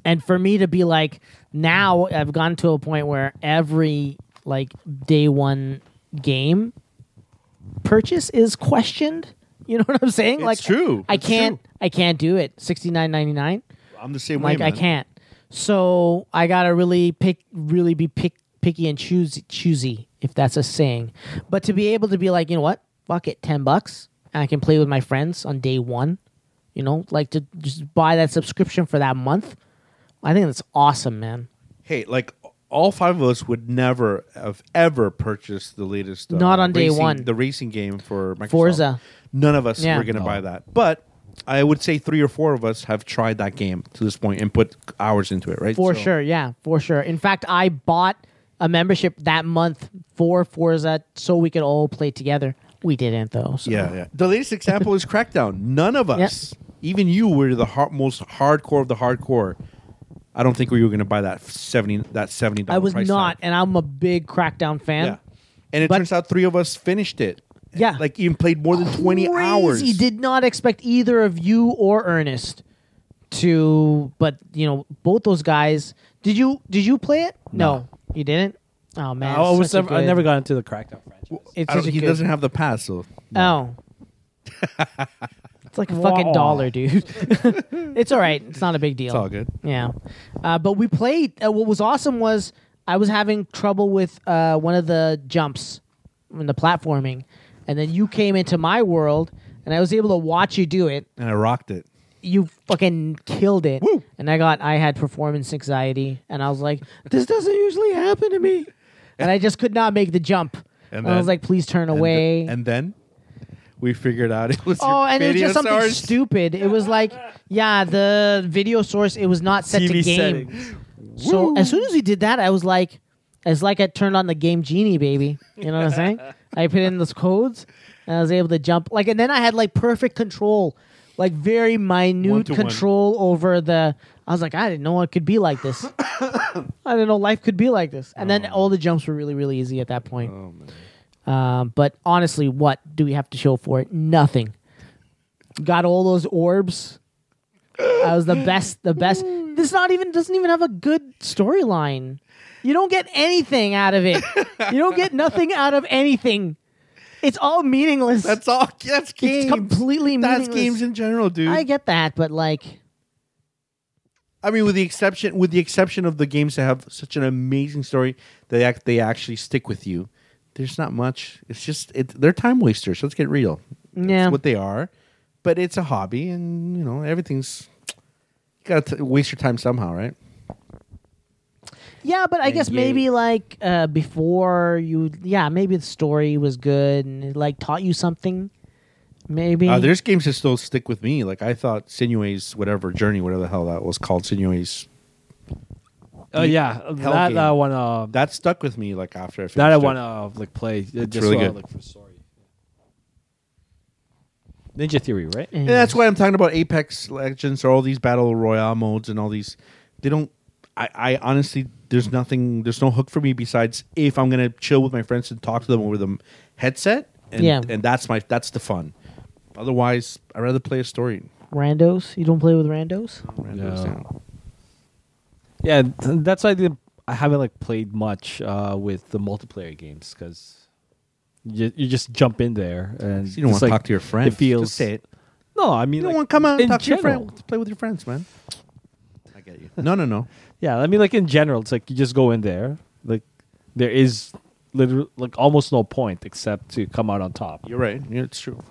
and for me to be like, now I've gone to a point where every like day one game purchase is questioned. You know what I'm saying?
It's
like
true.
I
It's
can't, I can't do it. Sixty nine ninety nine.
I'm the same
Like
way.
I
man.
can't. So I gotta really pick, really be pick, picky and choose, choosy, if that's a saying. But to be able to be like, you know what, fuck it, ten bucks, and I can play with my friends on day one. You know, like to just buy that subscription for that month. I think that's awesome, man.
hey, like all five of us would never have ever purchased the latest. Uh,
Not on day
racing-
one.
The racing game for Microsoft.
Forza.
None of us
Yeah.
were going to buy that, but I would say three or four of us have tried that game to this point and put hours into it. Right?
For
So-
sure, yeah, for sure. In fact, I bought a membership that month for Forza so we could all play together. We didn't though. So.
Yeah, yeah. The latest example is Crackdown. None of us, even you, were the har- most hardcore of the hardcore. I don't think we were going to buy that seventy. That seventy.
I was
price
not,
tag.
and I'm a big Crackdown fan.
Yeah. And it
But-
turns out three of us finished it.
Yeah.
Like even played more than twenty hours.
He did not expect either of you or Ernest to, but you know, both those guys. Did you did you play it? No, you didn't. Oh man,
I
it's
was
such a
never, I
good-
never got into the Crackdown franchise.
It's
I don't-
such a
he
good,
doesn't have the pass, so
Oh, It's like a fucking
Wow.
dollar, dude. it's all right. It's not a big deal. It's
all good.
Yeah. Uh, but we played. Uh, what was awesome was I was having trouble with uh, one of the jumps in the platforming, and then you came into my world, and I was able to watch you do it.
and I rocked it.
You fucking killed it. And I got, I had performance anxiety, and I was like, this doesn't usually happen to me. And I just could not make the jump. And, I was
then-
like, please turn
And
away.
th- and then we figured out it was.
Oh,
your
and it was just
video
something
source.
stupid. It was like, yeah, the video source. It was not set to
TV
game. So as soon as we did that, I was like, it's like I turned on the game genie, baby. You know what I'm saying? I put in those codes, and I was able to jump. Like, and then I had like perfect control, like very minute
One-to-one.
control over the. I was like, I didn't know it could be like this. I didn't know life could be like this. And then all the jumps were really, really easy at that point. Um, but honestly, what do we have to show for it? Nothing. Got all those orbs. I was the best. The best. This not even doesn't even have a good storyline. You don't get anything out of it. you don't get nothing out of anything. It's all meaningless.
That's all. That's games.
it's completely
that's
meaningless.
games in general, dude.
I
I,
get that, but like,
mean, with the exception with the exception of the games that have such an amazing story, they act they actually stick with you. There's not much. It's just it, they're time wasters. Let's get real. That's
Yeah.
what they are. But it's a hobby, and you know everything's you gotta t- waste your time somehow, right?
Yeah, but I guess
yay.
maybe like uh, before you, yeah, maybe the story was good and it like taught you something. Maybe
Uh, there's games that still stick with me. Like I thought Sinua's whatever journey, whatever the hell that was called, Sinua's
Oh yeah, that
game.
I want to. That,
that stuck with me. Like after I finished
that I
it.
want to like play. uh, It's
really good.
Look for story. Ninja Theory, right?
And-
And that's why I'm talking about Apex Legends or all these battle royale modes and all these. They don't. I, I honestly, there's nothing. There's no hook for me besides if I'm gonna chill with my friends and talk to them over the m- headset. And,
Yeah.
And that's my. That's the fun. Otherwise, I'd rather play a story.
randos. You don't play with randos.
Randos down.
yeah, th- that's why I, didn't- I haven't like played much uh, with the multiplayer games because you, you just jump in there and
You don't want
just,
to
like,
talk to your friends.
It feels
Just say it.
no. I mean,
You don't
like,
want to come out
in
and talk to your
general.
friends. Play with your friends, man. I get you. No, no, no.
Yeah, I mean, like in general, it's like you just go in there. Like there is literally like almost no point except to come out on top.
You're right. Yeah, it's true.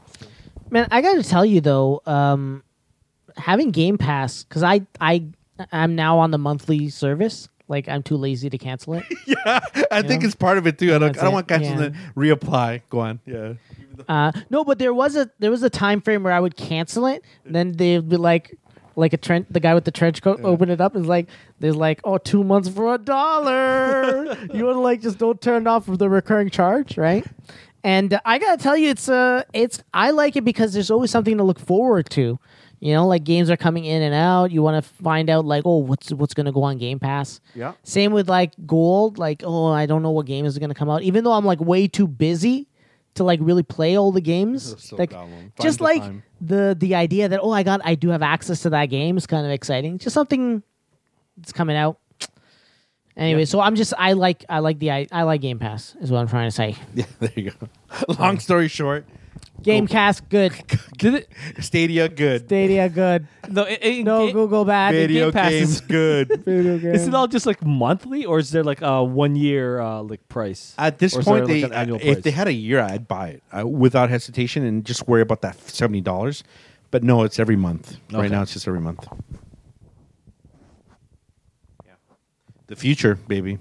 Man, I got to tell you though, um, having Game Pass because I I I'm now on the monthly service. Like I'm too lazy to cancel it.
I think it's part of it too. I don't.
That's
I don't
it.
want guys
Yeah.
to reapply. Go on. Yeah.
Uh, no, but there was a there was a time frame where I would cancel it. And then they'd be like, like a trench, the guy with the trench coat, open it up and it's like, there's like, oh, two months for a dollar. you want to like just don't turn off the recurring charge, right? And uh, I gotta tell you, it's uh, it's I like it because there's always something to look forward to. You know, like games are coming in and out. You want to find out, like, oh, what's what's going to go on Game Pass?
Yeah.
Same with like Gold. Like, oh, I don't know what game is going to come out. Even though I'm like way too busy to like really play all the games.
That's so
like,
dumb. Find
just
the
like
time.
the the idea that oh, I got I do have access to that game is kind of exciting. Just something that's coming out. Anyway, so I'm just I like I like the I, I like Game Pass is what I'm trying to say.
Yeah. There you go. Long story short,
Gamecast good,
Did it?
Stadia good.
Stadia good,
No, it, it,
no
it-
Google bad.
Video
Game Pass is-
games good.
Video game.
Is it all just like monthly, or is there like a one year uh, like price?
At this
Or is
point,
there,
they
like, an annual
if
price?
they had a year, I'd buy it I, without hesitation and just worry about that seventy dollars. But no, it's every month. Right
Okay.
now, it's just every month. The future, baby.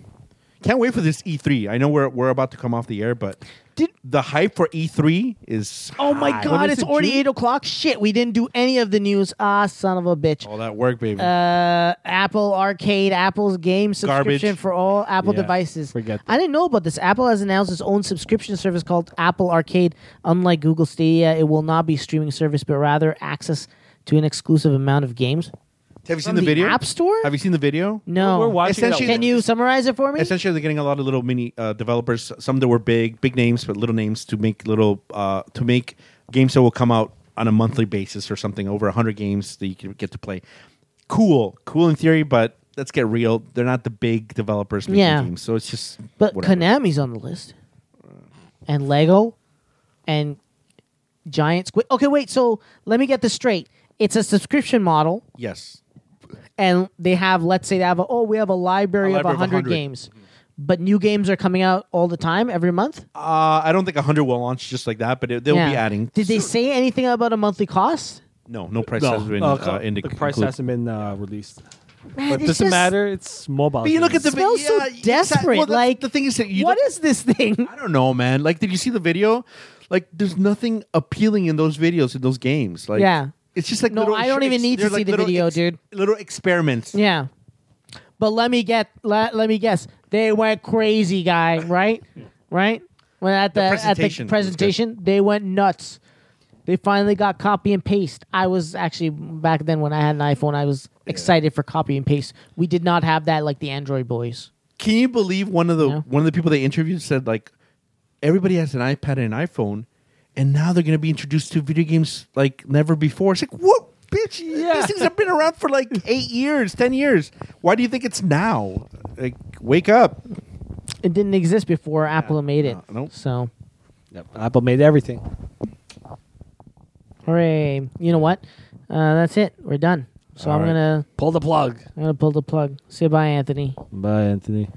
Can't wait for this E3. I know we're we're about to come off the air, but
Did-
the hype for E3 Ah, is
Oh my
high.
god, it's already eight o'clock. Shit, we didn't do any of the news. Ah, son of a bitch.
all that work, baby.
uh, Apple Arcade, Apple's game subscription
Garbage.
for all Apple
Yeah,
devices.
forget that.
I didn't know about this. Apple has announced its own subscription service called Apple Arcade. Unlike Google Stadia, it will not be streaming service, but rather access to an exclusive amount of games.
Have you seen
from
the
the
video?
App Store?
Have you seen the video?
No,
We're watching that
Essentially-
Can you summarize it for me?
essentially they're getting a lot of little mini uh, developers some that were big big names but little names to make little uh, to make games that will come out on a monthly basis or something over 100 games that you can get to play cool cool in theory but let's get real they're not the big developers making
Yeah.
games so it's just
But
whatever.
Konami's on the list, and Lego, and Giant Squid. Okay, wait. So let me get this straight. It's a subscription model,
Yes.
and they have, let's say, they have a, oh, we have a library,
A
of
library of
100,
100.
games, but new games are coming out all the time, every month.
Uh, I don't think 100 will launch just like that, but it, they'll be
Yeah.
adding.
Did they say anything about a monthly cost?
no, no price
No,
has been
no,
uh,
the
indicated.
price hasn't been uh, released.
Man,
But
it's
doesn't
just-
matter. It's mobile.
But you look
games.
at the
It smells so
yeah, exact-
desperate,
well, that's-
like,
the thing is that you
What
don't-
is this thing?
I don't know, man. Like, did you see the video? Like, there's nothing appealing in those videos in those games. Like,
Yeah.
it's just like
No,
little
I don't even
ex-
need to
they're
see the
little
video, dude.
Little experiments.
Yeah. But let me get let, let me guess. They went crazy, guy, right? right? When at the,
presentation
at the
was
presentation, they went nuts. They finally got copy and paste. I was actually back then when I had an iPhone, I was excited for copy and paste. We did not have that like the Android boys.
Can you believe one of the
Yeah.
one of the people they interviewed said like, everybody has an iPad and an iPhone, and now they're going to be introduced to video games like never before. It's like, what, bitch? These things have been around for like eight years, ten years. Why do you think it's now? Like, wake up.
It didn't exist before Apple made it.
no, nope.
So
Yep. Apple made everything.
hooray. You know what? Uh, that's it. We're done. So I'm gonna
Pull the plug.
I'm gonna pull the plug. Say bye, Anthony.
Bye, Anthony.